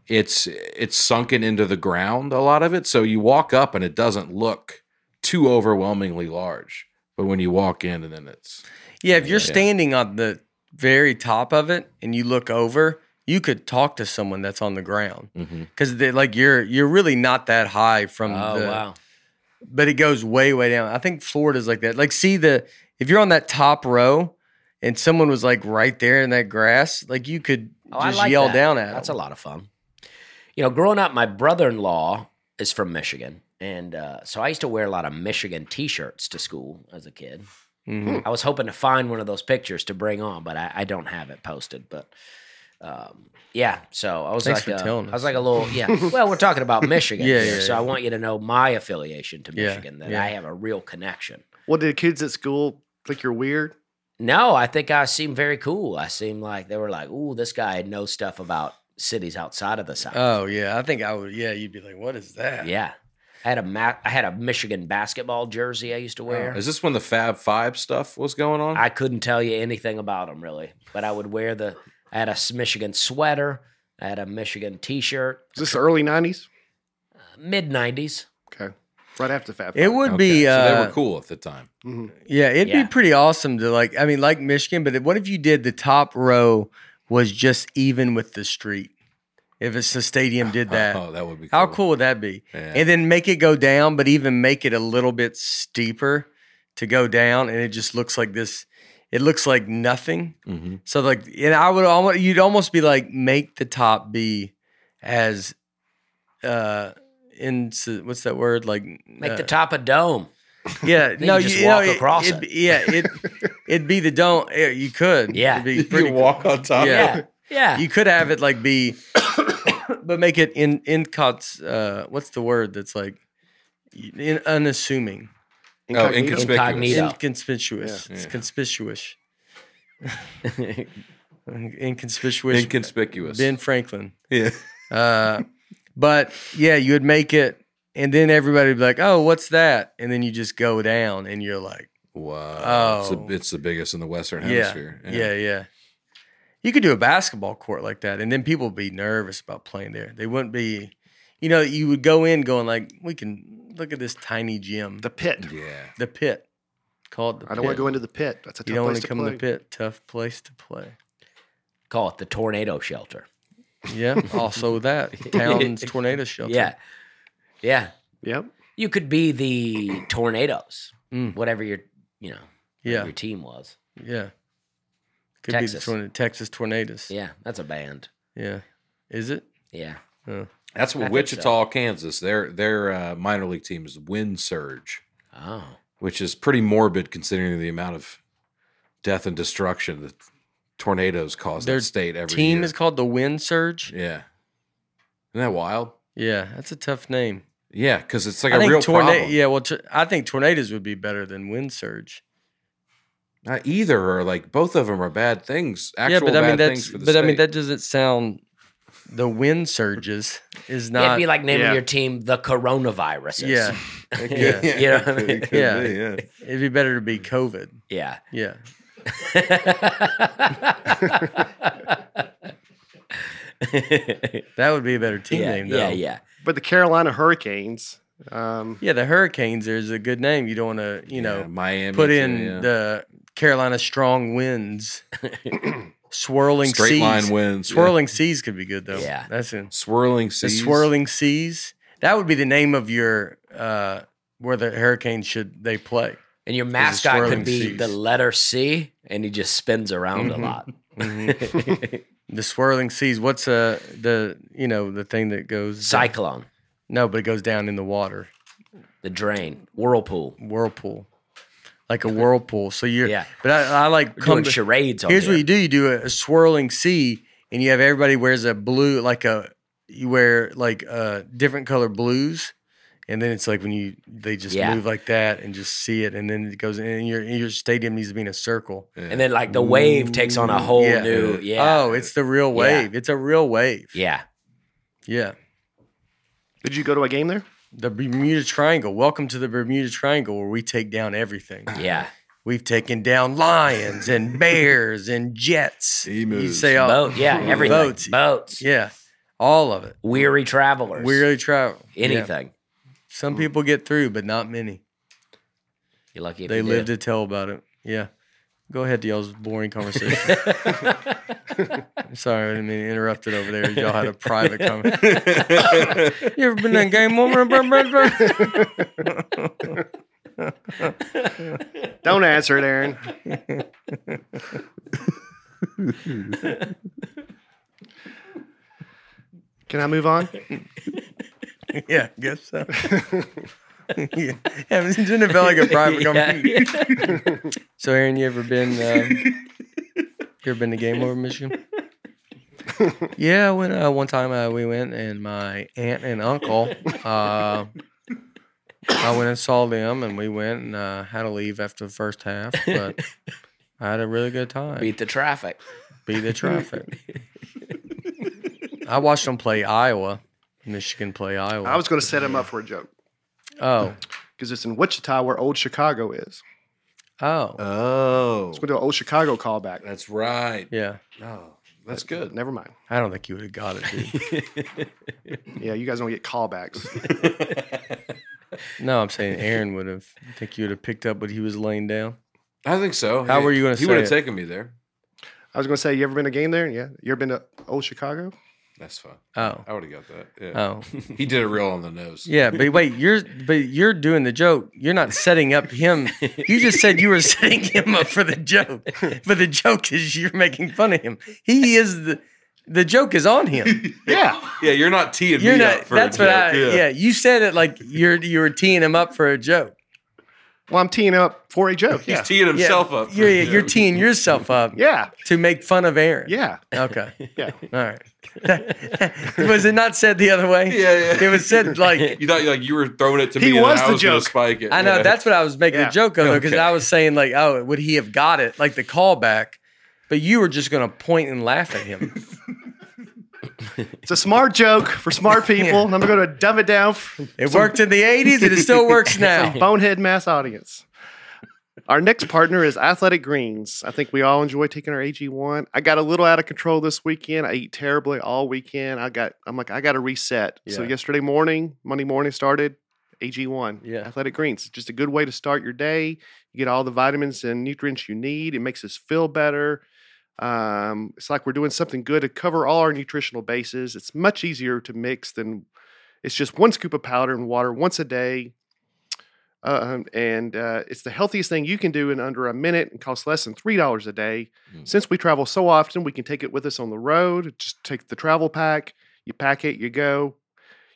Speaker 3: it's it's sunken into the ground a lot of it, so you walk up and it doesn't look too overwhelmingly large. But when you walk in, and then it's
Speaker 1: Yeah, if you're
Speaker 3: Yeah.
Speaker 1: standing on the very top of it and you look over, you could talk to someone that's on the ground
Speaker 3: mm-hmm.
Speaker 1: because like you're you're really not that high from
Speaker 2: oh
Speaker 1: the
Speaker 2: wow.
Speaker 1: but it goes way way down. I think Florida's like that. Like see the if you're on that top row and someone was like right there in that grass, like you could
Speaker 2: Oh, I
Speaker 1: just
Speaker 2: like
Speaker 1: yell
Speaker 2: that.
Speaker 1: down at
Speaker 2: That's a
Speaker 1: them.
Speaker 2: lot of fun. You know, growing up, my brother in law is from Michigan. And uh, so I used to wear a lot of Michigan t shirts to school as a kid.
Speaker 1: Mhm.
Speaker 2: I was hoping to find one of those pictures to bring on, but I, I don't have it posted. But um, yeah, so I was
Speaker 1: Thanks
Speaker 2: like,
Speaker 1: for
Speaker 2: uh,
Speaker 1: telling
Speaker 2: I was
Speaker 1: us.
Speaker 2: like a little, yeah. Well, we're talking about Michigan
Speaker 1: Yeah,
Speaker 2: here,
Speaker 1: yeah,
Speaker 2: so I
Speaker 1: yeah.
Speaker 2: want you to know my affiliation to
Speaker 1: Yeah,
Speaker 2: Michigan that
Speaker 1: yeah.
Speaker 2: I have a real connection.
Speaker 4: Well, did kids at school think you're weird?
Speaker 2: No, I think I seem very cool. I seem like they were like, "Ooh, this guy knows stuff about cities outside of the South."
Speaker 1: Oh yeah, I think I would. Yeah, you'd be like, "What is that?"
Speaker 2: Yeah. I had a ma- I had a Michigan basketball jersey I used to
Speaker 1: Oh,
Speaker 2: wear.
Speaker 3: is this when the Fab Five stuff was going on?
Speaker 2: I couldn't tell you anything about them really, but I would wear the I had a s- Michigan sweater, I had a Michigan t-shirt, uh,
Speaker 4: Is this the early '90s?
Speaker 2: mid 90s.
Speaker 4: Okay, right after Fab.
Speaker 1: It would Oh,
Speaker 3: Okay,
Speaker 1: be. Uh,
Speaker 3: so they were cool at the time.
Speaker 4: Mhm.
Speaker 1: Yeah, it'd
Speaker 2: Yeah.
Speaker 1: be pretty awesome to like. I mean, like Michigan, but what if you did the top row was just even with the street? If it's the stadium did that,
Speaker 3: Oh, that would be cool.
Speaker 1: how cool would that be?
Speaker 3: Yeah.
Speaker 1: And then make it go down, but even make it a little bit steeper to go down, and it just looks like this. It looks like nothing.
Speaker 3: Mhm.
Speaker 1: So like, and I would almost you'd almost be like make the top be as uh in what's that word like
Speaker 2: Make
Speaker 1: uh,
Speaker 2: the top a dome.
Speaker 1: yeah,
Speaker 2: you
Speaker 1: no,
Speaker 2: just
Speaker 1: you know,
Speaker 2: walk across
Speaker 1: it, it'd be- Yeah, it it'd be the don't. eh, You could.
Speaker 2: Yeah.
Speaker 1: It'd be
Speaker 3: You
Speaker 1: pretty
Speaker 3: could walk on top.
Speaker 1: Yeah.
Speaker 2: Yeah.
Speaker 1: cool.
Speaker 2: Yeah.
Speaker 1: You could have it like be, but make it in in cuts. Uh, what's the word that's like in, unassuming,
Speaker 3: Oh,
Speaker 4: Incognito?
Speaker 3: inconspicuous.
Speaker 2: Incognito.
Speaker 1: inconspicuous.
Speaker 3: Yeah.
Speaker 1: It's
Speaker 3: Yeah.
Speaker 1: conspicuous. inconspicuous.
Speaker 3: Inconspicuous.
Speaker 1: Ben Franklin.
Speaker 3: yeah.
Speaker 1: Uh, but yeah, you would make it, and then everybody would be like, "Oh, what's that?" And then you just go down, and you're like.
Speaker 3: Wow. It's,
Speaker 1: Oh.
Speaker 3: the, it's the biggest in the Western Hemisphere.
Speaker 1: Yeah, yeah, yeah. You could do a basketball court like that, and then people would be nervous about playing there. They wouldn't be, you know, you would go in going like, "We can look at this tiny gym, the,
Speaker 4: The pit.
Speaker 3: Yeah.
Speaker 1: pit, called the
Speaker 4: I don't want
Speaker 1: pit.
Speaker 4: to go into the pit. That's a tough
Speaker 1: you don't want
Speaker 4: place
Speaker 1: to
Speaker 4: to
Speaker 1: come
Speaker 4: play.
Speaker 1: in the pit. Tough place to play.
Speaker 2: Call it the tornado shelter.
Speaker 1: Yeah. also that town's tornado shelter.
Speaker 2: Yeah. Yeah.
Speaker 4: Yep.
Speaker 2: You could be the tornadoes.
Speaker 1: Mm.
Speaker 2: Whatever your, you know,
Speaker 1: yeah,
Speaker 2: your team was.
Speaker 1: yeah. Could
Speaker 2: Texas.
Speaker 1: be the torna- Texas tornadoes.
Speaker 2: Yeah, that's a band.
Speaker 1: yeah. Is it?
Speaker 2: Yeah.
Speaker 3: That's
Speaker 2: I think
Speaker 3: what Wichita, Kansas. Their their uh, minor league team is Wind Surge,
Speaker 2: Oh.
Speaker 3: which is pretty morbid considering the amount of death and destruction that tornadoes cause
Speaker 1: Their
Speaker 3: that state every
Speaker 1: Team
Speaker 3: year.
Speaker 1: is called the Wind Surge. Yeah,
Speaker 3: yeah. Isn't that wild?
Speaker 1: that's a tough name.
Speaker 3: Yeah, because it's like
Speaker 1: I
Speaker 3: a
Speaker 1: think
Speaker 3: real
Speaker 1: tornado.
Speaker 3: problem.
Speaker 1: Yeah, well, tor- I think tornadoes would be better than wind surge.
Speaker 3: Not either or like both of them are bad things. Actual
Speaker 1: yeah, but I mean
Speaker 3: bad
Speaker 1: that's
Speaker 3: things for
Speaker 1: but
Speaker 3: the
Speaker 1: I mean
Speaker 3: state.
Speaker 1: that doesn't sound. The wind surges is
Speaker 2: It'd
Speaker 1: not.
Speaker 2: be like naming
Speaker 4: yeah.
Speaker 2: your team the coronaviruses.
Speaker 1: yeah,
Speaker 2: yeah.
Speaker 1: yeah.
Speaker 2: You know what I mean?
Speaker 3: It could
Speaker 1: Yeah.
Speaker 3: be, yeah.
Speaker 1: it'd be better to be COVID.
Speaker 2: Yeah.
Speaker 1: Yeah, That would be a better team
Speaker 2: yeah,
Speaker 1: name, though.
Speaker 2: yeah, yeah.
Speaker 4: But the Carolina Hurricanes. Um,
Speaker 1: Yeah, the Hurricanes is a good name. You don't want to, you know,
Speaker 3: Yeah, Miami.
Speaker 1: put
Speaker 3: too,
Speaker 1: in
Speaker 3: yeah.
Speaker 1: the Carolina strong winds, swirling
Speaker 3: straight
Speaker 1: seas.
Speaker 3: line wins. yeah.
Speaker 1: Swirling seas could be good though.
Speaker 2: Yeah.
Speaker 1: that's in
Speaker 3: swirling
Speaker 1: the
Speaker 3: seas.
Speaker 1: swirling seas. That would be the name of your uh, where the Hurricanes should they play.
Speaker 2: And your mascot
Speaker 1: swirling
Speaker 2: could be
Speaker 1: seas.
Speaker 2: the letter C, and he just spins around
Speaker 1: Mhm.
Speaker 2: a lot.
Speaker 1: Mm-hmm. The swirling seas. What's uh the you know the thing that goes
Speaker 2: Cyclone,
Speaker 1: No, but it goes down in the water
Speaker 2: the drain, whirlpool.
Speaker 1: whirlpool, like a whirlpool. So you're
Speaker 2: Yeah.
Speaker 1: But I, I like
Speaker 2: We're doing
Speaker 1: come.
Speaker 2: charades on
Speaker 1: Here's what
Speaker 2: here.
Speaker 1: you do: you do a, a swirling sea, and you have everybody wears a blue, like a you wear like uh different color blues, and then it's like when you they just
Speaker 2: Yeah.
Speaker 1: move like that and just see it, and then it goes, and your your stadium needs to be in a circle.
Speaker 3: Yeah.
Speaker 2: And then like the wave takes on a whole
Speaker 1: Yeah.
Speaker 2: new yeah.
Speaker 1: Oh, it's the real wave. It's a real wave.
Speaker 2: Yeah.
Speaker 1: Yeah.
Speaker 4: did you go to a game there?
Speaker 1: The Bermuda Triangle. Welcome to the Bermuda Triangle, where we take down everything.
Speaker 2: Yeah.
Speaker 1: We've taken down lions and bears and jets. You
Speaker 3: Emus.
Speaker 1: say all,
Speaker 2: Boat. Yeah. Everything.
Speaker 1: Boats.
Speaker 2: Boats.
Speaker 1: Yeah, all of it.
Speaker 2: Weary travelers.
Speaker 1: We really travel. Yeah.
Speaker 2: anything.
Speaker 1: Some people get through, but not many.
Speaker 2: You're lucky if
Speaker 1: they
Speaker 2: you
Speaker 1: live
Speaker 2: do.
Speaker 1: to tell about it. Yeah. Go ahead to y'all's boring conversation. Sorry, I didn't mean to interrupt it over there. Y'all had a private conversation.
Speaker 3: Mm.
Speaker 1: you ever been in a game over? Blah, blah, blah.
Speaker 4: Don't answer it, Aaron. Can I move on?
Speaker 1: yeah, guess so. yeah. Haven't you developed like a private conversation?
Speaker 2: Yeah.
Speaker 1: So, Aaron, you ever been? Um, you ever been to Game Over Michigan? yeah, when uh, one time uh, we went, and my aunt and uncle, uh, I went and saw them, and we went and uh, had to leave after the first half, but I had a really good time. Beat,
Speaker 2: Beat the traffic.
Speaker 1: the traffic. I watched them play Iowa, Michigan play Iowa.
Speaker 4: I was going to set him up for a joke
Speaker 1: oh
Speaker 4: because it's in Wichita where old Chicago is.
Speaker 1: oh
Speaker 3: Oh,
Speaker 4: Let's go do an old Chicago callback.
Speaker 3: that's right.
Speaker 1: yeah.
Speaker 3: Oh, that's good.
Speaker 4: Never mind.
Speaker 1: I don't think you would have got it. Dude.
Speaker 4: Yeah, you guys don't get callbacks.
Speaker 1: No, I'm saying Aaron would have. I think you would have picked up what he was laying down.
Speaker 3: I think so.
Speaker 1: How
Speaker 3: He-
Speaker 1: were you gonna
Speaker 3: He would have
Speaker 1: say it?
Speaker 3: taken me there.
Speaker 4: I was going to say, you ever been to a game there? Yeah. You ever been to old Chicago?
Speaker 3: That's fine.
Speaker 1: Oh,
Speaker 3: I would have got that. Yeah.
Speaker 1: oh,
Speaker 3: He did it real on the nose.
Speaker 1: yeah. But wait, you're but you're doing the joke. You're not setting up him. You just said you were setting him up for the joke. But the joke is you're making fun of him. He is the the joke is on him.
Speaker 4: Yeah.
Speaker 3: Yeah, you're not teeing
Speaker 1: You're
Speaker 3: me
Speaker 1: not.
Speaker 3: up for
Speaker 1: That's
Speaker 3: a
Speaker 1: what
Speaker 3: joke.
Speaker 1: I. Yeah. you said it like you're you were teeing him up for a joke.
Speaker 4: Well, I'm teeing up for a joke.
Speaker 3: He's
Speaker 4: Yeah.
Speaker 3: teeing
Speaker 1: Yeah,
Speaker 3: himself up. for
Speaker 1: Yeah,
Speaker 3: a
Speaker 1: yeah, you're
Speaker 3: joke.
Speaker 1: teeing yourself up
Speaker 4: Yeah.
Speaker 1: to make fun of Aaron.
Speaker 4: Yeah.
Speaker 1: Okay.
Speaker 4: Yeah.
Speaker 1: All right. was it not said the other way?
Speaker 3: Yeah, yeah.
Speaker 1: It was said like
Speaker 3: You thought like you were throwing it to
Speaker 4: He
Speaker 3: me.
Speaker 4: was
Speaker 3: and I
Speaker 4: the
Speaker 3: was gonna
Speaker 4: joke.
Speaker 3: Spike it.
Speaker 1: I know
Speaker 3: Yeah.
Speaker 1: that's what I was making
Speaker 4: Yeah.
Speaker 1: a joke of because
Speaker 3: Okay.
Speaker 1: I was saying like, oh, would he have got it like the callback? But you were just gonna point and laugh at him.
Speaker 4: It's a smart joke for smart people. And I'm going to dumb it down for
Speaker 1: It worked in the '80s and it still works now.
Speaker 4: bonehead mass audience. Our next partner is Athletic Greens. I think we all enjoy taking our AG1. I got a little out of control this weekend. I eat terribly all weekend. I got I'm like I got to reset. So
Speaker 1: Yeah.
Speaker 4: yesterday morning, Monday morning started AG1.
Speaker 1: Yeah.
Speaker 4: Athletic Greens. It's just a good way to start your day. You get all the vitamins and nutrients you need. It makes us feel better. Um, it's like we're doing something good to cover all our nutritional bases. It's much easier to mix than it's just one scoop of powder and water once a day. Um, and uh, it's the healthiest thing you can do in under a minute and costs less than $3 a day.
Speaker 3: Mm.
Speaker 4: Since we travel so often, we can take it with us on the road. Just take the travel pack, you pack it, you go.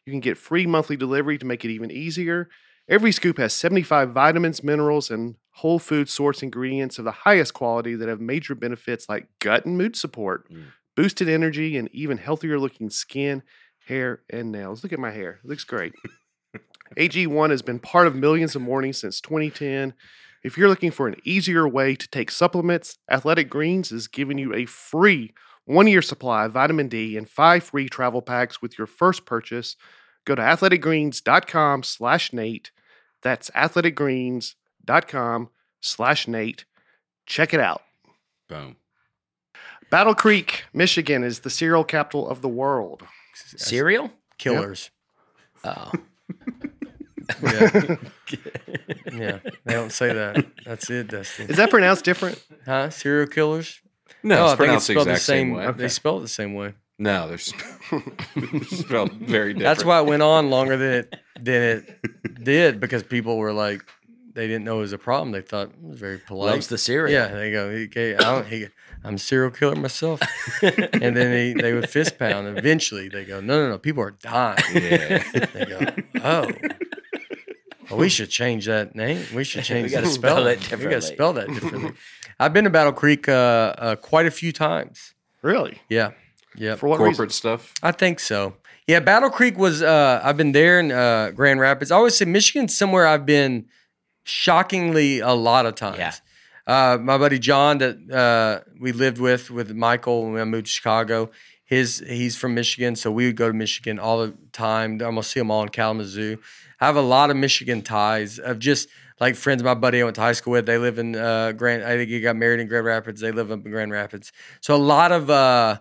Speaker 4: You can get free monthly delivery to make it even easier. Every scoop has 75 vitamins, minerals, and whole food source ingredients of the highest quality that have major benefits like gut and mood support,
Speaker 3: Mm.
Speaker 4: boosted energy, and even healthier looking skin, hair, and nails. Look at my hair. It looks great. AG1 has been part of millions of mornings since 2010. If you're looking for an easier way to take supplements, Athletic Greens is giving you a free one year supply of vitamin D and five free travel packs with your first purchase. Go to athleticgreens.com slash Nate. That's athleticgreens.com slash Nate. Check it out.
Speaker 3: Boom.
Speaker 4: Battle Creek, Michigan is the cereal capital of the world.
Speaker 2: Cereal?
Speaker 1: Killers.
Speaker 2: Oh.
Speaker 1: Yeah. yeah. They don't say that. That's it, Dusty.
Speaker 4: Is that pronounced different?
Speaker 1: Huh? Serial killers?
Speaker 3: No,
Speaker 1: Oh, I
Speaker 3: it's
Speaker 1: think it's
Speaker 3: pronounced the
Speaker 1: spelled the
Speaker 3: exact same,
Speaker 1: same.
Speaker 3: way.
Speaker 1: They spelled it the same way.
Speaker 3: No, they're sp- spelled very different.
Speaker 1: That's why it went on longer than it than it did because people were like, they didn't know it was a problem. They thought it was very polite.
Speaker 2: Loves the cereal.
Speaker 1: Yeah, they go. Okay, I don't, he, I'm a serial killer myself. and then they, they would fist pound. Eventually, they go, no, no, no, people are dying.
Speaker 3: Yeah.
Speaker 1: They go, oh, well, we should change that name. We should change.
Speaker 2: We gotta
Speaker 1: the
Speaker 2: spell it
Speaker 1: We got to
Speaker 2: differently.
Speaker 1: spell that differently. I've been to Battle Creek uh, uh, quite a few times.
Speaker 4: Really?
Speaker 1: Yeah, yeah.
Speaker 4: For what reason?
Speaker 3: Corporate stuff.
Speaker 1: I think so. Yeah, Battle Creek was. Uh, I've been there in uh, Grand Rapids. I always say Michigan's somewhere I've been shockingly a lot of times.
Speaker 2: Yeah.
Speaker 1: Uh, my buddy John that uh, we lived with with Michael when I moved to Chicago. His he's from Michigan, so we would go to Michigan all the time. I almost see them all in Kalamazoo. I have a lot of Michigan ties of just like friends. My buddy I went to high school with. They live in uh, Grand. I think he got married in Grand Rapids. They live up in Grand Rapids. So a lot of. Uh,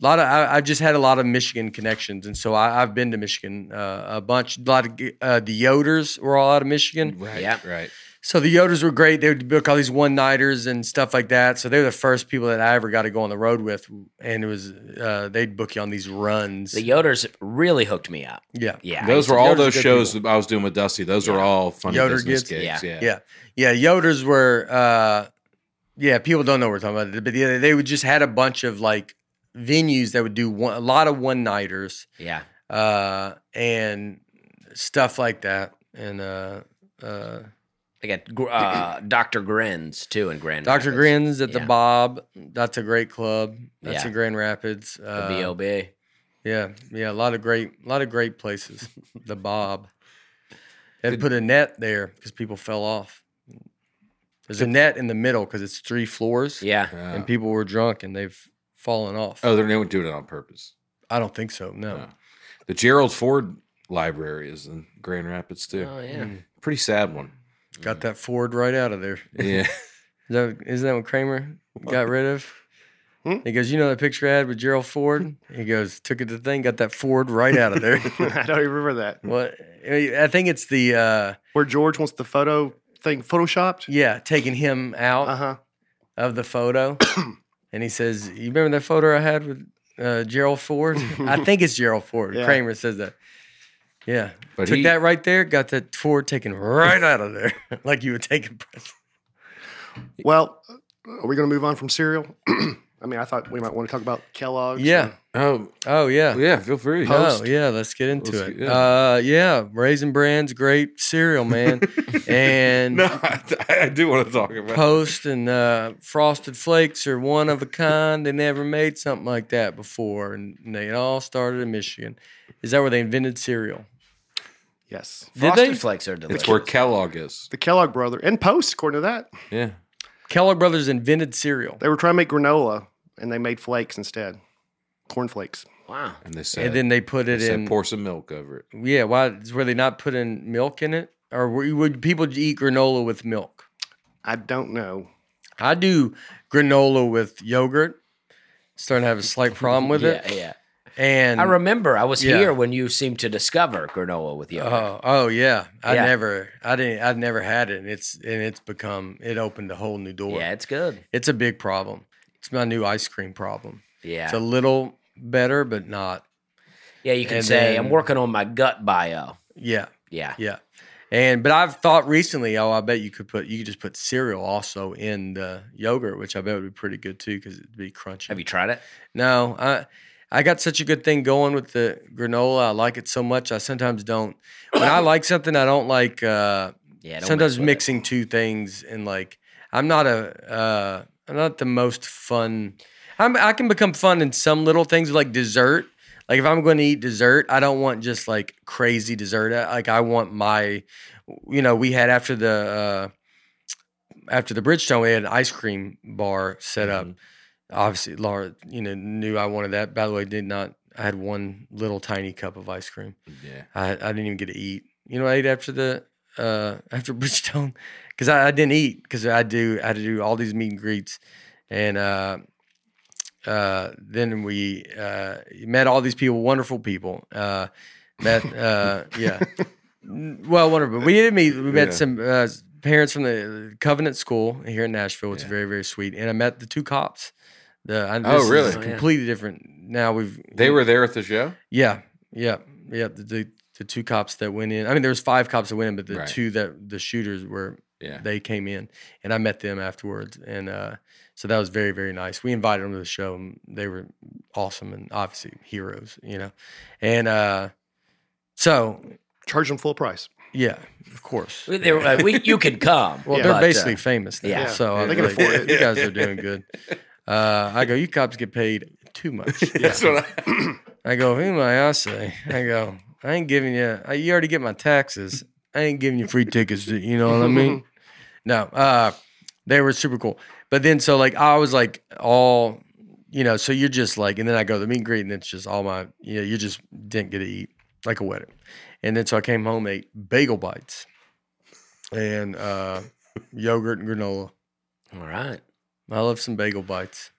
Speaker 1: a lot of I, I just had a lot of Michigan connections, and so I, I've been to Michigan uh, a bunch. A lot of uh, the Yoders were all out of Michigan,
Speaker 3: Right.
Speaker 2: Yeah.
Speaker 3: Right.
Speaker 1: so the Yoders were great. They would book all these one nighters and stuff like that. So they were the first people that I ever got to go on the road with, and it was uh, they'd book you on these runs.
Speaker 2: The Yoders really hooked me up.
Speaker 1: yeah,
Speaker 2: Yeah.
Speaker 3: Those
Speaker 1: so
Speaker 3: were all
Speaker 1: Yoder's
Speaker 3: those
Speaker 1: good
Speaker 3: shows that I was doing with Dusty. Those were
Speaker 2: Yeah.
Speaker 3: all funny
Speaker 1: Yoder
Speaker 3: business
Speaker 1: Gibbs.
Speaker 3: gigs.
Speaker 2: Yeah.
Speaker 3: Yeah.
Speaker 1: yeah, yeah. Yoders were, uh, yeah. People don't know what we're talking about, but yeah, they would just had a bunch of like venues that would do one, a lot of one nighters.
Speaker 2: Yeah.
Speaker 1: uh, and stuff like that. And uh, uh,
Speaker 2: They got gr- uh, Dr. Grins too in Grand
Speaker 1: Dr.
Speaker 2: Rapids.
Speaker 1: Grins at the
Speaker 2: Yeah.
Speaker 1: Bob. That's a great club. That's
Speaker 2: Yeah.
Speaker 1: in Grand Rapids.
Speaker 2: The
Speaker 1: Uh,
Speaker 2: B.O.B.
Speaker 1: yeah, yeah, a lot of great, a lot of great places. the Bob. They put a net there because people fell off. There's a net in the middle because it's three floors,
Speaker 2: Yeah.
Speaker 1: and
Speaker 3: Uh,
Speaker 1: people were drunk and they've fallen off.
Speaker 3: oh, they're not doing it on purpose.
Speaker 1: I don't think so. No.
Speaker 3: No. The Gerald Ford Library is in Grand Rapids too.
Speaker 2: Oh yeah.
Speaker 1: Mm.
Speaker 3: Pretty sad one.
Speaker 1: Got that Ford right out of there.
Speaker 3: Yeah.
Speaker 1: Mm. Is that, isn't that what Kramer got rid of?
Speaker 4: Hmm?
Speaker 1: He goes, you know that picture I had with Gerald Ford? He goes, took it to the thing, got that Ford right out of there.
Speaker 4: I don't even remember that.
Speaker 1: what? I think it's the uh,
Speaker 4: Where George wants the photo thing photoshopped.
Speaker 1: yeah, taking him out
Speaker 4: Uh huh.
Speaker 1: of the photo, and he says, you remember that photo I had with uh, Gerald Ford? I think it's Gerald Ford.
Speaker 4: Yeah.
Speaker 1: Kramer says that. Yeah,
Speaker 3: But
Speaker 1: took
Speaker 3: he,
Speaker 1: that right there, got that Ford taken right out of there, like you would take a present.
Speaker 4: Well, are we going to move on from cereal? I mean, I thought we might want to talk about Kellogg's.
Speaker 1: Yeah.
Speaker 3: Oh,
Speaker 1: Oh yeah.
Speaker 3: yeah. Feel free.
Speaker 1: Oh yeah, let's get into
Speaker 3: Let's
Speaker 1: it.
Speaker 3: get-
Speaker 1: Uh, yeah, Raisin Bran's great cereal, man, and
Speaker 3: No, I, I do want to talk about.
Speaker 1: Post and uh, Frosted Flakes are one of a kind. They never made something like that before, and they all started in Michigan. Is that where they invented cereal?
Speaker 4: Yes.
Speaker 1: Did
Speaker 2: Frosted
Speaker 1: they?
Speaker 2: Flakes are delicious.
Speaker 3: It's where Kellogg is.
Speaker 4: The Kellogg brother and Post, according to that,
Speaker 3: Yeah.
Speaker 1: Kellogg Brothers invented cereal,
Speaker 4: they were trying to make granola and they made flakes instead, corn flakes.
Speaker 2: wow.
Speaker 3: And they said,
Speaker 1: and then they put
Speaker 3: they
Speaker 1: it
Speaker 3: said
Speaker 1: in.
Speaker 3: pour some milk over it.
Speaker 1: Yeah, why were they not putting milk in it, or were, would people eat granola with milk?
Speaker 4: I don't know.
Speaker 1: I do granola with yogurt. Starting to have a slight problem with
Speaker 2: yeah,
Speaker 1: it,
Speaker 2: yeah.
Speaker 1: and
Speaker 2: I remember I was
Speaker 1: Yeah.
Speaker 2: here when you seemed to discover granola with yogurt.
Speaker 1: Oh, oh yeah. I
Speaker 2: Yeah.
Speaker 1: never, I didn't, I've never had it. And it's, and it's become, it opened a whole new door.
Speaker 2: yeah, it's good.
Speaker 1: It's a big problem. It's my new ice cream problem.
Speaker 2: Yeah.
Speaker 1: It's a little better, but not.
Speaker 2: yeah, you can
Speaker 1: and
Speaker 2: say I'm
Speaker 1: then-
Speaker 2: working on my gut bio.
Speaker 1: Yeah.
Speaker 2: Yeah.
Speaker 1: Yeah. And, but I've thought recently, oh, I bet you could put, you could just put cereal also in the yogurt, which I bet would be pretty good too, because it'd be crunchy.
Speaker 2: Have you tried it?
Speaker 1: No, I I got such a good thing going with the granola. I like it so much. I sometimes don't. When I like something, I don't like. Uh,
Speaker 2: Yeah. don't
Speaker 1: sometimes
Speaker 2: mess with it.
Speaker 1: mixing two things and like I'm not a uh, I'm not the most fun. I'm I can become fun in some little things like dessert. Like if I'm going to eat dessert, I don't want just like crazy dessert. I- Like I want my, you know, we had after the uh, after the Bridgestone, we had an ice cream bar set up.
Speaker 2: Mm-hmm.
Speaker 1: Obviously, Laura, you know, knew I wanted that. By the way, did not. I had one little tiny cup of ice cream.
Speaker 3: Yeah.
Speaker 1: I, I didn't even get to eat. You know, what I ate after the uh, after Bridgestone because I, I didn't eat because I do I had to do all these meet and greets, and uh, uh, then we uh, met all these people, wonderful people. Uh, met, uh, yeah. N- Well, wonderful. We did meet. We met
Speaker 3: Yeah.
Speaker 1: some uh, parents from the Covenant School here in Nashville, which is
Speaker 3: Yeah.
Speaker 1: very, very sweet. And I met the two cops. The I,
Speaker 3: Oh,
Speaker 1: this is
Speaker 3: really?
Speaker 2: Oh, yeah.
Speaker 1: completely different. Now we've
Speaker 3: They were there at the show.
Speaker 1: yeah, yeah, yeah. The, the the two cops that went in. I mean, there was five cops that went in, but the
Speaker 3: Right.
Speaker 1: two that the shooters were
Speaker 3: Yeah.
Speaker 1: they came in and I met them afterwards. And uh, so that was very, very nice. We invited them to the show and they were awesome and obviously heroes, you know. And uh, so,
Speaker 4: Charge them full price.
Speaker 1: yeah, of course.
Speaker 2: We- they were like, uh, we, you can come.
Speaker 1: Well,
Speaker 4: Yeah.
Speaker 1: they're
Speaker 2: but, uh,
Speaker 1: basically famous now.
Speaker 2: yeah.
Speaker 1: So I was
Speaker 4: They can
Speaker 1: like,
Speaker 4: afford it.
Speaker 1: you guys are doing good. Uh, I go, you cops get paid too much.
Speaker 3: That's what I.
Speaker 1: I go, who might I say? I go, I ain't giving you. I, you already get my taxes. I ain't giving you free tickets. To, you know what I mean? No, uh, they were super cool. But then, so like, I was like, all, you know, so you're just like, and then I go to the meet and greet, and it's just all my, you know, you just didn't get to eat like a wedding. And then so I came home, ate bagel bites, and uh, yogurt and granola.
Speaker 2: All right.
Speaker 1: I love some bagel bites.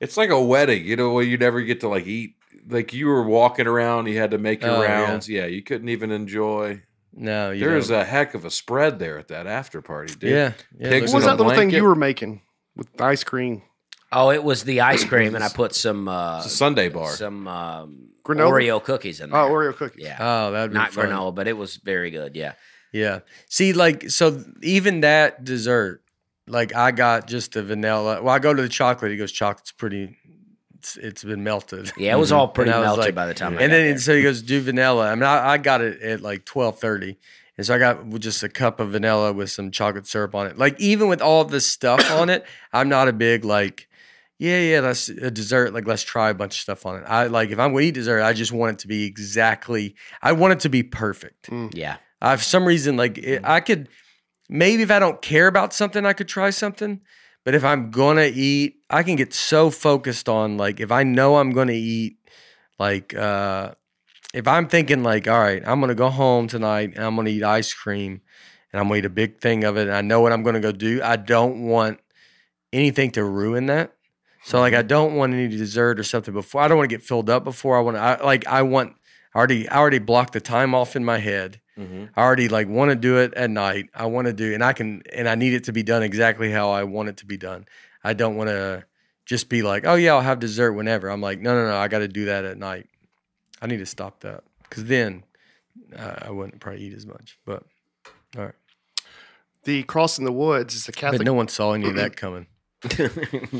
Speaker 3: It's like a wedding, you know, where you never get to like eat. Like you were walking around, you had to make your
Speaker 1: Oh, yeah.
Speaker 3: rounds. Yeah. you couldn't even enjoy.
Speaker 1: No, you
Speaker 3: There was
Speaker 1: don't.
Speaker 3: a heck of a spread there at that after party, dude.
Speaker 1: yeah, yeah.
Speaker 3: Pigs
Speaker 1: there's
Speaker 4: What
Speaker 3: Is
Speaker 1: a-
Speaker 4: was
Speaker 3: it a
Speaker 4: that little thing
Speaker 3: blanket?
Speaker 4: you were making with ice cream?
Speaker 2: Oh, it was the ice cream, and I put some uh,
Speaker 3: It's a Sunday bar.
Speaker 2: some um,
Speaker 4: Granola?
Speaker 2: Oreo cookies in there.
Speaker 4: Oh, Oreo cookies.
Speaker 2: Yeah,
Speaker 1: Oh, that'd be
Speaker 2: not
Speaker 1: fun.
Speaker 2: granola, but it was very good. Yeah.
Speaker 1: Yeah. See, like, so even that dessert, like, I got just the vanilla. Well, I go to the chocolate. He goes, chocolate's pretty. It's, it's been melted.
Speaker 2: Yeah, it was all pretty
Speaker 1: Mm-hmm. And I was like-
Speaker 2: melted by the time. I
Speaker 1: and
Speaker 2: got
Speaker 1: then
Speaker 2: there.
Speaker 1: so he goes, do vanilla. I mean, I, I got it at like twelve thirty, and so I got just a cup of vanilla with some chocolate syrup on it. Like, even with all the stuff on it, I'm not a big like. Yeah, yeah, that's a dessert. Like, let's try a bunch of stuff on it. I like if I'm gonna eat dessert, I just want it to be exactly. I want it to be perfect.
Speaker 2: yeah,
Speaker 1: I for some reason like it, I could maybe if I don't care about something, I could try something. But if I'm gonna eat, I can get so focused on like if I know I'm gonna eat, like uh if I'm thinking like, all right, I'm gonna go home tonight and I'm gonna eat ice cream and I'm gonna eat a big thing of it and I know what I'm gonna go do. I don't want anything to ruin that. So like I don't want any dessert or something before I don't want to get filled up before I want to I, like I want I already I already blocked the time off in my head
Speaker 3: Mhm.
Speaker 1: I already like want to do it at night. I want to do, and I can, and I need it to be done exactly how I want it to be done. I don't want to just be like, oh yeah, I'll have dessert whenever. I'm like, no, no, no, I got to do that at night. I need to stop that because then uh, I wouldn't probably eat as much. But
Speaker 4: The Cross in the Woods is a
Speaker 1: but
Speaker 4: Catholic.
Speaker 1: no one saw any of that coming.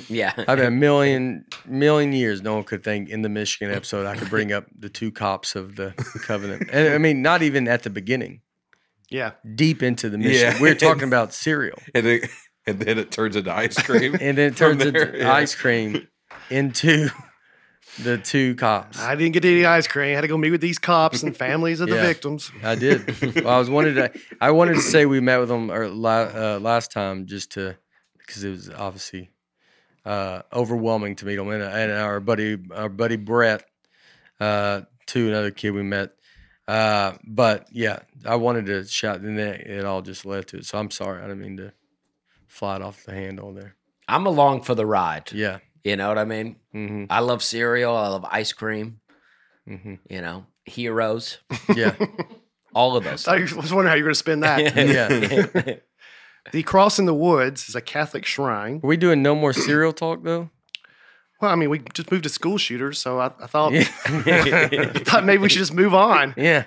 Speaker 2: yeah.
Speaker 1: I've had a million million years. No one could think in the Michigan episode I could bring up the two cops of the covenant, and I mean not even at the beginning.
Speaker 4: yeah.
Speaker 1: Deep into the
Speaker 3: Yeah.
Speaker 1: Michigan, we're talking about cereal.
Speaker 3: and, it, and then it turns into ice cream.
Speaker 1: and then it
Speaker 3: From
Speaker 1: turns
Speaker 3: there,
Speaker 1: into
Speaker 3: yeah.
Speaker 1: ice cream into the two cops. I,
Speaker 4: I didn't get any ice cream. I had to go meet with these cops and families of the
Speaker 1: Yeah.
Speaker 4: victims.
Speaker 1: did. Well, I was wanted to. I wanted to say we met with them or la, uh, last time just to because it was obviously uh, overwhelming to meet them and, and our buddy our buddy Brett uh, to another kid we met. Uh, but yeah, I wanted to shout, and then it all just led to it. So I'm sorry, I didn't mean to fly it off the handle there.
Speaker 2: I'm along for the ride.
Speaker 1: Yeah.
Speaker 2: You know what I mean?
Speaker 1: hmm
Speaker 2: I love cereal. I love ice cream.
Speaker 1: hmm
Speaker 2: You know, heroes.
Speaker 1: Yeah.
Speaker 2: All of those.
Speaker 4: I was wondering how you were going to spend that.
Speaker 2: yeah.
Speaker 4: the Cross in the Woods is a Catholic shrine.
Speaker 1: Are we doing no more cereal talk though?
Speaker 4: Well, I mean, we just moved to school shooters, so I, I thought
Speaker 1: Yeah.
Speaker 4: I thought maybe we should just move on.
Speaker 1: yeah.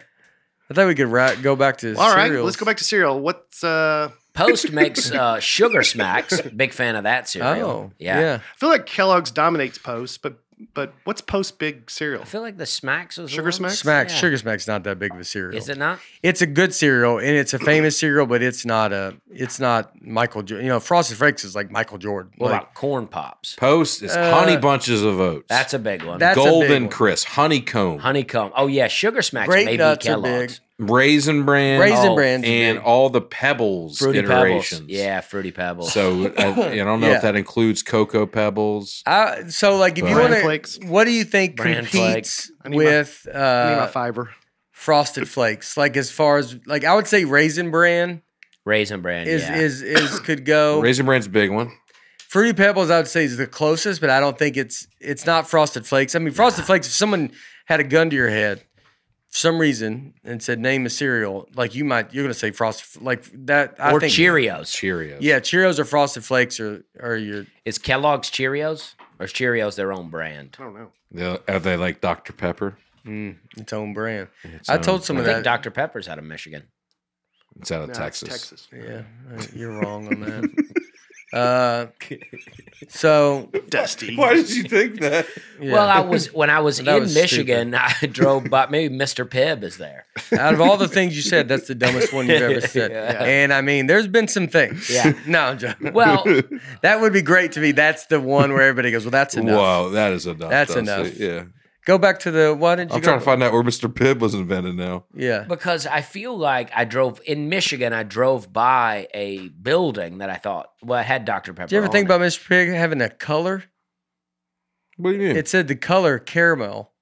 Speaker 1: I thought we could ra- go back to
Speaker 4: All right,
Speaker 1: cereals.
Speaker 4: let's go back to cereal. What's uh?
Speaker 2: Post makes uh, sugar smacks. Big fan of that cereal.
Speaker 1: Oh,
Speaker 2: yeah.
Speaker 1: yeah.
Speaker 4: I feel like Kellogg's dominates Post, but but what's Post big cereal?
Speaker 2: I feel like the smacks was the
Speaker 4: Sugar
Speaker 2: one.
Speaker 4: Smacks?
Speaker 1: Smack
Speaker 2: Yeah.
Speaker 1: Sugar Smack's not that big of a cereal.
Speaker 2: Is it not?
Speaker 1: It's a good cereal and it's a famous cereal, but it's not a. It's not Michael. Jo- you know, Frosted Flakes is like Michael Jordan.
Speaker 2: What
Speaker 1: Like,
Speaker 2: about corn pops?
Speaker 3: Post is
Speaker 1: Uh,
Speaker 3: honey bunches of oats.
Speaker 2: That's a big one.
Speaker 1: That's a big
Speaker 3: golden
Speaker 1: one.
Speaker 3: crisp, honeycomb,
Speaker 2: honeycomb. Oh yeah, sugar smacks.
Speaker 1: Great
Speaker 2: maybe
Speaker 1: nuts are
Speaker 2: Kellogg's.
Speaker 3: raisin bran,
Speaker 1: Raisin
Speaker 2: Oh,
Speaker 1: Bran's
Speaker 3: and
Speaker 1: big.
Speaker 3: all the pebbles
Speaker 2: Fruity
Speaker 3: iterations.
Speaker 2: pebbles. Yeah, fruity pebbles.
Speaker 3: So I, I don't know
Speaker 1: Yeah.
Speaker 3: if that includes cocoa pebbles.
Speaker 1: I, so like if you
Speaker 3: Bran
Speaker 1: want
Speaker 4: Flakes.
Speaker 1: to, what do you think
Speaker 2: Bran
Speaker 1: competes
Speaker 2: Flakes.
Speaker 4: I need my-
Speaker 1: with
Speaker 4: I need my
Speaker 1: uh,
Speaker 4: fiber.
Speaker 1: Frosted Flakes? Like as far as like I would say, Raisin Bran
Speaker 2: Raisin bran.
Speaker 1: is
Speaker 2: yeah.
Speaker 1: is is could go.
Speaker 3: Raisin bran's a big one.
Speaker 1: Fruity Pebbles, I would say, is the closest, but I don't think it's it's not Frosted Flakes. I mean, Frosted Flakes. If someone had a gun to your head for some reason and said name a cereal, like you might, you're gonna say Frosted F- like that. I
Speaker 2: or
Speaker 1: think
Speaker 2: Cheerios.
Speaker 3: Cheerios.
Speaker 1: Yeah, Cheerios or Frosted Flakes or or your
Speaker 2: Is Kellogg's Cheerios or is Cheerios their own brand?
Speaker 4: I don't know.
Speaker 3: They'll- Are they like Dr. Pepper?
Speaker 1: mm, its own brand.
Speaker 3: It's
Speaker 1: I
Speaker 3: own-
Speaker 1: told some
Speaker 2: I
Speaker 1: of
Speaker 2: think
Speaker 1: that.
Speaker 2: Dr. Pepper's out of Michigan.
Speaker 3: It's out of
Speaker 4: No, it's
Speaker 3: Texas.
Speaker 4: Texas.
Speaker 1: uh, yeah, you're wrong on that. uh, so
Speaker 4: Dusty.
Speaker 3: Why did you think that?
Speaker 1: yeah.
Speaker 2: Well, I was when I was in
Speaker 1: That was
Speaker 2: Michigan, I drove by. Maybe Mr. Pibb is there.
Speaker 1: Out of all the things you said, that's the dumbest one you've ever said.
Speaker 2: Yeah.
Speaker 1: And I mean, there's been some things.
Speaker 2: Yeah.
Speaker 1: No, I'm joking.
Speaker 2: Well,
Speaker 1: that would be great to me. That's the one where everybody goes, well, that's enough.
Speaker 3: Whoa, that is enough.
Speaker 1: That's
Speaker 3: Dusty.
Speaker 1: enough.
Speaker 3: Yeah.
Speaker 1: Go back to the, why didn't you
Speaker 3: I'm
Speaker 1: go
Speaker 3: trying to find Oh, out where Mr. Pibb was invented now.
Speaker 1: Yeah.
Speaker 2: because I feel like I drove in Michigan. I drove by a building that I thought well, it had Dr. Pepper.
Speaker 1: Did you ever
Speaker 2: on
Speaker 1: think
Speaker 2: it.
Speaker 1: about Mr. Pig having a color?
Speaker 3: What do you mean?
Speaker 1: It said the color caramel.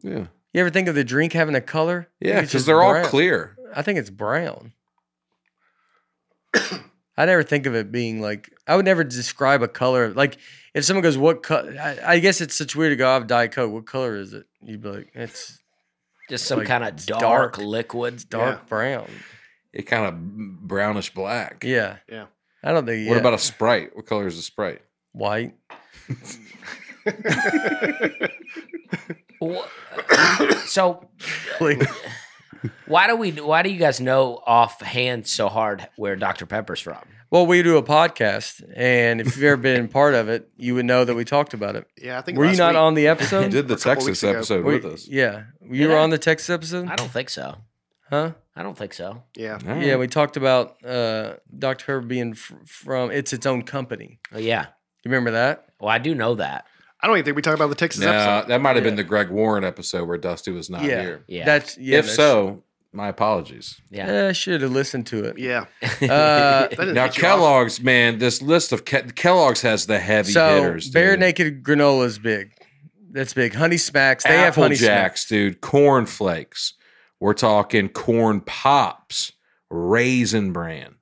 Speaker 3: yeah.
Speaker 1: You ever think of the drink having a color? I think
Speaker 3: Yeah,
Speaker 1: it's
Speaker 3: because
Speaker 1: just
Speaker 3: they're all
Speaker 1: brown.
Speaker 3: clear.
Speaker 1: I think it's brown. I never think of it being like I would never describe a color. Like if someone goes, "What color?" I, I guess it's such weird to go. I have Diet Coke. What color is it? You'd be like, "It's
Speaker 2: just some
Speaker 1: like,
Speaker 2: kind of
Speaker 1: it's
Speaker 2: dark,
Speaker 1: dark.
Speaker 2: liquid?
Speaker 1: dark brown."
Speaker 3: It kind of brownish black.
Speaker 1: Yeah,
Speaker 4: Yeah.
Speaker 1: I don't think.
Speaker 3: What
Speaker 1: yeah.
Speaker 3: about a Sprite? What color is a Sprite?
Speaker 1: white?
Speaker 2: Wh- So why do we? Why do you guys know offhand so hard where Dr. Pepper's from?
Speaker 1: well, we do a podcast, and if you've ever been part of it, you would know that we talked about it.
Speaker 4: Yeah, I think.
Speaker 1: Were you
Speaker 4: last
Speaker 1: not
Speaker 4: week-
Speaker 1: on the
Speaker 3: You
Speaker 1: episode?
Speaker 3: did the
Speaker 4: a couple
Speaker 3: Texas
Speaker 4: weeks ago.
Speaker 3: episode
Speaker 1: Were-
Speaker 3: with us.
Speaker 1: Yeah, you
Speaker 2: Did
Speaker 1: were
Speaker 2: I?
Speaker 1: on the Texas episode,
Speaker 2: I don't think so.
Speaker 1: huh?
Speaker 2: I don't think so.
Speaker 4: Yeah.
Speaker 3: All right.
Speaker 1: Yeah, we talked about uh, Dr. Pepper being fr- from it's its own company.
Speaker 2: Oh, yeah.
Speaker 1: You remember that?
Speaker 2: Well, I do know that.
Speaker 4: I don't even think we talked about the Texas
Speaker 3: Nah,
Speaker 4: episode.
Speaker 3: that might have
Speaker 1: Yeah.
Speaker 3: been the Greg Warren episode where Dusty was not
Speaker 1: Yeah.
Speaker 3: here.
Speaker 2: Yeah.
Speaker 1: That's yeah,
Speaker 3: if
Speaker 1: that's-
Speaker 3: so, my apologies.
Speaker 2: yeah.
Speaker 1: eh, I should have listened to it.
Speaker 4: Yeah.
Speaker 1: Uh,
Speaker 4: That didn't
Speaker 3: Now
Speaker 4: get you off.
Speaker 3: Kellogg's, man, this list of Ke- Kellogg's has the heavy
Speaker 1: so
Speaker 3: hitters.
Speaker 1: bare
Speaker 3: dude.
Speaker 1: naked granola is big. That's big. Honey smacks. They have
Speaker 3: Apple
Speaker 1: honey smacks.
Speaker 3: Jacks, dude. Corn flakes. We're talking corn pops, raisin bran,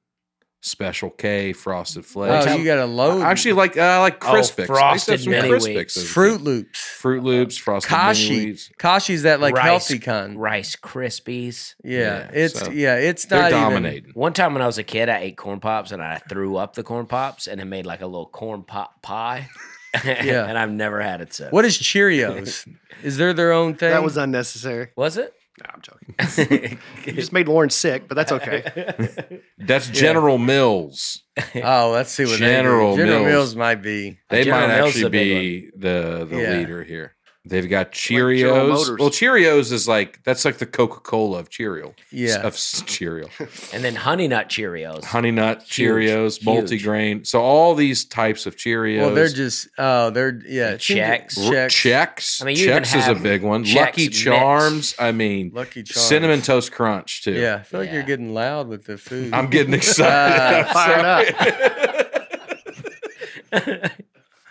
Speaker 3: Special K, Frosted flakes.
Speaker 1: Oh, you got a load.
Speaker 3: I actually like uh, I like
Speaker 2: Oh,
Speaker 3: Crispix. I used to have
Speaker 2: Frosted
Speaker 3: some
Speaker 2: Mini
Speaker 3: Crispix
Speaker 2: Wheats.
Speaker 3: as a kid.
Speaker 1: Fruit Loops,
Speaker 3: Fruit Loops, Frosted
Speaker 1: Kashi.
Speaker 3: Mini Wheats.
Speaker 1: Kashi's that like
Speaker 2: Rice.
Speaker 1: healthy kind.
Speaker 2: Rice Krispies.
Speaker 1: Yeah,
Speaker 3: Yeah,
Speaker 1: it's
Speaker 3: so
Speaker 1: yeah, it's
Speaker 3: They're
Speaker 1: not
Speaker 3: dominating.
Speaker 2: One time when I was a kid, I ate corn pops and I threw up the corn pops and it made like a little corn pop pie.
Speaker 1: Yeah.
Speaker 2: and I've never had it since.
Speaker 1: Even, what is Cheerios? is there their own thing?
Speaker 4: That was unnecessary.
Speaker 2: was it?
Speaker 4: No, I'm joking. You just made Lauren sick, but that's okay.
Speaker 3: That's General Mills.
Speaker 1: oh, let's see what they do.
Speaker 3: General
Speaker 1: General
Speaker 3: Mills.
Speaker 1: Mills might be.
Speaker 3: They
Speaker 2: General
Speaker 3: might
Speaker 2: Mills is
Speaker 3: actually
Speaker 2: a
Speaker 3: be
Speaker 2: big
Speaker 3: the the
Speaker 1: Yeah.
Speaker 3: leader here. They've got
Speaker 4: General
Speaker 3: Cheerios.
Speaker 4: Motors.
Speaker 3: well, Cheerios is like that's like the Coca Cola of Cheerio.
Speaker 1: Yeah.
Speaker 3: of s- Cheerio,
Speaker 2: and then Honey Nut Cheerios.
Speaker 3: Honey Nut
Speaker 2: Huge,
Speaker 3: Cheerios,
Speaker 2: huge.
Speaker 3: multigrain. So all these types of Cheerios.
Speaker 1: Well, they're just oh, they're yeah, it seems-
Speaker 2: Chex.
Speaker 3: R-
Speaker 1: Chex,
Speaker 3: Chex.
Speaker 2: I mean, you even
Speaker 3: Chex is a
Speaker 2: have
Speaker 3: big one.
Speaker 2: Chex
Speaker 3: Lucky
Speaker 2: Mix.
Speaker 3: Charms. I mean,
Speaker 1: Lucky Charms,
Speaker 3: cinnamon toast crunch too.
Speaker 1: Yeah, I feel like
Speaker 2: Yeah.
Speaker 1: you're getting loud with the food.
Speaker 3: I'm getting excited.
Speaker 1: Uh,
Speaker 4: Fired up.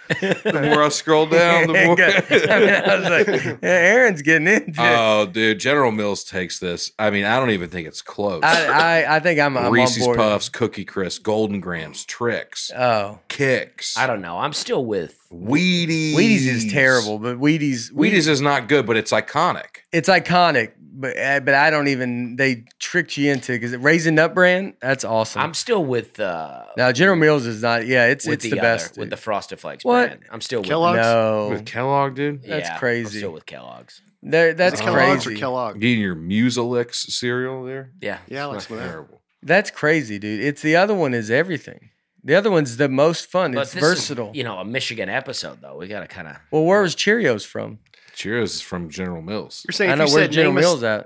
Speaker 3: the more I scroll down, the more.
Speaker 1: I, mean, I was like, yeah, Aaron's getting into it.
Speaker 3: Oh, dude, General Mills takes this. I mean, I don't even think it's close.
Speaker 1: I, I, I think I'm, I'm
Speaker 3: Reese's
Speaker 1: on board.
Speaker 3: Puffs, Cookie Crisp, Golden Grams, Tricks,
Speaker 1: Oh,
Speaker 3: Kicks.
Speaker 2: I don't know. I'm still with.
Speaker 3: Wheaties.
Speaker 1: Wheaties is terrible, but Wheaties,
Speaker 3: Wheaties is not good, but it's iconic.
Speaker 1: it's iconic. But uh, but I don't even they tricked you into because Raisin Nut brand that's awesome.
Speaker 2: I'm still with. Uh,
Speaker 1: now General Mills is not. Yeah, it's
Speaker 2: with
Speaker 1: it's the,
Speaker 2: other-
Speaker 1: best.
Speaker 2: with the Frosted Flakes
Speaker 1: What?
Speaker 2: brand. I'm still with.
Speaker 4: Kellogg's?
Speaker 1: no,
Speaker 3: With Kellogg, dude.
Speaker 2: Yeah,
Speaker 1: That's
Speaker 2: I'm
Speaker 1: crazy.
Speaker 2: still with Kellogg's.
Speaker 1: They're- that's
Speaker 4: Is it Kellogg's
Speaker 1: crazy.
Speaker 4: Or Kellogg.
Speaker 3: Getting your Musilix cereal there.
Speaker 2: Yeah.
Speaker 4: Yeah, I like
Speaker 3: That's
Speaker 4: some of that.
Speaker 3: terrible.
Speaker 1: That's crazy, dude. It's the other one is everything. The other one's the most fun.
Speaker 2: But
Speaker 1: it's
Speaker 2: this is,
Speaker 1: versatile.
Speaker 2: you know, a Michigan episode though. We got to kind of.
Speaker 1: well, where was Cheerios from?
Speaker 3: Cheerios is from General Mills.
Speaker 4: You're saying
Speaker 1: I
Speaker 4: if
Speaker 1: know
Speaker 4: you
Speaker 1: where
Speaker 4: said
Speaker 1: General
Speaker 4: name
Speaker 1: Mills
Speaker 4: a,
Speaker 1: at. uh,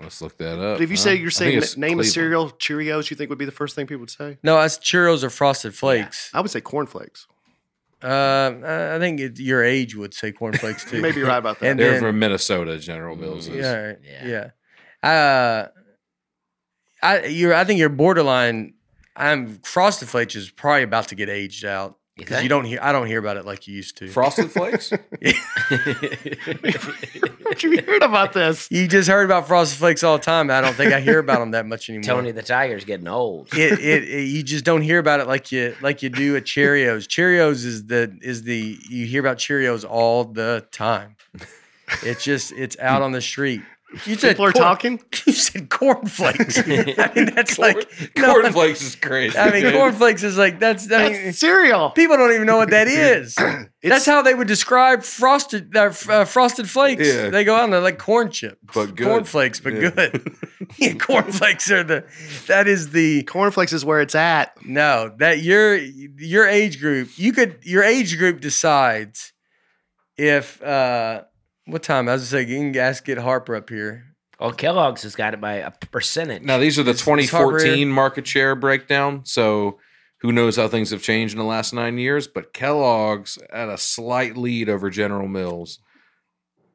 Speaker 3: Let's look that up.
Speaker 4: but if you
Speaker 3: huh?
Speaker 4: say you're
Speaker 3: I
Speaker 4: saying
Speaker 3: think it's
Speaker 4: name a
Speaker 3: Cleveland.
Speaker 4: cereal Cheerios, you think would be the first thing people would say?
Speaker 1: No, it's Cheerios or Frosted Flakes.
Speaker 4: I would say cornflakes.
Speaker 1: Uh, I think it, your age would say cornflakes too.
Speaker 4: You may be right about that.
Speaker 1: And
Speaker 3: they're
Speaker 1: then-
Speaker 3: from Minnesota. General Mills is.
Speaker 1: Yeah, right,
Speaker 2: Yeah.
Speaker 1: yeah. Uh, I you're I think you're borderline. I'm Frosted Flakes is probably about to get aged out.
Speaker 2: You
Speaker 1: because you don't hear. I don't hear about it like you used to.
Speaker 3: Frosted Flakes.
Speaker 4: Have you heard about this?
Speaker 1: you just heard about Frosted Flakes all the time. I don't think I hear about them that much anymore.
Speaker 2: Tony the Tiger's getting old.
Speaker 1: it, it, it you just don't hear about it like you like you do at Cheerios. Cheerios is the is the you hear about Cheerios all the time. It's just it's out on the street. You said
Speaker 4: People are
Speaker 1: corn-
Speaker 4: talking.
Speaker 1: You said cornflakes. I mean that's like no,
Speaker 3: Corn Flakes is crazy.
Speaker 1: I mean
Speaker 3: dude.
Speaker 1: cornflakes is like that's I mean
Speaker 4: That's cereal.
Speaker 1: people don't even know what that is.
Speaker 4: It's-
Speaker 1: that's how they would describe frosted uh, f- uh, frosted flakes.
Speaker 3: Yeah.
Speaker 1: They go out and they're like corn chip,
Speaker 3: But good.
Speaker 1: cornflakes, but
Speaker 3: Yeah.
Speaker 1: good. yeah, cornflakes are the that is the
Speaker 4: Cornflakes is where it's at.
Speaker 1: No, that your your age group, you could your age group decides if uh what time? I was gonna say you can ask get Harper up here.
Speaker 2: Well, Oh, Kellogg's has got it by a percentage.
Speaker 3: Now these are the
Speaker 1: it's hard
Speaker 3: 2014 market share breakdown. So who knows how things have changed in the last nine years? But Kellogg's at a slight lead over General Mills,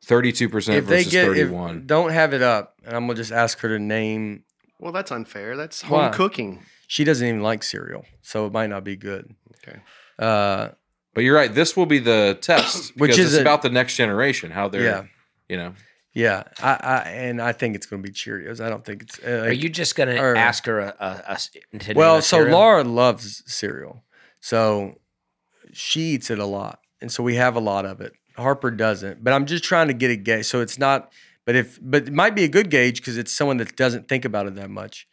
Speaker 3: 32 percent
Speaker 1: if they
Speaker 3: versus
Speaker 1: get if-
Speaker 3: 31.
Speaker 1: don't have it up, and I'm gonna just ask her to name.
Speaker 4: Well, that's unfair. That's home
Speaker 1: Why?
Speaker 4: cooking.
Speaker 1: She doesn't even like cereal, so it might not be good.
Speaker 4: Okay.
Speaker 1: Uh,
Speaker 3: but you're right. This will be the test,
Speaker 1: Which
Speaker 3: which
Speaker 1: is
Speaker 3: is
Speaker 1: a-
Speaker 3: about the next generation. How they're,
Speaker 1: Yeah.
Speaker 3: you know,
Speaker 1: yeah, I, I and I think it's gonna be Cheerios. I don't think it's. Uh,
Speaker 2: Are you just gonna
Speaker 1: or-
Speaker 2: ask her a, a, a s- to name
Speaker 1: Well,
Speaker 2: a
Speaker 1: so
Speaker 2: cereal?
Speaker 1: Laura loves cereal, so she eats it a lot, and so we have a lot of it. Harper doesn't, but I'm just trying to get a gauge. So it's not, but if, but it might be a good gauge because it's someone that doesn't think about it that much.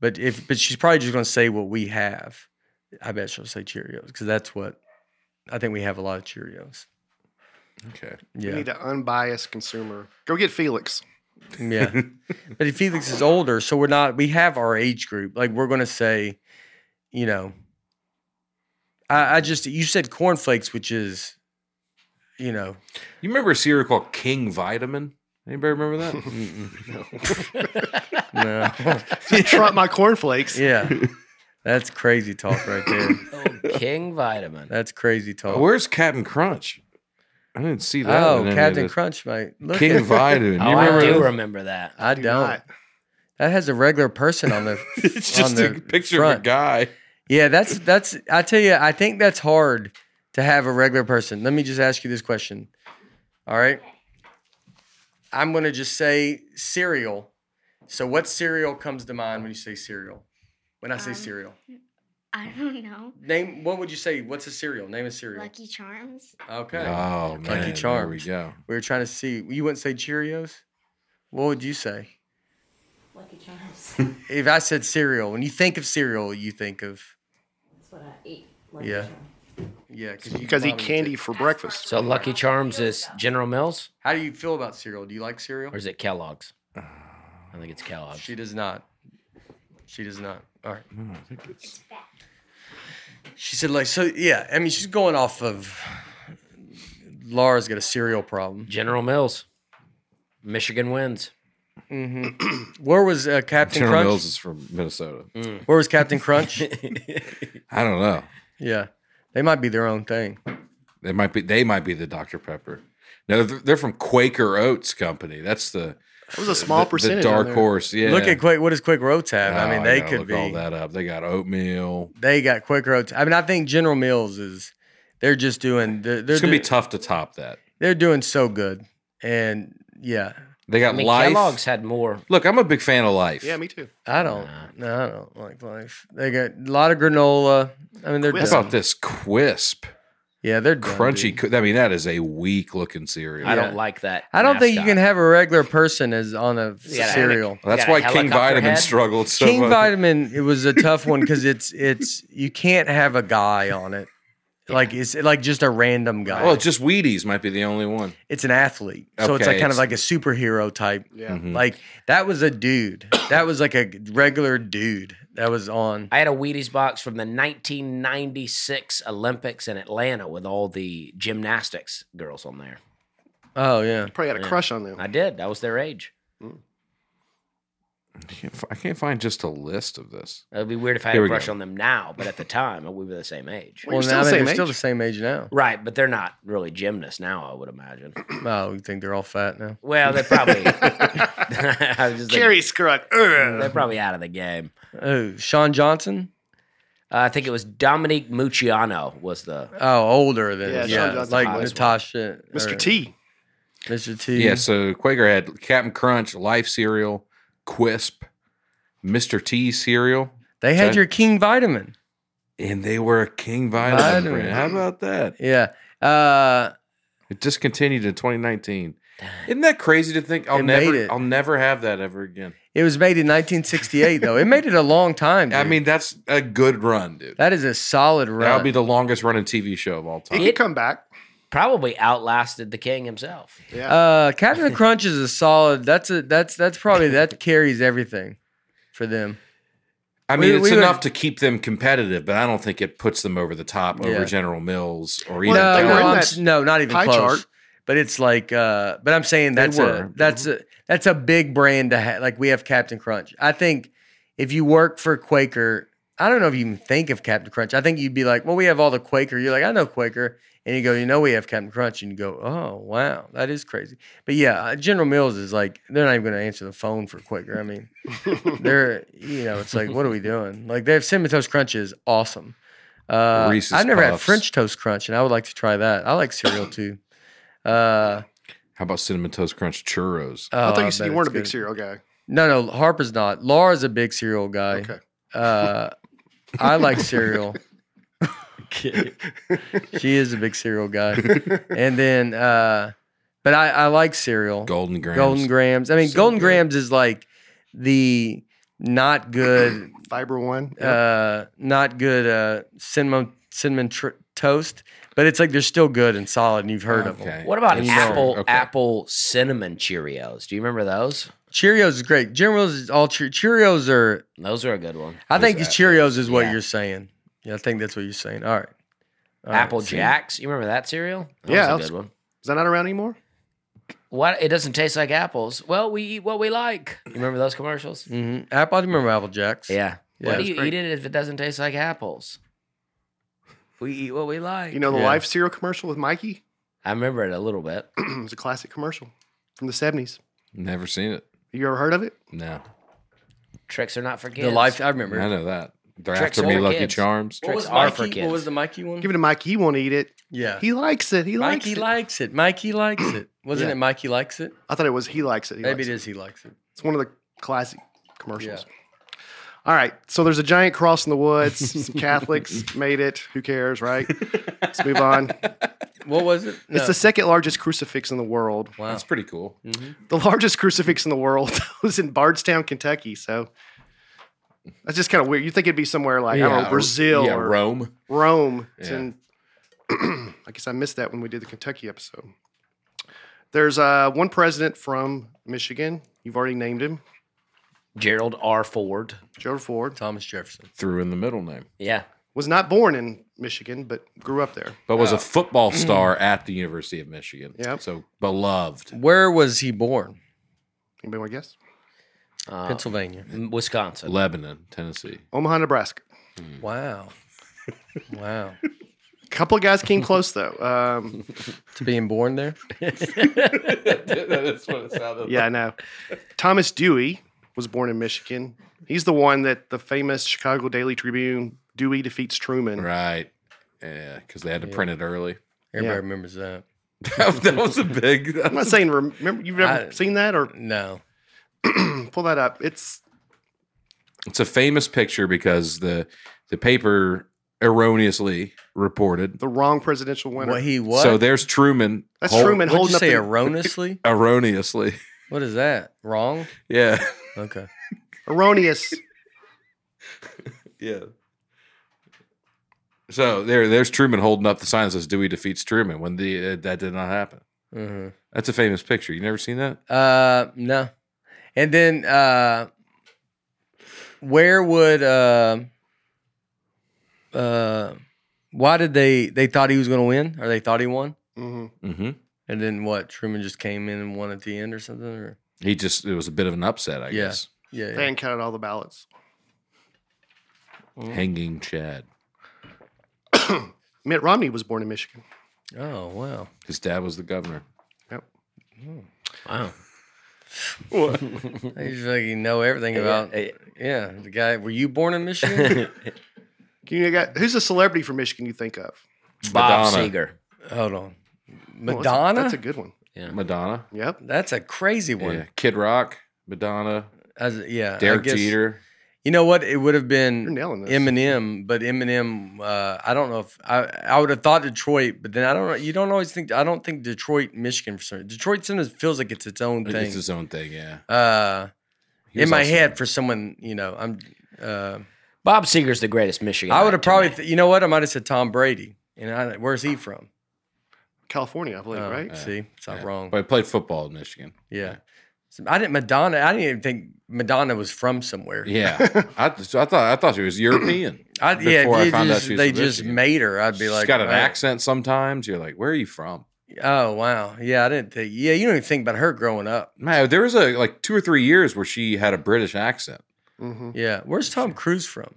Speaker 1: But if, but she's probably just going to say what we have. I bet she'll say Cheerios because that's what I think we have a lot of Cheerios.
Speaker 3: okay.
Speaker 1: Yeah,
Speaker 4: We need an unbiased consumer. Go get Felix.
Speaker 1: Yeah. but if Felix is older, so we're not, we have our age group. Like we're going to say, you know, I, I just, you said cornflakes, which is, you know,
Speaker 3: You remember a cereal called King Vitamin? Anybody remember that?
Speaker 1: no.
Speaker 4: Just trot my cornflakes.
Speaker 1: yeah. That's crazy talk right there.
Speaker 2: Oh, King Vitamin.
Speaker 1: That's crazy talk.
Speaker 3: Where's Captain Crunch? I didn't see that. in
Speaker 1: oh,
Speaker 3: any of
Speaker 1: Captain
Speaker 3: this.
Speaker 1: Crunch, mate. Look
Speaker 3: King
Speaker 1: at,
Speaker 3: Vitamin.
Speaker 2: Oh,
Speaker 3: You
Speaker 2: I do
Speaker 3: remember?
Speaker 2: remember that.
Speaker 1: I
Speaker 4: Do
Speaker 1: don't.
Speaker 4: not.
Speaker 1: That has a regular person on the.
Speaker 3: It's
Speaker 1: on
Speaker 3: just a
Speaker 1: the
Speaker 3: picture of a
Speaker 1: front.
Speaker 3: guy.
Speaker 1: Yeah, that's that's. I tell you, I think that's hard to have a regular person. Let me just ask you this question. All right, I'm gonna just say cereal. So, what cereal comes to mind when you say cereal? When I say
Speaker 5: Um,
Speaker 1: cereal,
Speaker 5: I don't know.
Speaker 1: name what would you say? What's a cereal? Name a cereal.
Speaker 5: Lucky Charms.
Speaker 1: okay,
Speaker 4: Uh,
Speaker 3: Oh man,
Speaker 1: Charms.
Speaker 3: There we go.
Speaker 1: we were trying to see. You wouldn't say Cheerios. What would you say
Speaker 6: Lucky Charms.
Speaker 1: if I said cereal? When you think of cereal, you think of
Speaker 6: That's what I eat. Lucky
Speaker 1: Yeah.
Speaker 6: Charms.
Speaker 1: yeah,
Speaker 4: Because eat
Speaker 1: probably-
Speaker 4: candy for breakfast.
Speaker 2: Oh, So Lucky Charms is General Mills
Speaker 1: How do you feel about cereal? Do you like cereal?
Speaker 2: or is it Kellogg's? I think it's Kellogg's.
Speaker 1: Uh, She does not. She does not. All right. She said, like, so yeah, I mean, she's going off of Laura's got a cereal problem.
Speaker 2: General Mills. Michigan wins.
Speaker 1: Where was uh, Captain
Speaker 3: General
Speaker 1: Crunch?
Speaker 3: Mills is from Minnesota.
Speaker 1: Where was Captain Crunch?
Speaker 3: I don't know.
Speaker 1: yeah. They might be their own thing.
Speaker 3: They might be. They might be the Dr Pepper. No, they're, they're from Quaker Oats Company. That's the
Speaker 4: It was a small
Speaker 3: the,
Speaker 4: percentage.
Speaker 3: the
Speaker 4: on
Speaker 3: dark
Speaker 4: there.
Speaker 3: horse. Yeah.
Speaker 1: Look at Quick. What does Quick Oats have?
Speaker 3: Oh,
Speaker 1: I mean, they
Speaker 3: gotta
Speaker 1: could
Speaker 3: look
Speaker 1: be.
Speaker 3: all that up. They got oatmeal.
Speaker 1: They got Quick Oats. I mean, I think General Mills is. They're just doing. They're, they're,
Speaker 3: It's gonna be
Speaker 1: do-
Speaker 3: tough to top that.
Speaker 1: they're doing so good, and yeah,
Speaker 3: They
Speaker 2: I
Speaker 3: got
Speaker 2: mean,
Speaker 3: life.
Speaker 2: Kellogg's had more.
Speaker 3: Look, I'm a big fan of life.
Speaker 4: Yeah, me too.
Speaker 1: I don't. No, I don't like life. They got a lot of granola. I mean, they're
Speaker 4: Quit.
Speaker 3: How
Speaker 1: done.
Speaker 3: about this Quisp
Speaker 1: yeah, they're done,
Speaker 3: crunchy?
Speaker 1: dude.
Speaker 3: Qu- I mean, that is a weak looking cereal.
Speaker 2: I
Speaker 1: Yeah.
Speaker 2: don't like that.
Speaker 1: I don't think you can
Speaker 2: mascot.
Speaker 1: have a regular person as on a
Speaker 2: Yeah,
Speaker 1: cereal.
Speaker 2: You
Speaker 3: That's
Speaker 2: got a
Speaker 3: why King
Speaker 2: helicopter
Speaker 3: Vitamin
Speaker 2: head?
Speaker 3: struggled so
Speaker 1: King
Speaker 3: much.
Speaker 1: Vitamin. It was a tough one because it's it's you can't have a guy on it. Like it's like just a random guy.
Speaker 3: Well, Oh, just Wheaties might be the only one.
Speaker 1: it's an athlete, so it's
Speaker 3: Okay,
Speaker 1: like kind of
Speaker 3: it's-
Speaker 1: like a superhero type.
Speaker 4: Yeah.
Speaker 3: Mhm.
Speaker 1: Like that was a dude. That was like a regular dude that was on.
Speaker 2: I had a Wheaties box from the 1996 Olympics in Atlanta with all the gymnastics girls on there.
Speaker 1: Oh yeah,
Speaker 4: Probably had a crush on them.
Speaker 2: I did. I was their age.
Speaker 3: I can't, fi- I can't find just a list of this.
Speaker 2: It would be weird if I had
Speaker 3: Here
Speaker 2: a
Speaker 3: we
Speaker 2: crush
Speaker 3: go.
Speaker 2: on them now, but at the time, we were the same age.
Speaker 4: Well, you're
Speaker 1: now
Speaker 4: still the
Speaker 1: they're
Speaker 4: same
Speaker 1: still
Speaker 4: age.
Speaker 1: the same age now.
Speaker 2: Right, but they're not really gymnasts now, I would imagine.
Speaker 1: Oh, you think they're all fat now?
Speaker 2: Well, they're probably. I was just thinking,
Speaker 4: Jerry Scrut.
Speaker 2: they're probably out of the game.
Speaker 1: Oh, Sean Johnson.
Speaker 2: Uh, I think it was Dominique Mucciano was the
Speaker 1: Oh, older than
Speaker 4: Yeah,
Speaker 1: yeah,
Speaker 4: Sean Johnson's
Speaker 1: like
Speaker 4: the oldest
Speaker 1: Natasha, or
Speaker 4: Mr. T.
Speaker 1: Mr. T.
Speaker 3: Yeah, so Quaker had Captain Crunch, Life cereal, Quisp, Mr. T cereal,
Speaker 1: they had
Speaker 3: So-
Speaker 1: your King Vitamin.
Speaker 3: and they were a King Vitamin.
Speaker 1: Vitamin.
Speaker 3: brand. How about that?
Speaker 1: Yeah, uh,
Speaker 3: It discontinued in 2019. Isn't that crazy to think? I'll
Speaker 1: It made
Speaker 3: never,
Speaker 1: it.
Speaker 3: I'll never have that ever again.
Speaker 1: it was made in 1968 though. It made it a long time.
Speaker 3: I
Speaker 1: dude.
Speaker 3: mean, that's a good run, dude.
Speaker 1: that is a solid run.
Speaker 3: That'll be the longest running TV show of all
Speaker 4: He
Speaker 3: time.
Speaker 4: could come back.
Speaker 2: probably outlasted the king himself.
Speaker 4: Yeah.
Speaker 1: uh, Captain Crunch is a solid. That's a that's that's probably that carries everything for them.
Speaker 3: I mean,
Speaker 1: We-
Speaker 3: it's
Speaker 1: we would-
Speaker 3: enough to keep them competitive, but I don't think it puts them over the top
Speaker 1: Yeah.
Speaker 3: over General Mills or even
Speaker 4: Well,
Speaker 1: no,
Speaker 4: they
Speaker 1: no,
Speaker 4: were in
Speaker 1: I'm
Speaker 4: that
Speaker 1: s- no, not even
Speaker 4: pie
Speaker 1: close.
Speaker 4: chart.
Speaker 1: But it's like, uh, but I'm saying
Speaker 3: They
Speaker 1: that's a
Speaker 3: were.
Speaker 1: that's a that's a big brand to have. Like we have Captain Crunch. I think if you work for Quaker, I don't know if you even think of Captain Crunch. I think you'd be like, well, we have all the Quaker. You're like, I know Quaker, and you go, you know, we have Captain Crunch, and you go, oh wow, that is crazy. But yeah, uh, General Mills is like, they're not even going to answer the phone for Quaker. I mean, they're you know, it's like, what are we doing? Like they have cinnamon toast crunch is awesome. Uh,
Speaker 3: Reese's
Speaker 1: I've never had
Speaker 3: Puffs.
Speaker 1: French toast crunch, and I would like to try that. I like cereal too. Uh,
Speaker 3: How about Cinnamon Toast Crunch churros?
Speaker 1: oh,
Speaker 4: I thought you
Speaker 1: bet
Speaker 4: said you weren't
Speaker 1: it's
Speaker 4: a big
Speaker 1: good.
Speaker 4: cereal guy.
Speaker 1: No, no, Harper's not. Laura's a big cereal guy.
Speaker 4: Okay.
Speaker 1: Uh, I like cereal. she is a big cereal guy. And then, uh, but I, I like cereal.
Speaker 3: Golden Grams.
Speaker 1: Golden Grams. I mean,
Speaker 3: So
Speaker 1: Golden
Speaker 3: good.
Speaker 1: Grams is like the not good
Speaker 4: Fiber one.
Speaker 1: uh, not good uh, cinnamon cinnamon tr- toast, but it's like they're still good and solid, and you've heard of them.
Speaker 3: Okay.
Speaker 2: What about
Speaker 3: Yes, sir.
Speaker 2: apple
Speaker 3: Okay.
Speaker 2: apple cinnamon Cheerios? Do you remember those?
Speaker 1: Cheerios is great. Generals is all che- Cheerios are.
Speaker 2: Those are a good one.
Speaker 1: I
Speaker 3: Those
Speaker 1: think
Speaker 3: are
Speaker 1: the Cheerios is what
Speaker 2: Yeah.
Speaker 1: you're saying. Yeah, I think that's what you're saying. All right. All right,
Speaker 2: apple
Speaker 1: see.
Speaker 2: Jacks. You remember that cereal? That
Speaker 4: Yeah, that
Speaker 2: was
Speaker 4: was-
Speaker 2: a good one.
Speaker 4: Is that not around anymore?
Speaker 2: What it doesn't taste like apples. Well, we eat what we like. You remember those commercials?
Speaker 1: Mhm. Apple. I remember Apple Jacks.
Speaker 2: Yeah.
Speaker 1: Yeah,
Speaker 2: Why do
Speaker 1: it's
Speaker 2: you
Speaker 1: great.
Speaker 2: eat it if it doesn't taste like apples? We eat what we like.
Speaker 4: You know the
Speaker 1: Yeah.
Speaker 4: Life cereal commercial with Mikey?
Speaker 2: I remember it a little bit.
Speaker 4: it was a classic commercial from the 70s.
Speaker 3: Never seen it.
Speaker 4: You ever heard of it?
Speaker 3: No,
Speaker 2: Tricks are not for kids.
Speaker 1: The life. I
Speaker 3: I
Speaker 1: remember.
Speaker 3: know that. They're
Speaker 2: Tricks
Speaker 3: after me,
Speaker 2: for
Speaker 3: Lucky
Speaker 2: kids.
Speaker 3: Charms.
Speaker 2: What was are for
Speaker 1: Mikey-
Speaker 2: kids.
Speaker 1: the Mikey one?
Speaker 4: Give it to Mikey. He won't eat it.
Speaker 1: yeah.
Speaker 4: He likes it. He likes
Speaker 1: Mikey
Speaker 4: it.
Speaker 1: likes it. Mikey likes it. Wasn't
Speaker 4: Yeah.
Speaker 1: it Mikey likes it?
Speaker 4: I thought it was he likes it. He
Speaker 1: Maybe
Speaker 4: likes
Speaker 1: it is. He likes it.
Speaker 4: It's one of the classic commercials. All right. So there's a giant cross in the woods. Some Catholics made it. Who cares, right? Let's move on.
Speaker 1: What was it? No.
Speaker 4: It's the second largest crucifix in the world.
Speaker 1: wow.
Speaker 3: That's pretty cool.
Speaker 4: The largest crucifix in the world was in Bardstown, Kentucky. So that's just kind of weird. You think it'd be somewhere like I don't know,
Speaker 3: or-
Speaker 4: Brazil
Speaker 3: yeah,
Speaker 4: or
Speaker 3: Rome.
Speaker 4: Rome. It's
Speaker 3: Yeah.
Speaker 4: in, I guess I missed that when we did the Kentucky episode. There's uh, one president from Michigan. You've already named him,
Speaker 2: Gerald R. Ford.
Speaker 4: Gerald Ford.
Speaker 1: Thomas Jefferson.
Speaker 3: Threw in the middle name,
Speaker 2: Yeah.
Speaker 4: Was not born in Michigan, but grew up there.
Speaker 3: but was a football star at the University of Michigan.
Speaker 4: Oh. Mm. Yep.
Speaker 3: So beloved.
Speaker 1: Where was he born?
Speaker 4: Anybody want to guess? Oh.
Speaker 2: Uh,
Speaker 1: Pennsylvania.
Speaker 2: M- Wisconsin.
Speaker 3: Lebanon, Tennessee.
Speaker 4: Omaha, Nebraska. Mm.
Speaker 1: Wow. Wow.
Speaker 4: A couple of guys came close though. Um,
Speaker 1: to being born there?
Speaker 3: That's what it sounded
Speaker 4: yeah, I know. Thomas Dewey was born in Michigan. He's the one that the famous Chicago Daily Tribune Dewey defeats Truman.
Speaker 3: Right. Yeah, because they had to print it early.
Speaker 1: Everybody
Speaker 4: Yeah.
Speaker 1: remembers that.
Speaker 3: that was a big.
Speaker 4: I'm not saying remember you've never
Speaker 1: I-
Speaker 4: seen that or
Speaker 1: No.
Speaker 4: pull that up. It's
Speaker 3: It's a famous picture because the the paper erroneously reported.
Speaker 4: the wrong presidential winner.
Speaker 1: What he was.
Speaker 3: So there's Truman.
Speaker 4: That's
Speaker 3: hol-
Speaker 4: Truman
Speaker 1: What'd
Speaker 4: holding
Speaker 1: you
Speaker 4: up
Speaker 1: say
Speaker 4: the,
Speaker 1: erroneously?
Speaker 3: erroneously.
Speaker 1: what is that? Wrong?
Speaker 3: Yeah.
Speaker 1: Okay.
Speaker 4: erroneous.
Speaker 3: Yeah. So there, there's Truman holding up the sign that says Dewey defeats Truman when the uh, that did not happen.
Speaker 1: hmm
Speaker 3: That's a famous picture. You never seen that?
Speaker 1: Uh, no. And then uh, where would uh, uh, why did they they thought he was going to win or they thought he won?
Speaker 4: hmm
Speaker 3: Mm-hmm.
Speaker 1: And then what? Truman just came in and won at the end or something? Or
Speaker 3: He just it was a bit of an upset, I
Speaker 1: Yeah.
Speaker 3: guess.
Speaker 1: yeah,
Speaker 4: They
Speaker 1: yeah.
Speaker 4: hadn't counted all the ballots.
Speaker 3: Hanging Chad.
Speaker 4: Mitt Romney was born in Michigan.
Speaker 1: Oh wow.
Speaker 3: His dad was the governor.
Speaker 2: Wow.
Speaker 1: I just feel like you know everything
Speaker 2: Yeah,
Speaker 1: about
Speaker 2: yeah.
Speaker 1: yeah. The guy. Were you born in Michigan?
Speaker 4: Can you got who's a celebrity from Michigan you think of?
Speaker 2: Bob
Speaker 3: Madonna.
Speaker 2: Seger.
Speaker 1: Hold on.
Speaker 4: Well, that's a-
Speaker 1: Madonna?
Speaker 4: that's, a, good one.
Speaker 3: Madonna,
Speaker 4: Yep.
Speaker 1: That's a crazy one.
Speaker 3: yeah. Kid Rock, Madonna,
Speaker 1: As, yeah I
Speaker 3: Derek
Speaker 1: guess-
Speaker 3: Jeter.
Speaker 1: You know what? It would have
Speaker 4: You're
Speaker 1: been
Speaker 4: nailing this.
Speaker 1: Eminem, but Eminem. Uh, I don't know if I. I would have thought Detroit, but then I don't know. You don't always think. I don't think Detroit, Michigan. For certain, Detroit sometimes feels like it's its own thing.
Speaker 3: It's his own thing, yeah.
Speaker 1: uh,
Speaker 3: He
Speaker 1: in
Speaker 3: was
Speaker 1: my
Speaker 3: also-
Speaker 1: head, for someone, you know, I'm. Uh,
Speaker 2: Bob Seger's the greatest Michigan.
Speaker 1: I would have probably. Th- you know what? I might have said Tom Brady. And I, where's he from?
Speaker 4: California, I believe,
Speaker 1: Oh,
Speaker 4: right?
Speaker 1: See, it's not
Speaker 3: yeah.
Speaker 1: wrong.
Speaker 3: But he played football in Michigan.
Speaker 1: yeah. So I didn't Madonna. I didn't even think Madonna was from somewhere.
Speaker 3: Yeah, I, so I thought I thought she was European.
Speaker 1: I, yeah.
Speaker 3: Before I
Speaker 1: you
Speaker 3: found out
Speaker 1: just-
Speaker 3: she was
Speaker 1: they
Speaker 3: from
Speaker 1: just
Speaker 3: Michigan.
Speaker 1: made her. I'd be
Speaker 3: She's
Speaker 1: like,
Speaker 3: got an
Speaker 1: "Wow."
Speaker 3: accent sometimes. You're like, where are you from?
Speaker 1: Oh wow. Yeah, I didn't think. Yeah, you don't even think about her growing up.
Speaker 3: Man, there was a like two or three years where she had a British accent.
Speaker 4: hmm
Speaker 1: Yeah. Where's Tom Cruise from?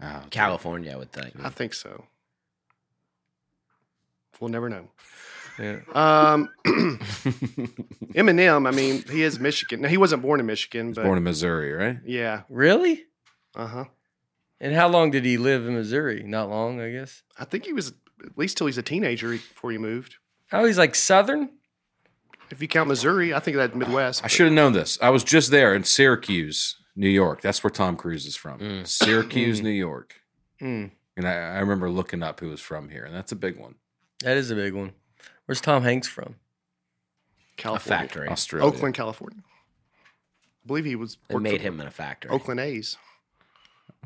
Speaker 4: Ah,
Speaker 3: Oh,
Speaker 2: California, I would think.
Speaker 4: I think so. We'll never know.
Speaker 1: Yeah.
Speaker 4: Um, Eminem, I mean, he is Michigan. Now, he wasn't born in Michigan, but
Speaker 3: born in Missouri, right?
Speaker 4: yeah,
Speaker 1: Really?
Speaker 4: uh huh.
Speaker 1: And how long did he live in Missouri? Not long, I guess.
Speaker 4: I think he was at least till he's a teenager he- before he moved.
Speaker 1: Oh, he's like Southern?
Speaker 4: If you count Missouri, I think that Midwest.
Speaker 3: I should have known this. I was just there in Syracuse, New York. That's where Tom Cruise is from.
Speaker 2: Mm.
Speaker 3: Syracuse, New York.
Speaker 1: Mm,
Speaker 3: And I, I remember looking up who was from here, and that's a big one.
Speaker 1: that is a big one. Where's Tom Hanks from?
Speaker 2: a
Speaker 4: California,
Speaker 2: factory.
Speaker 3: Australia.
Speaker 4: Oakland, California. I believe he was
Speaker 2: They
Speaker 4: worked
Speaker 2: made
Speaker 4: for
Speaker 2: him in a factory.
Speaker 4: Oakland A's.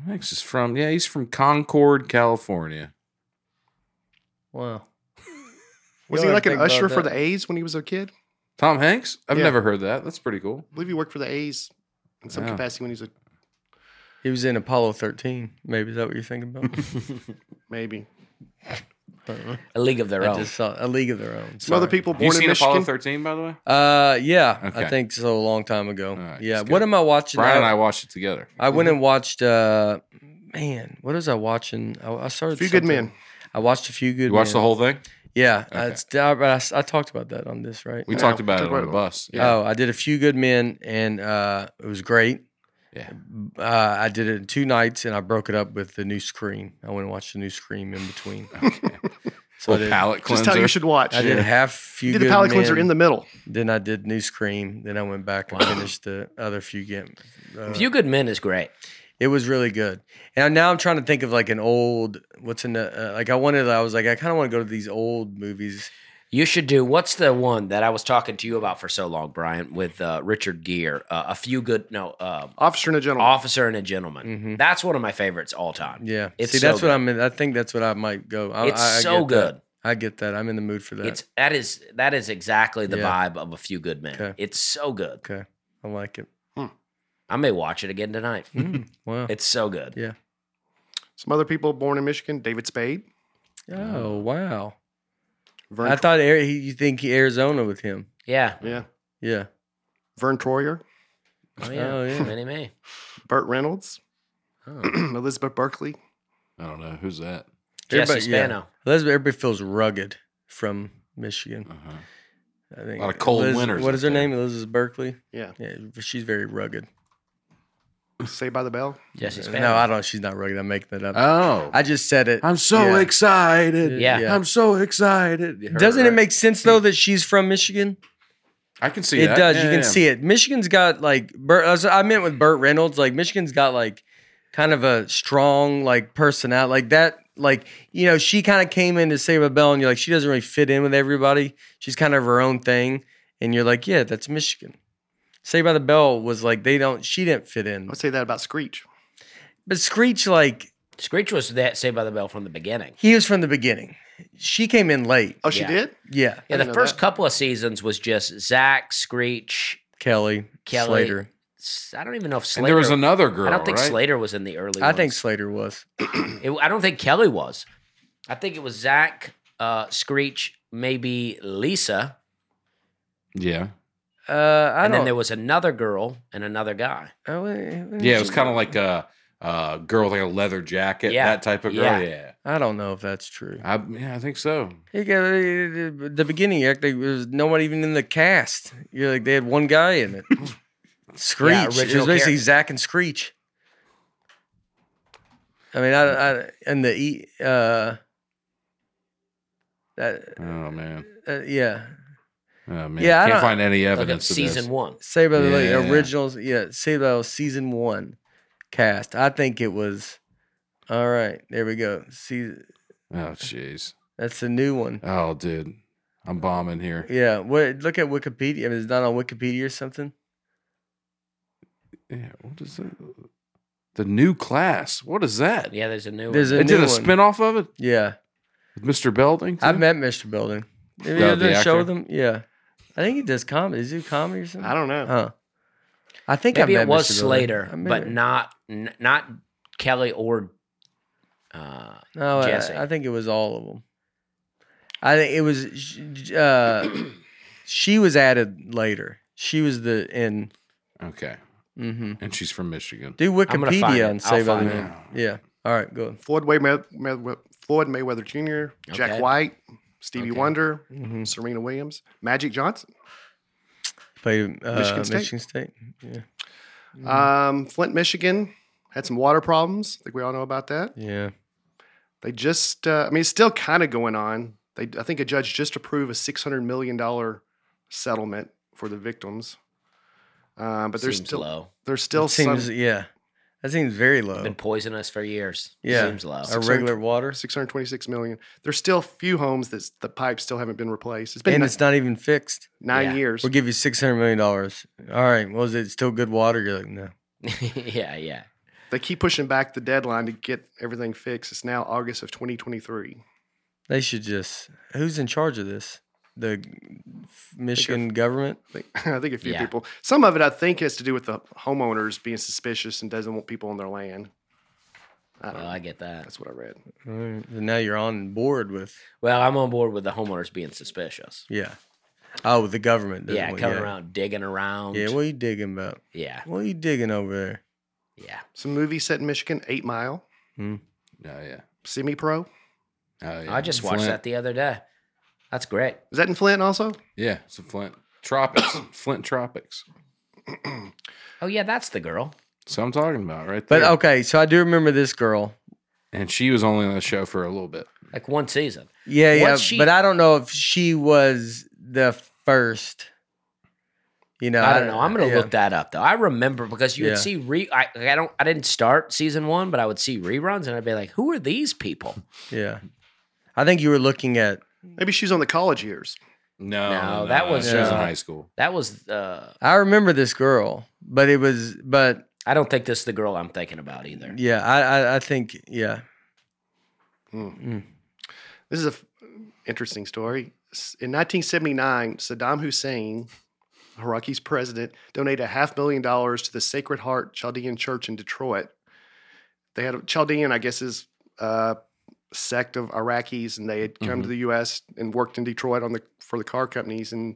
Speaker 3: Hanks is from, yeah, he's from Concord, California.
Speaker 1: Wow. You
Speaker 4: Was he
Speaker 1: don't
Speaker 4: like an
Speaker 1: think about
Speaker 4: usher for
Speaker 1: that.
Speaker 4: the A's when he was a kid?
Speaker 3: Tom Hanks? I've
Speaker 4: Yeah.
Speaker 3: never heard that. That's pretty cool.
Speaker 4: I believe he worked for the A's in some
Speaker 3: Yeah.
Speaker 4: capacity when he was a
Speaker 1: He was in Apollo 13. Maybe is that what you're thinking about?
Speaker 4: maybe.
Speaker 1: I don't know.
Speaker 2: A league of their
Speaker 1: I
Speaker 2: own.
Speaker 1: just saw A League of Their Own.
Speaker 4: Some other
Speaker 1: Sorry.
Speaker 4: people
Speaker 3: you
Speaker 4: born in
Speaker 3: seen
Speaker 4: Michigan.
Speaker 3: Apollo 13, by the way?
Speaker 1: Uh, yeah, I
Speaker 3: Okay.
Speaker 1: think so. A long time ago.
Speaker 3: All right,
Speaker 1: yeah.
Speaker 3: that's
Speaker 1: What
Speaker 3: good.
Speaker 1: am I watching?
Speaker 3: Brian and
Speaker 1: I,
Speaker 3: I Mhm. watched it together.
Speaker 1: I went and watched. Uh, man, what was I watching? I, I started.
Speaker 4: Few good
Speaker 1: something.
Speaker 4: men.
Speaker 1: I watched a few good.
Speaker 3: You watched
Speaker 1: men.
Speaker 3: the whole thing?
Speaker 1: Yeah,
Speaker 3: Okay.
Speaker 1: it's, I, but I s- I talked about that on this, right?
Speaker 3: We
Speaker 4: Yeah,
Speaker 3: talked about
Speaker 4: talked
Speaker 3: it on
Speaker 4: about
Speaker 3: the
Speaker 4: it.
Speaker 3: bus.
Speaker 1: Oh, I did a few good men, and uh, it was great.
Speaker 3: Yeah.
Speaker 1: Uh, I did it in two nights, and I broke it up with the new screen. I went and watched the new screen in between. so I
Speaker 3: Little
Speaker 1: did,
Speaker 3: palate
Speaker 4: Just
Speaker 3: cleanser.
Speaker 4: how you should watch.
Speaker 1: I did half few
Speaker 4: You did
Speaker 1: good
Speaker 4: the palate cleanser
Speaker 1: men,
Speaker 4: in the middle.
Speaker 1: Then I did new screen. Then I went back and finished the other few game. Uh,
Speaker 2: Few Good Men is great.
Speaker 1: It was really good. And now I'm trying to think of like an old what's in the uh, like I wanted. I was like I kind of want to go to these old movies.
Speaker 2: You should do what's the one that I was talking to you about for so long, Brian, with uh, Richard Gere. Uh, a few good no, uh,
Speaker 4: Officer and a gentleman.
Speaker 2: officer and a gentleman.
Speaker 1: Mhm.
Speaker 2: That's one of my favorites all time.
Speaker 1: Yeah,
Speaker 2: Mm-hmm. It's
Speaker 1: see
Speaker 2: so
Speaker 1: that's
Speaker 2: good.
Speaker 1: what I'm. In. I think that's what I might go. I,
Speaker 2: It's
Speaker 1: Oh, I, I
Speaker 2: so
Speaker 1: get that.
Speaker 2: good.
Speaker 1: I get that. I'm in the mood for that.
Speaker 2: It's that is that is exactly the
Speaker 1: Yeah.
Speaker 2: vibe of a few good men.
Speaker 1: Okay.
Speaker 2: It's so good.
Speaker 1: okay. I like it. Hmm.
Speaker 2: I may watch it again tonight.
Speaker 1: Wow.
Speaker 2: Mm-hmm. It's so good.
Speaker 1: yeah.
Speaker 4: Some other people born in Michigan. David Spade.
Speaker 1: Oh wow.
Speaker 4: Vern,
Speaker 1: I thought Ari- he, you think he Arizona with him.
Speaker 2: Yeah.
Speaker 4: yeah.
Speaker 1: Yeah.
Speaker 4: Vern Troyer.
Speaker 2: Oh yeah.
Speaker 1: Oh, yeah.
Speaker 2: Many may.
Speaker 4: Burt Reynolds.
Speaker 2: Oh.
Speaker 4: Elizabeth Berkley.
Speaker 3: I don't know. Who's that?
Speaker 2: Jesse
Speaker 1: Everybody- yeah.
Speaker 2: Spano.
Speaker 1: Elizabeth, everybody feels rugged from Michigan.
Speaker 3: Uh-huh.
Speaker 1: I think
Speaker 3: lot of cold
Speaker 1: Liz-
Speaker 3: winters
Speaker 1: What
Speaker 3: up
Speaker 1: is her
Speaker 3: there.
Speaker 1: name? Elizabeth Berkeley.
Speaker 4: Yeah.
Speaker 1: Yeah, she's very rugged.
Speaker 4: Saved by the Bell.
Speaker 2: Jesse Spano.
Speaker 1: No, I don't. She's not rugged. I'm making that up.
Speaker 3: Oh.
Speaker 1: I just said it.
Speaker 3: I'm so
Speaker 1: Yeah.
Speaker 3: excited.
Speaker 2: Yeah.
Speaker 3: I'm so excited. Her,
Speaker 1: Doesn't it
Speaker 3: right?
Speaker 1: make sense though that she's from Michigan?
Speaker 3: I can see
Speaker 1: it
Speaker 3: that.
Speaker 1: does.
Speaker 3: Yeah,
Speaker 1: you can
Speaker 3: yeah.
Speaker 1: see it. Michigan's got like Burt. that's what I meant with Burt Reynolds. Like Michigan's got like kind of a strong like personality like that. Like you know, she kind of came in to save a bell, and you're like, she doesn't really fit in with everybody. She's kind of her own thing, and you're like, yeah, that's Michigan. Saved by the Bell was like they don't. She didn't fit in.
Speaker 4: I would say that about Screech.
Speaker 1: But Screech, like
Speaker 2: Screech was that Saved by the Bell from the beginning.
Speaker 1: he was from the beginning. She came in late.
Speaker 4: Oh, she
Speaker 2: Yeah.
Speaker 4: did?
Speaker 1: Yeah,
Speaker 2: Yeah,
Speaker 4: didn't
Speaker 2: the
Speaker 4: know
Speaker 2: first
Speaker 4: that.
Speaker 2: couple of seasons was just Zach, Screech,
Speaker 1: Kelly,
Speaker 2: Kelly.
Speaker 1: Slater.
Speaker 2: S- I don't even know if Slater.
Speaker 3: And there was another girl.
Speaker 2: I don't think
Speaker 3: right?
Speaker 2: Slater was in the early.
Speaker 1: I think
Speaker 2: ones.
Speaker 1: Slater was.
Speaker 2: It, I don't think Kelly was. I think it was Zach, uh, Screech, maybe Lisa,
Speaker 3: Yeah.
Speaker 1: Uh, I
Speaker 2: and then
Speaker 1: don't.
Speaker 2: there was another girl and another guy.
Speaker 1: oh, wait,
Speaker 3: Yeah. It was kind of like a, a girl with like a leather jacket,
Speaker 2: Yeah.
Speaker 3: that type of girl.
Speaker 2: Yeah.
Speaker 3: Yeah.
Speaker 1: I don't know if that's true.
Speaker 3: I, yeah, I think so.
Speaker 1: He got- uh, the beginning act, there was nobody even in the cast. You're like they had one guy in it. Screech. it was
Speaker 2: original
Speaker 1: basically
Speaker 2: character.
Speaker 1: Zach and Screech. I mean, I, I and the e uh, that
Speaker 3: Oh man.
Speaker 1: uh, yeah,
Speaker 3: Oh man.
Speaker 1: Yeah, I
Speaker 3: Can't
Speaker 1: don't-
Speaker 3: find any
Speaker 2: Look up
Speaker 3: evidence of
Speaker 2: season
Speaker 3: this.
Speaker 2: one.
Speaker 1: Saved by the
Speaker 3: Yeah.
Speaker 1: Lake originals. Yeah, Saved by the Bell season one cast. I think it was. All right, there we go. See,
Speaker 3: Oh jeez.
Speaker 1: that's the new one.
Speaker 3: Oh dude, I'm bombing here.
Speaker 1: Yeah, what? Look at Wikipedia. I mean, it's not on Wikipedia or something.
Speaker 3: Yeah. What is that? The new class. What is that?
Speaker 2: Yeah, there's a new
Speaker 1: There's
Speaker 2: one.
Speaker 3: They
Speaker 1: a
Speaker 3: did
Speaker 1: new
Speaker 3: a
Speaker 1: one.
Speaker 3: spinoff of it
Speaker 1: Yeah,
Speaker 3: with Mr. Belding.
Speaker 1: I
Speaker 3: too?
Speaker 1: met Mr. Building. Did
Speaker 3: The-
Speaker 1: you
Speaker 3: the
Speaker 1: ever show
Speaker 3: actor?
Speaker 1: them? Yeah, I think he does comedy. Does he do comedy or something?
Speaker 4: I don't know.
Speaker 1: Huh. I think
Speaker 2: Maybe
Speaker 1: I met
Speaker 2: it was
Speaker 1: Mr. Building.
Speaker 2: Slater,
Speaker 1: I
Speaker 2: but
Speaker 1: maybe-
Speaker 2: not n- not Kelly or. Uh,
Speaker 1: No, I-
Speaker 2: Jesse.
Speaker 1: I, think it was all of them. I think it was. sh- j- Uh, she was added later. She was the in.
Speaker 3: Okay.
Speaker 1: Mm-hmm.
Speaker 3: And she's from Michigan.
Speaker 1: Do
Speaker 2: gonna find
Speaker 1: Wikipedia
Speaker 2: it.
Speaker 1: and
Speaker 2: I'll
Speaker 1: Saved by
Speaker 2: find
Speaker 1: the
Speaker 2: it.
Speaker 1: Bell. Yeah. All right. Go.
Speaker 4: Floyd, Wayme- Maywe- Floyd Mayweather Jr.,
Speaker 2: Okay.
Speaker 4: Jack White, Stevie
Speaker 2: Okay.
Speaker 4: Wonder,
Speaker 1: Mm-hmm.
Speaker 4: Serena Williams, Magic Johnson,
Speaker 1: Played uh, Michigan
Speaker 4: Michigan
Speaker 1: State.
Speaker 4: State?
Speaker 1: Michigan State. Yeah.
Speaker 4: um, Flint, Michigan. Had some water problems. I think we all know about that.
Speaker 1: Yeah.
Speaker 4: They just, uh, I mean, it's still kind of going on. They, I think a judge just approved a $600 million settlement for the victims. Um, but there's
Speaker 2: seems
Speaker 4: still,
Speaker 2: low.
Speaker 4: there's still
Speaker 1: That seems.
Speaker 4: some
Speaker 1: Yeah. That seems very low.
Speaker 2: Been poisoning us for years.
Speaker 1: Yeah.
Speaker 2: seems low.
Speaker 1: Our regular water,
Speaker 4: 626 million. There's still few homes that the pipes still haven't been replaced. It's been
Speaker 1: and
Speaker 4: ni-
Speaker 1: it's not even fixed.
Speaker 4: nine
Speaker 2: yeah.
Speaker 4: years.
Speaker 1: We'll give you six hundred million dollars. All right. Well, is it still good water? You're like, no.
Speaker 2: yeah, yeah.
Speaker 4: They keep pushing back the deadline to get everything fixed. It's now August of 2023.
Speaker 1: They should just. Who's in charge of this? The Michigan government.
Speaker 4: I think, I think a few
Speaker 2: Yeah.
Speaker 4: people. Some of it, I think, has to do with the homeowners being suspicious and doesn't want people on their land. I don't
Speaker 2: Well,
Speaker 4: know.
Speaker 2: I get that.
Speaker 4: That's what I read.
Speaker 1: All right. And now you're on board with
Speaker 2: Well, I'm on board with the homeowners being suspicious.
Speaker 1: yeah. Oh, with the government. doesn't
Speaker 2: Yeah,
Speaker 1: want-
Speaker 2: coming
Speaker 1: yeah.
Speaker 2: around, digging around.
Speaker 1: Yeah, what are you digging about?
Speaker 2: yeah,
Speaker 1: What are you digging over there?
Speaker 2: yeah.
Speaker 4: Some movie set in Michigan, Eight Mile,
Speaker 3: Oh yeah.
Speaker 4: Semi Pro.
Speaker 3: Oh yeah.
Speaker 2: I just watched
Speaker 3: Flint.
Speaker 2: that the other day. That's great.
Speaker 4: Is that in Flint also?
Speaker 3: Yeah, it's in Flint Tropics. Flint Tropics.
Speaker 2: Oh yeah, that's the girl.
Speaker 3: So I'm talking about right there.
Speaker 1: But oh. okay, so I do remember this girl.
Speaker 3: and she was only on the show for a little bit.
Speaker 2: Like one season.
Speaker 1: Yeah, yeah.
Speaker 2: Once she-
Speaker 1: but I don't know if she was the first. You know,
Speaker 2: I don't know. I'm gonna
Speaker 1: yeah.
Speaker 2: look that up though. I remember because you
Speaker 1: Yeah.
Speaker 2: would see re. I, I don't. I didn't start season one, but I would see reruns, and I'd be like, "Who are these people?"
Speaker 1: Yeah, I think you were looking at.
Speaker 4: Maybe she's on the college years.
Speaker 3: No,
Speaker 2: No, that was,
Speaker 3: she was in
Speaker 1: uh,
Speaker 3: high school.
Speaker 2: That was. Uh,
Speaker 1: I remember this girl, but it was. But
Speaker 2: I don't think this is the girl I'm thinking about either.
Speaker 1: yeah, I, I, I think yeah.
Speaker 4: This is a f- interesting story. S- In 1979, Saddam Hussein, Iraqi's president, donated a half million dollars to the Sacred Heart Chaldean Church in Detroit. They had a Chaldean, I guess, is a sect of Iraqis, and they had come to the U.S. and worked in Detroit on the for the car companies. And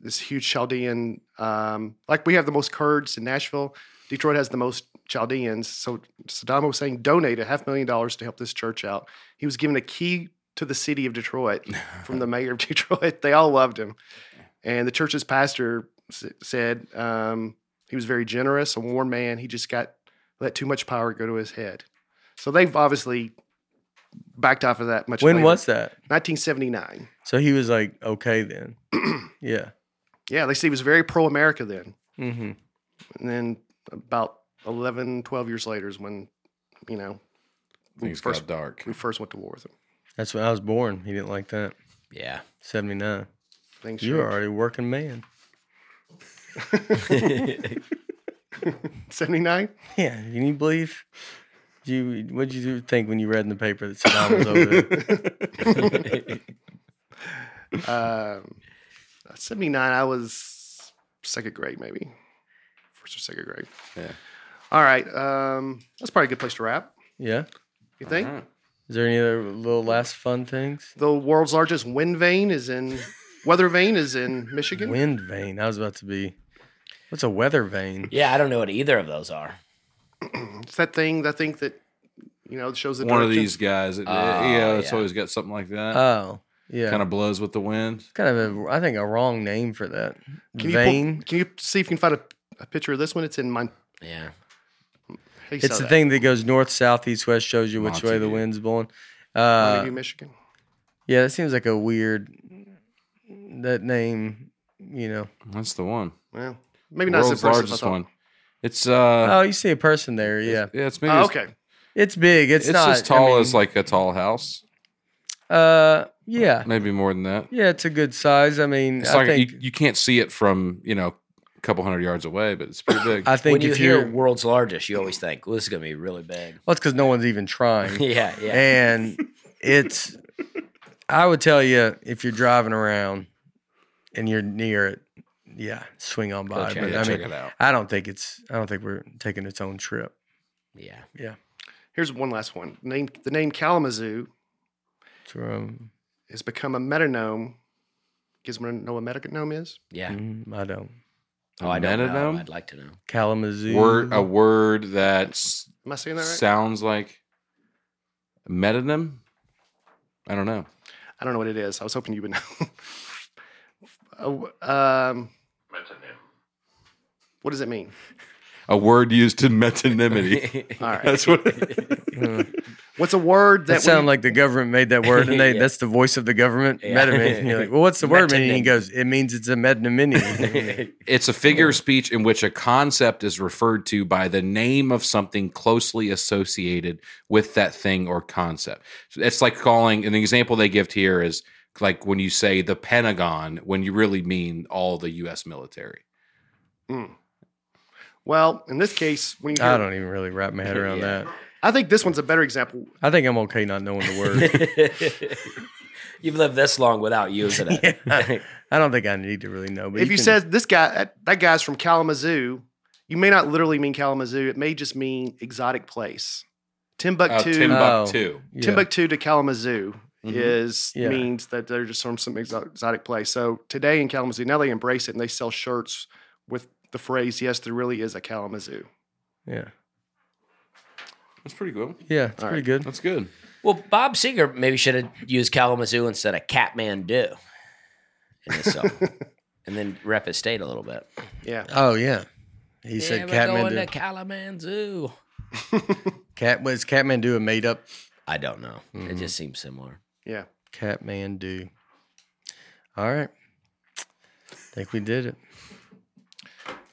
Speaker 4: this huge Chaldean, um, like we have the most Kurds in Nashville, Detroit has the most Chaldeans. So Saddam Hussein donated a half million dollars to help this church out. He was given a key to the city of Detroit from the mayor of Detroit. They all loved him. And the church's pastor s- said um, he was very generous, a warm man. He just got let too much power go to his head. So they've obviously backed off of that much.
Speaker 1: When
Speaker 4: later.
Speaker 1: was that?
Speaker 4: 1979?
Speaker 1: So he was like, okay then. yeah.
Speaker 4: Yeah, they said he was very pro America then.
Speaker 1: Mm-hmm.
Speaker 4: And then about 11, 12 years later is when, you know,
Speaker 3: Things
Speaker 4: first-
Speaker 3: got dark.
Speaker 4: we first went to war with him.
Speaker 1: That's when I was born. He didn't like that.
Speaker 2: Yeah.
Speaker 1: 79.
Speaker 4: Things
Speaker 1: You were
Speaker 4: changed.
Speaker 1: already a working man.
Speaker 4: 79?
Speaker 1: Yeah. Can you believe? You what did you think when you read in the paper that Saddam was over there?
Speaker 4: um, 79, I was second grade, maybe. First or second grade.
Speaker 3: Yeah.
Speaker 4: All right. Um, that's probably a good place to wrap.
Speaker 1: Yeah.
Speaker 4: You think?
Speaker 3: All right.
Speaker 1: Is there any other little last fun things?
Speaker 4: The world's largest wind vane is in, weather vane is in Michigan.
Speaker 1: Wind vane. I was about to be. What's a weather vane?
Speaker 2: Yeah, I don't know what either of those are.
Speaker 4: It's that thing, that thing that, you know, shows the
Speaker 3: One of
Speaker 4: direction.
Speaker 3: these guys, that-
Speaker 2: Ah,
Speaker 3: yeah, that's
Speaker 2: yeah.
Speaker 3: always got something like that.
Speaker 1: Oh, yeah.
Speaker 3: Kind of blows with the wind.
Speaker 1: Kind of a, I think a wrong name for that.
Speaker 4: Can you, pull-
Speaker 1: vane.
Speaker 4: can you see if you can find a, a picture of this one? It's in Mon-
Speaker 2: Yeah.
Speaker 4: He
Speaker 1: It's
Speaker 4: saw
Speaker 1: the
Speaker 4: that.
Speaker 1: thing that goes north, south, east, west, shows you which way the
Speaker 3: Montague.
Speaker 1: wind's blowing.
Speaker 4: Montague,
Speaker 1: Uh,
Speaker 4: Michigan.
Speaker 1: yeah, that seems like a weird that name. You know,
Speaker 3: That's the one.
Speaker 4: Well, maybe not as
Speaker 3: World's
Speaker 4: impressive. as I
Speaker 3: largest
Speaker 4: thought.
Speaker 3: one. It's uh,
Speaker 1: oh, you see a person there. Yeah,
Speaker 3: yeah, it's maybe
Speaker 4: Oh,
Speaker 3: as-
Speaker 4: okay.
Speaker 1: it's big. It's,
Speaker 3: It's,
Speaker 1: not
Speaker 3: as tall
Speaker 1: I mean,
Speaker 3: as like a tall house,
Speaker 1: Uh, yeah,
Speaker 3: maybe more than that.
Speaker 1: yeah, it's a good size. I mean,
Speaker 3: It's
Speaker 1: I
Speaker 3: like
Speaker 1: think
Speaker 3: you, you can't see it from you know a couple hundred yards away, but it's pretty big.
Speaker 1: I think
Speaker 2: when you
Speaker 1: if you
Speaker 2: hear
Speaker 1: are well,
Speaker 2: world's largest, you always think, well, this is going to be really big.
Speaker 1: it's because no one's even trying.
Speaker 2: yeah, yeah.
Speaker 1: and it's i would tell you if you're driving around and you're near it yeah swing on by
Speaker 2: check
Speaker 1: but
Speaker 2: it
Speaker 3: yeah,
Speaker 1: i
Speaker 3: check
Speaker 1: mean
Speaker 3: it out.
Speaker 1: i don't think it's i don't think we're taking its own trip
Speaker 2: Yeah.
Speaker 4: Here's one last one. Name the name Kalamazoo
Speaker 1: It's, um,
Speaker 4: has become a metronome. Guys, wanna know what metronome is?
Speaker 2: Yeah.
Speaker 1: mm, i don't
Speaker 2: Oh, I don't know.
Speaker 3: Metadome?
Speaker 2: I'd like to know.
Speaker 1: kalamazoo Uh,
Speaker 3: Word, a word that s-
Speaker 4: Am I saying that right?
Speaker 3: sounds like metonym. I don't know.
Speaker 4: I don't know what it is. I was hoping you would know. Oh, um, what does it mean?
Speaker 3: A word used in metonymity.
Speaker 4: All right.
Speaker 3: That's what.
Speaker 1: Uh,
Speaker 4: What's a word that
Speaker 1: that sound like the government made that word and they
Speaker 2: Yeah.
Speaker 1: that's the voice of the government
Speaker 2: Yeah.
Speaker 1: Metamin. And you're like well what's the word mean and he
Speaker 2: Metamin.
Speaker 1: goes it means it's a metanimini
Speaker 3: It's a figure of speech in which a concept is referred to by the name of something closely associated with that thing or concept. So it's like calling an example they give here is like when you say the Pentagon when you really mean all the US military.
Speaker 4: Hmm. Well, in this case, when you hear,
Speaker 1: i
Speaker 4: I,
Speaker 1: don't even really wrap my head around
Speaker 2: Yeah.
Speaker 1: that
Speaker 4: think this one's a better example.
Speaker 1: i think i'm okay not knowing the word
Speaker 2: You've lived this long without using it.
Speaker 1: Yeah. I don't think I need to really know. But
Speaker 4: if you
Speaker 1: can-
Speaker 4: said this guy, that, that guy's from Kalamazoo, you may not literally mean Kalamazoo. It may just mean exotic place.
Speaker 3: Uh,
Speaker 4: Timbuktu,
Speaker 1: Oh,
Speaker 3: Timbuktu.
Speaker 1: yeah. Mm-hmm.
Speaker 4: Timbuktu to Kalamazoo
Speaker 3: Mhm.
Speaker 4: is
Speaker 1: Yeah.
Speaker 4: means that they're just from some exo- exotic place. So today in Kalamazoo, now they embrace it and they sell shirts with the phrase "Yes, there really is a Kalamazoo."
Speaker 1: yeah,
Speaker 3: That's pretty cool.
Speaker 1: yeah, it's
Speaker 4: All
Speaker 1: pretty
Speaker 4: right.
Speaker 1: good.
Speaker 3: That's good.
Speaker 2: well, Bob Seger maybe should have used Kalamazoo instead of Kathmandu in his song. and then rep his state a little bit.
Speaker 4: Yeah,
Speaker 1: Oh yeah, he said
Speaker 2: Yeah, we're
Speaker 1: Kathmandu.
Speaker 2: Going to Kalamazoo.
Speaker 1: Cat was Kathmandu a made up
Speaker 2: I don't know. It just seems similar.
Speaker 4: yeah.
Speaker 1: Kathmandu. All right, think we did it.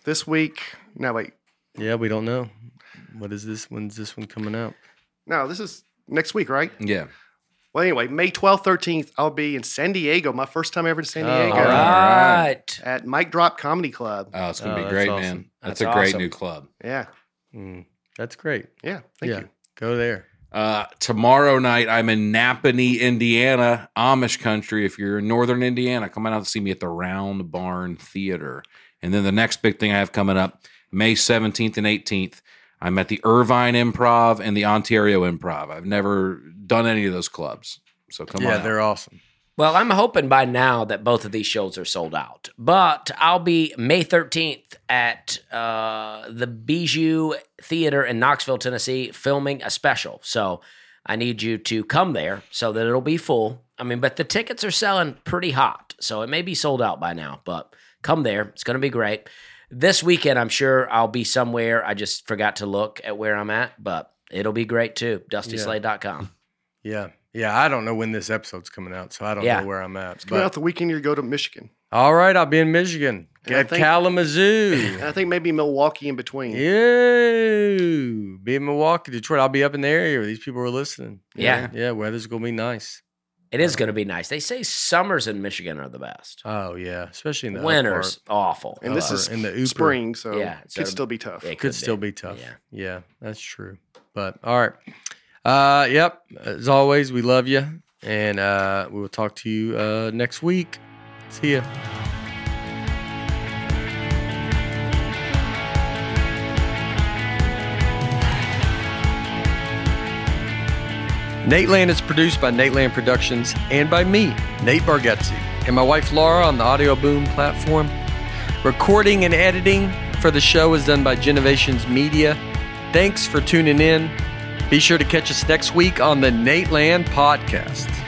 Speaker 4: This week, no wait,
Speaker 1: Yeah, we don't know. What is this? When's this one coming out?
Speaker 4: no, this is next week, right?
Speaker 3: Yeah.
Speaker 4: Well, anyway, May twelfth, thirteenth, I'll be in San Diego. My first time ever in San
Speaker 1: Oh,
Speaker 4: Diego
Speaker 2: All
Speaker 1: All
Speaker 3: right.
Speaker 2: right.
Speaker 4: at Mike Drop Comedy Club.
Speaker 3: Oh, it's
Speaker 1: Oh,
Speaker 3: going to be
Speaker 1: that's
Speaker 3: great,
Speaker 1: awesome.
Speaker 3: man. That's,
Speaker 2: That's
Speaker 3: a great
Speaker 2: awesome.
Speaker 3: new club.
Speaker 4: Yeah,
Speaker 1: Mm, that's great.
Speaker 4: yeah. Thank
Speaker 1: yeah,
Speaker 4: you.
Speaker 1: go there.
Speaker 3: Uh, tomorrow night, I'm in Napanee, Indiana, Amish country. If you're in northern Indiana, come on out and see me at the Round Barn Theater. And then the next big thing I have coming up, May 17th and 18th, I'm at the Irvine Improv and the Ontario Improv. I've never done any of those clubs. So come
Speaker 1: yeah,
Speaker 3: on. Out.
Speaker 1: they're awesome.
Speaker 2: Well, I'm hoping by now that both of these shows are sold out. But I'll be May 13th at uh, the Bijou Theater in Knoxville, Tennessee, filming a special. So I need you to come there so that it'll be full. I mean, but the tickets are selling pretty hot. So it may be sold out by now, but come there. It's going to be great. This weekend, I'm sure I'll be somewhere. I just forgot to look at where I'm at, but it'll be great too. DustySlade.com.
Speaker 1: Yeah, yeah. I don't know when this episode's coming out, so I don't
Speaker 2: Yeah.
Speaker 1: know where I'm at.
Speaker 4: Coming
Speaker 1: But
Speaker 4: out the weekend, you go to Michigan,
Speaker 1: all right, I'll be in Michigan.
Speaker 4: And I
Speaker 1: At
Speaker 4: think-
Speaker 1: Kalamazoo.
Speaker 4: and I think maybe Milwaukee in between.
Speaker 1: Yeah, be in Milwaukee, Detroit. I'll be up in the area where these people are listening.
Speaker 2: yeah.
Speaker 1: Yeah, weather's gonna be nice.
Speaker 2: It is going to be nice. They say summers in Michigan are the best.
Speaker 1: Oh yeah, especially in the up
Speaker 2: Winter's awful.
Speaker 4: And this
Speaker 1: Upper-
Speaker 4: is
Speaker 1: in the Upper.
Speaker 4: spring, so
Speaker 2: Yeah,
Speaker 4: it
Speaker 2: so-
Speaker 4: could still be tough.
Speaker 2: It
Speaker 1: part. could still be tough.
Speaker 2: Yeah.
Speaker 1: yeah, that's true. But all right, uh, yep. As always, we love you, and uh, we will talk to you uh, next week. See ya. Nate Land is produced by Nate Land Productions and by me, Nate Bargatze, and my wife Laura on the Audio Boom platform. Recording and editing for the show is done by Genovations Media. Thanks for tuning in. Be sure to catch us next week on the Nate Land Podcast.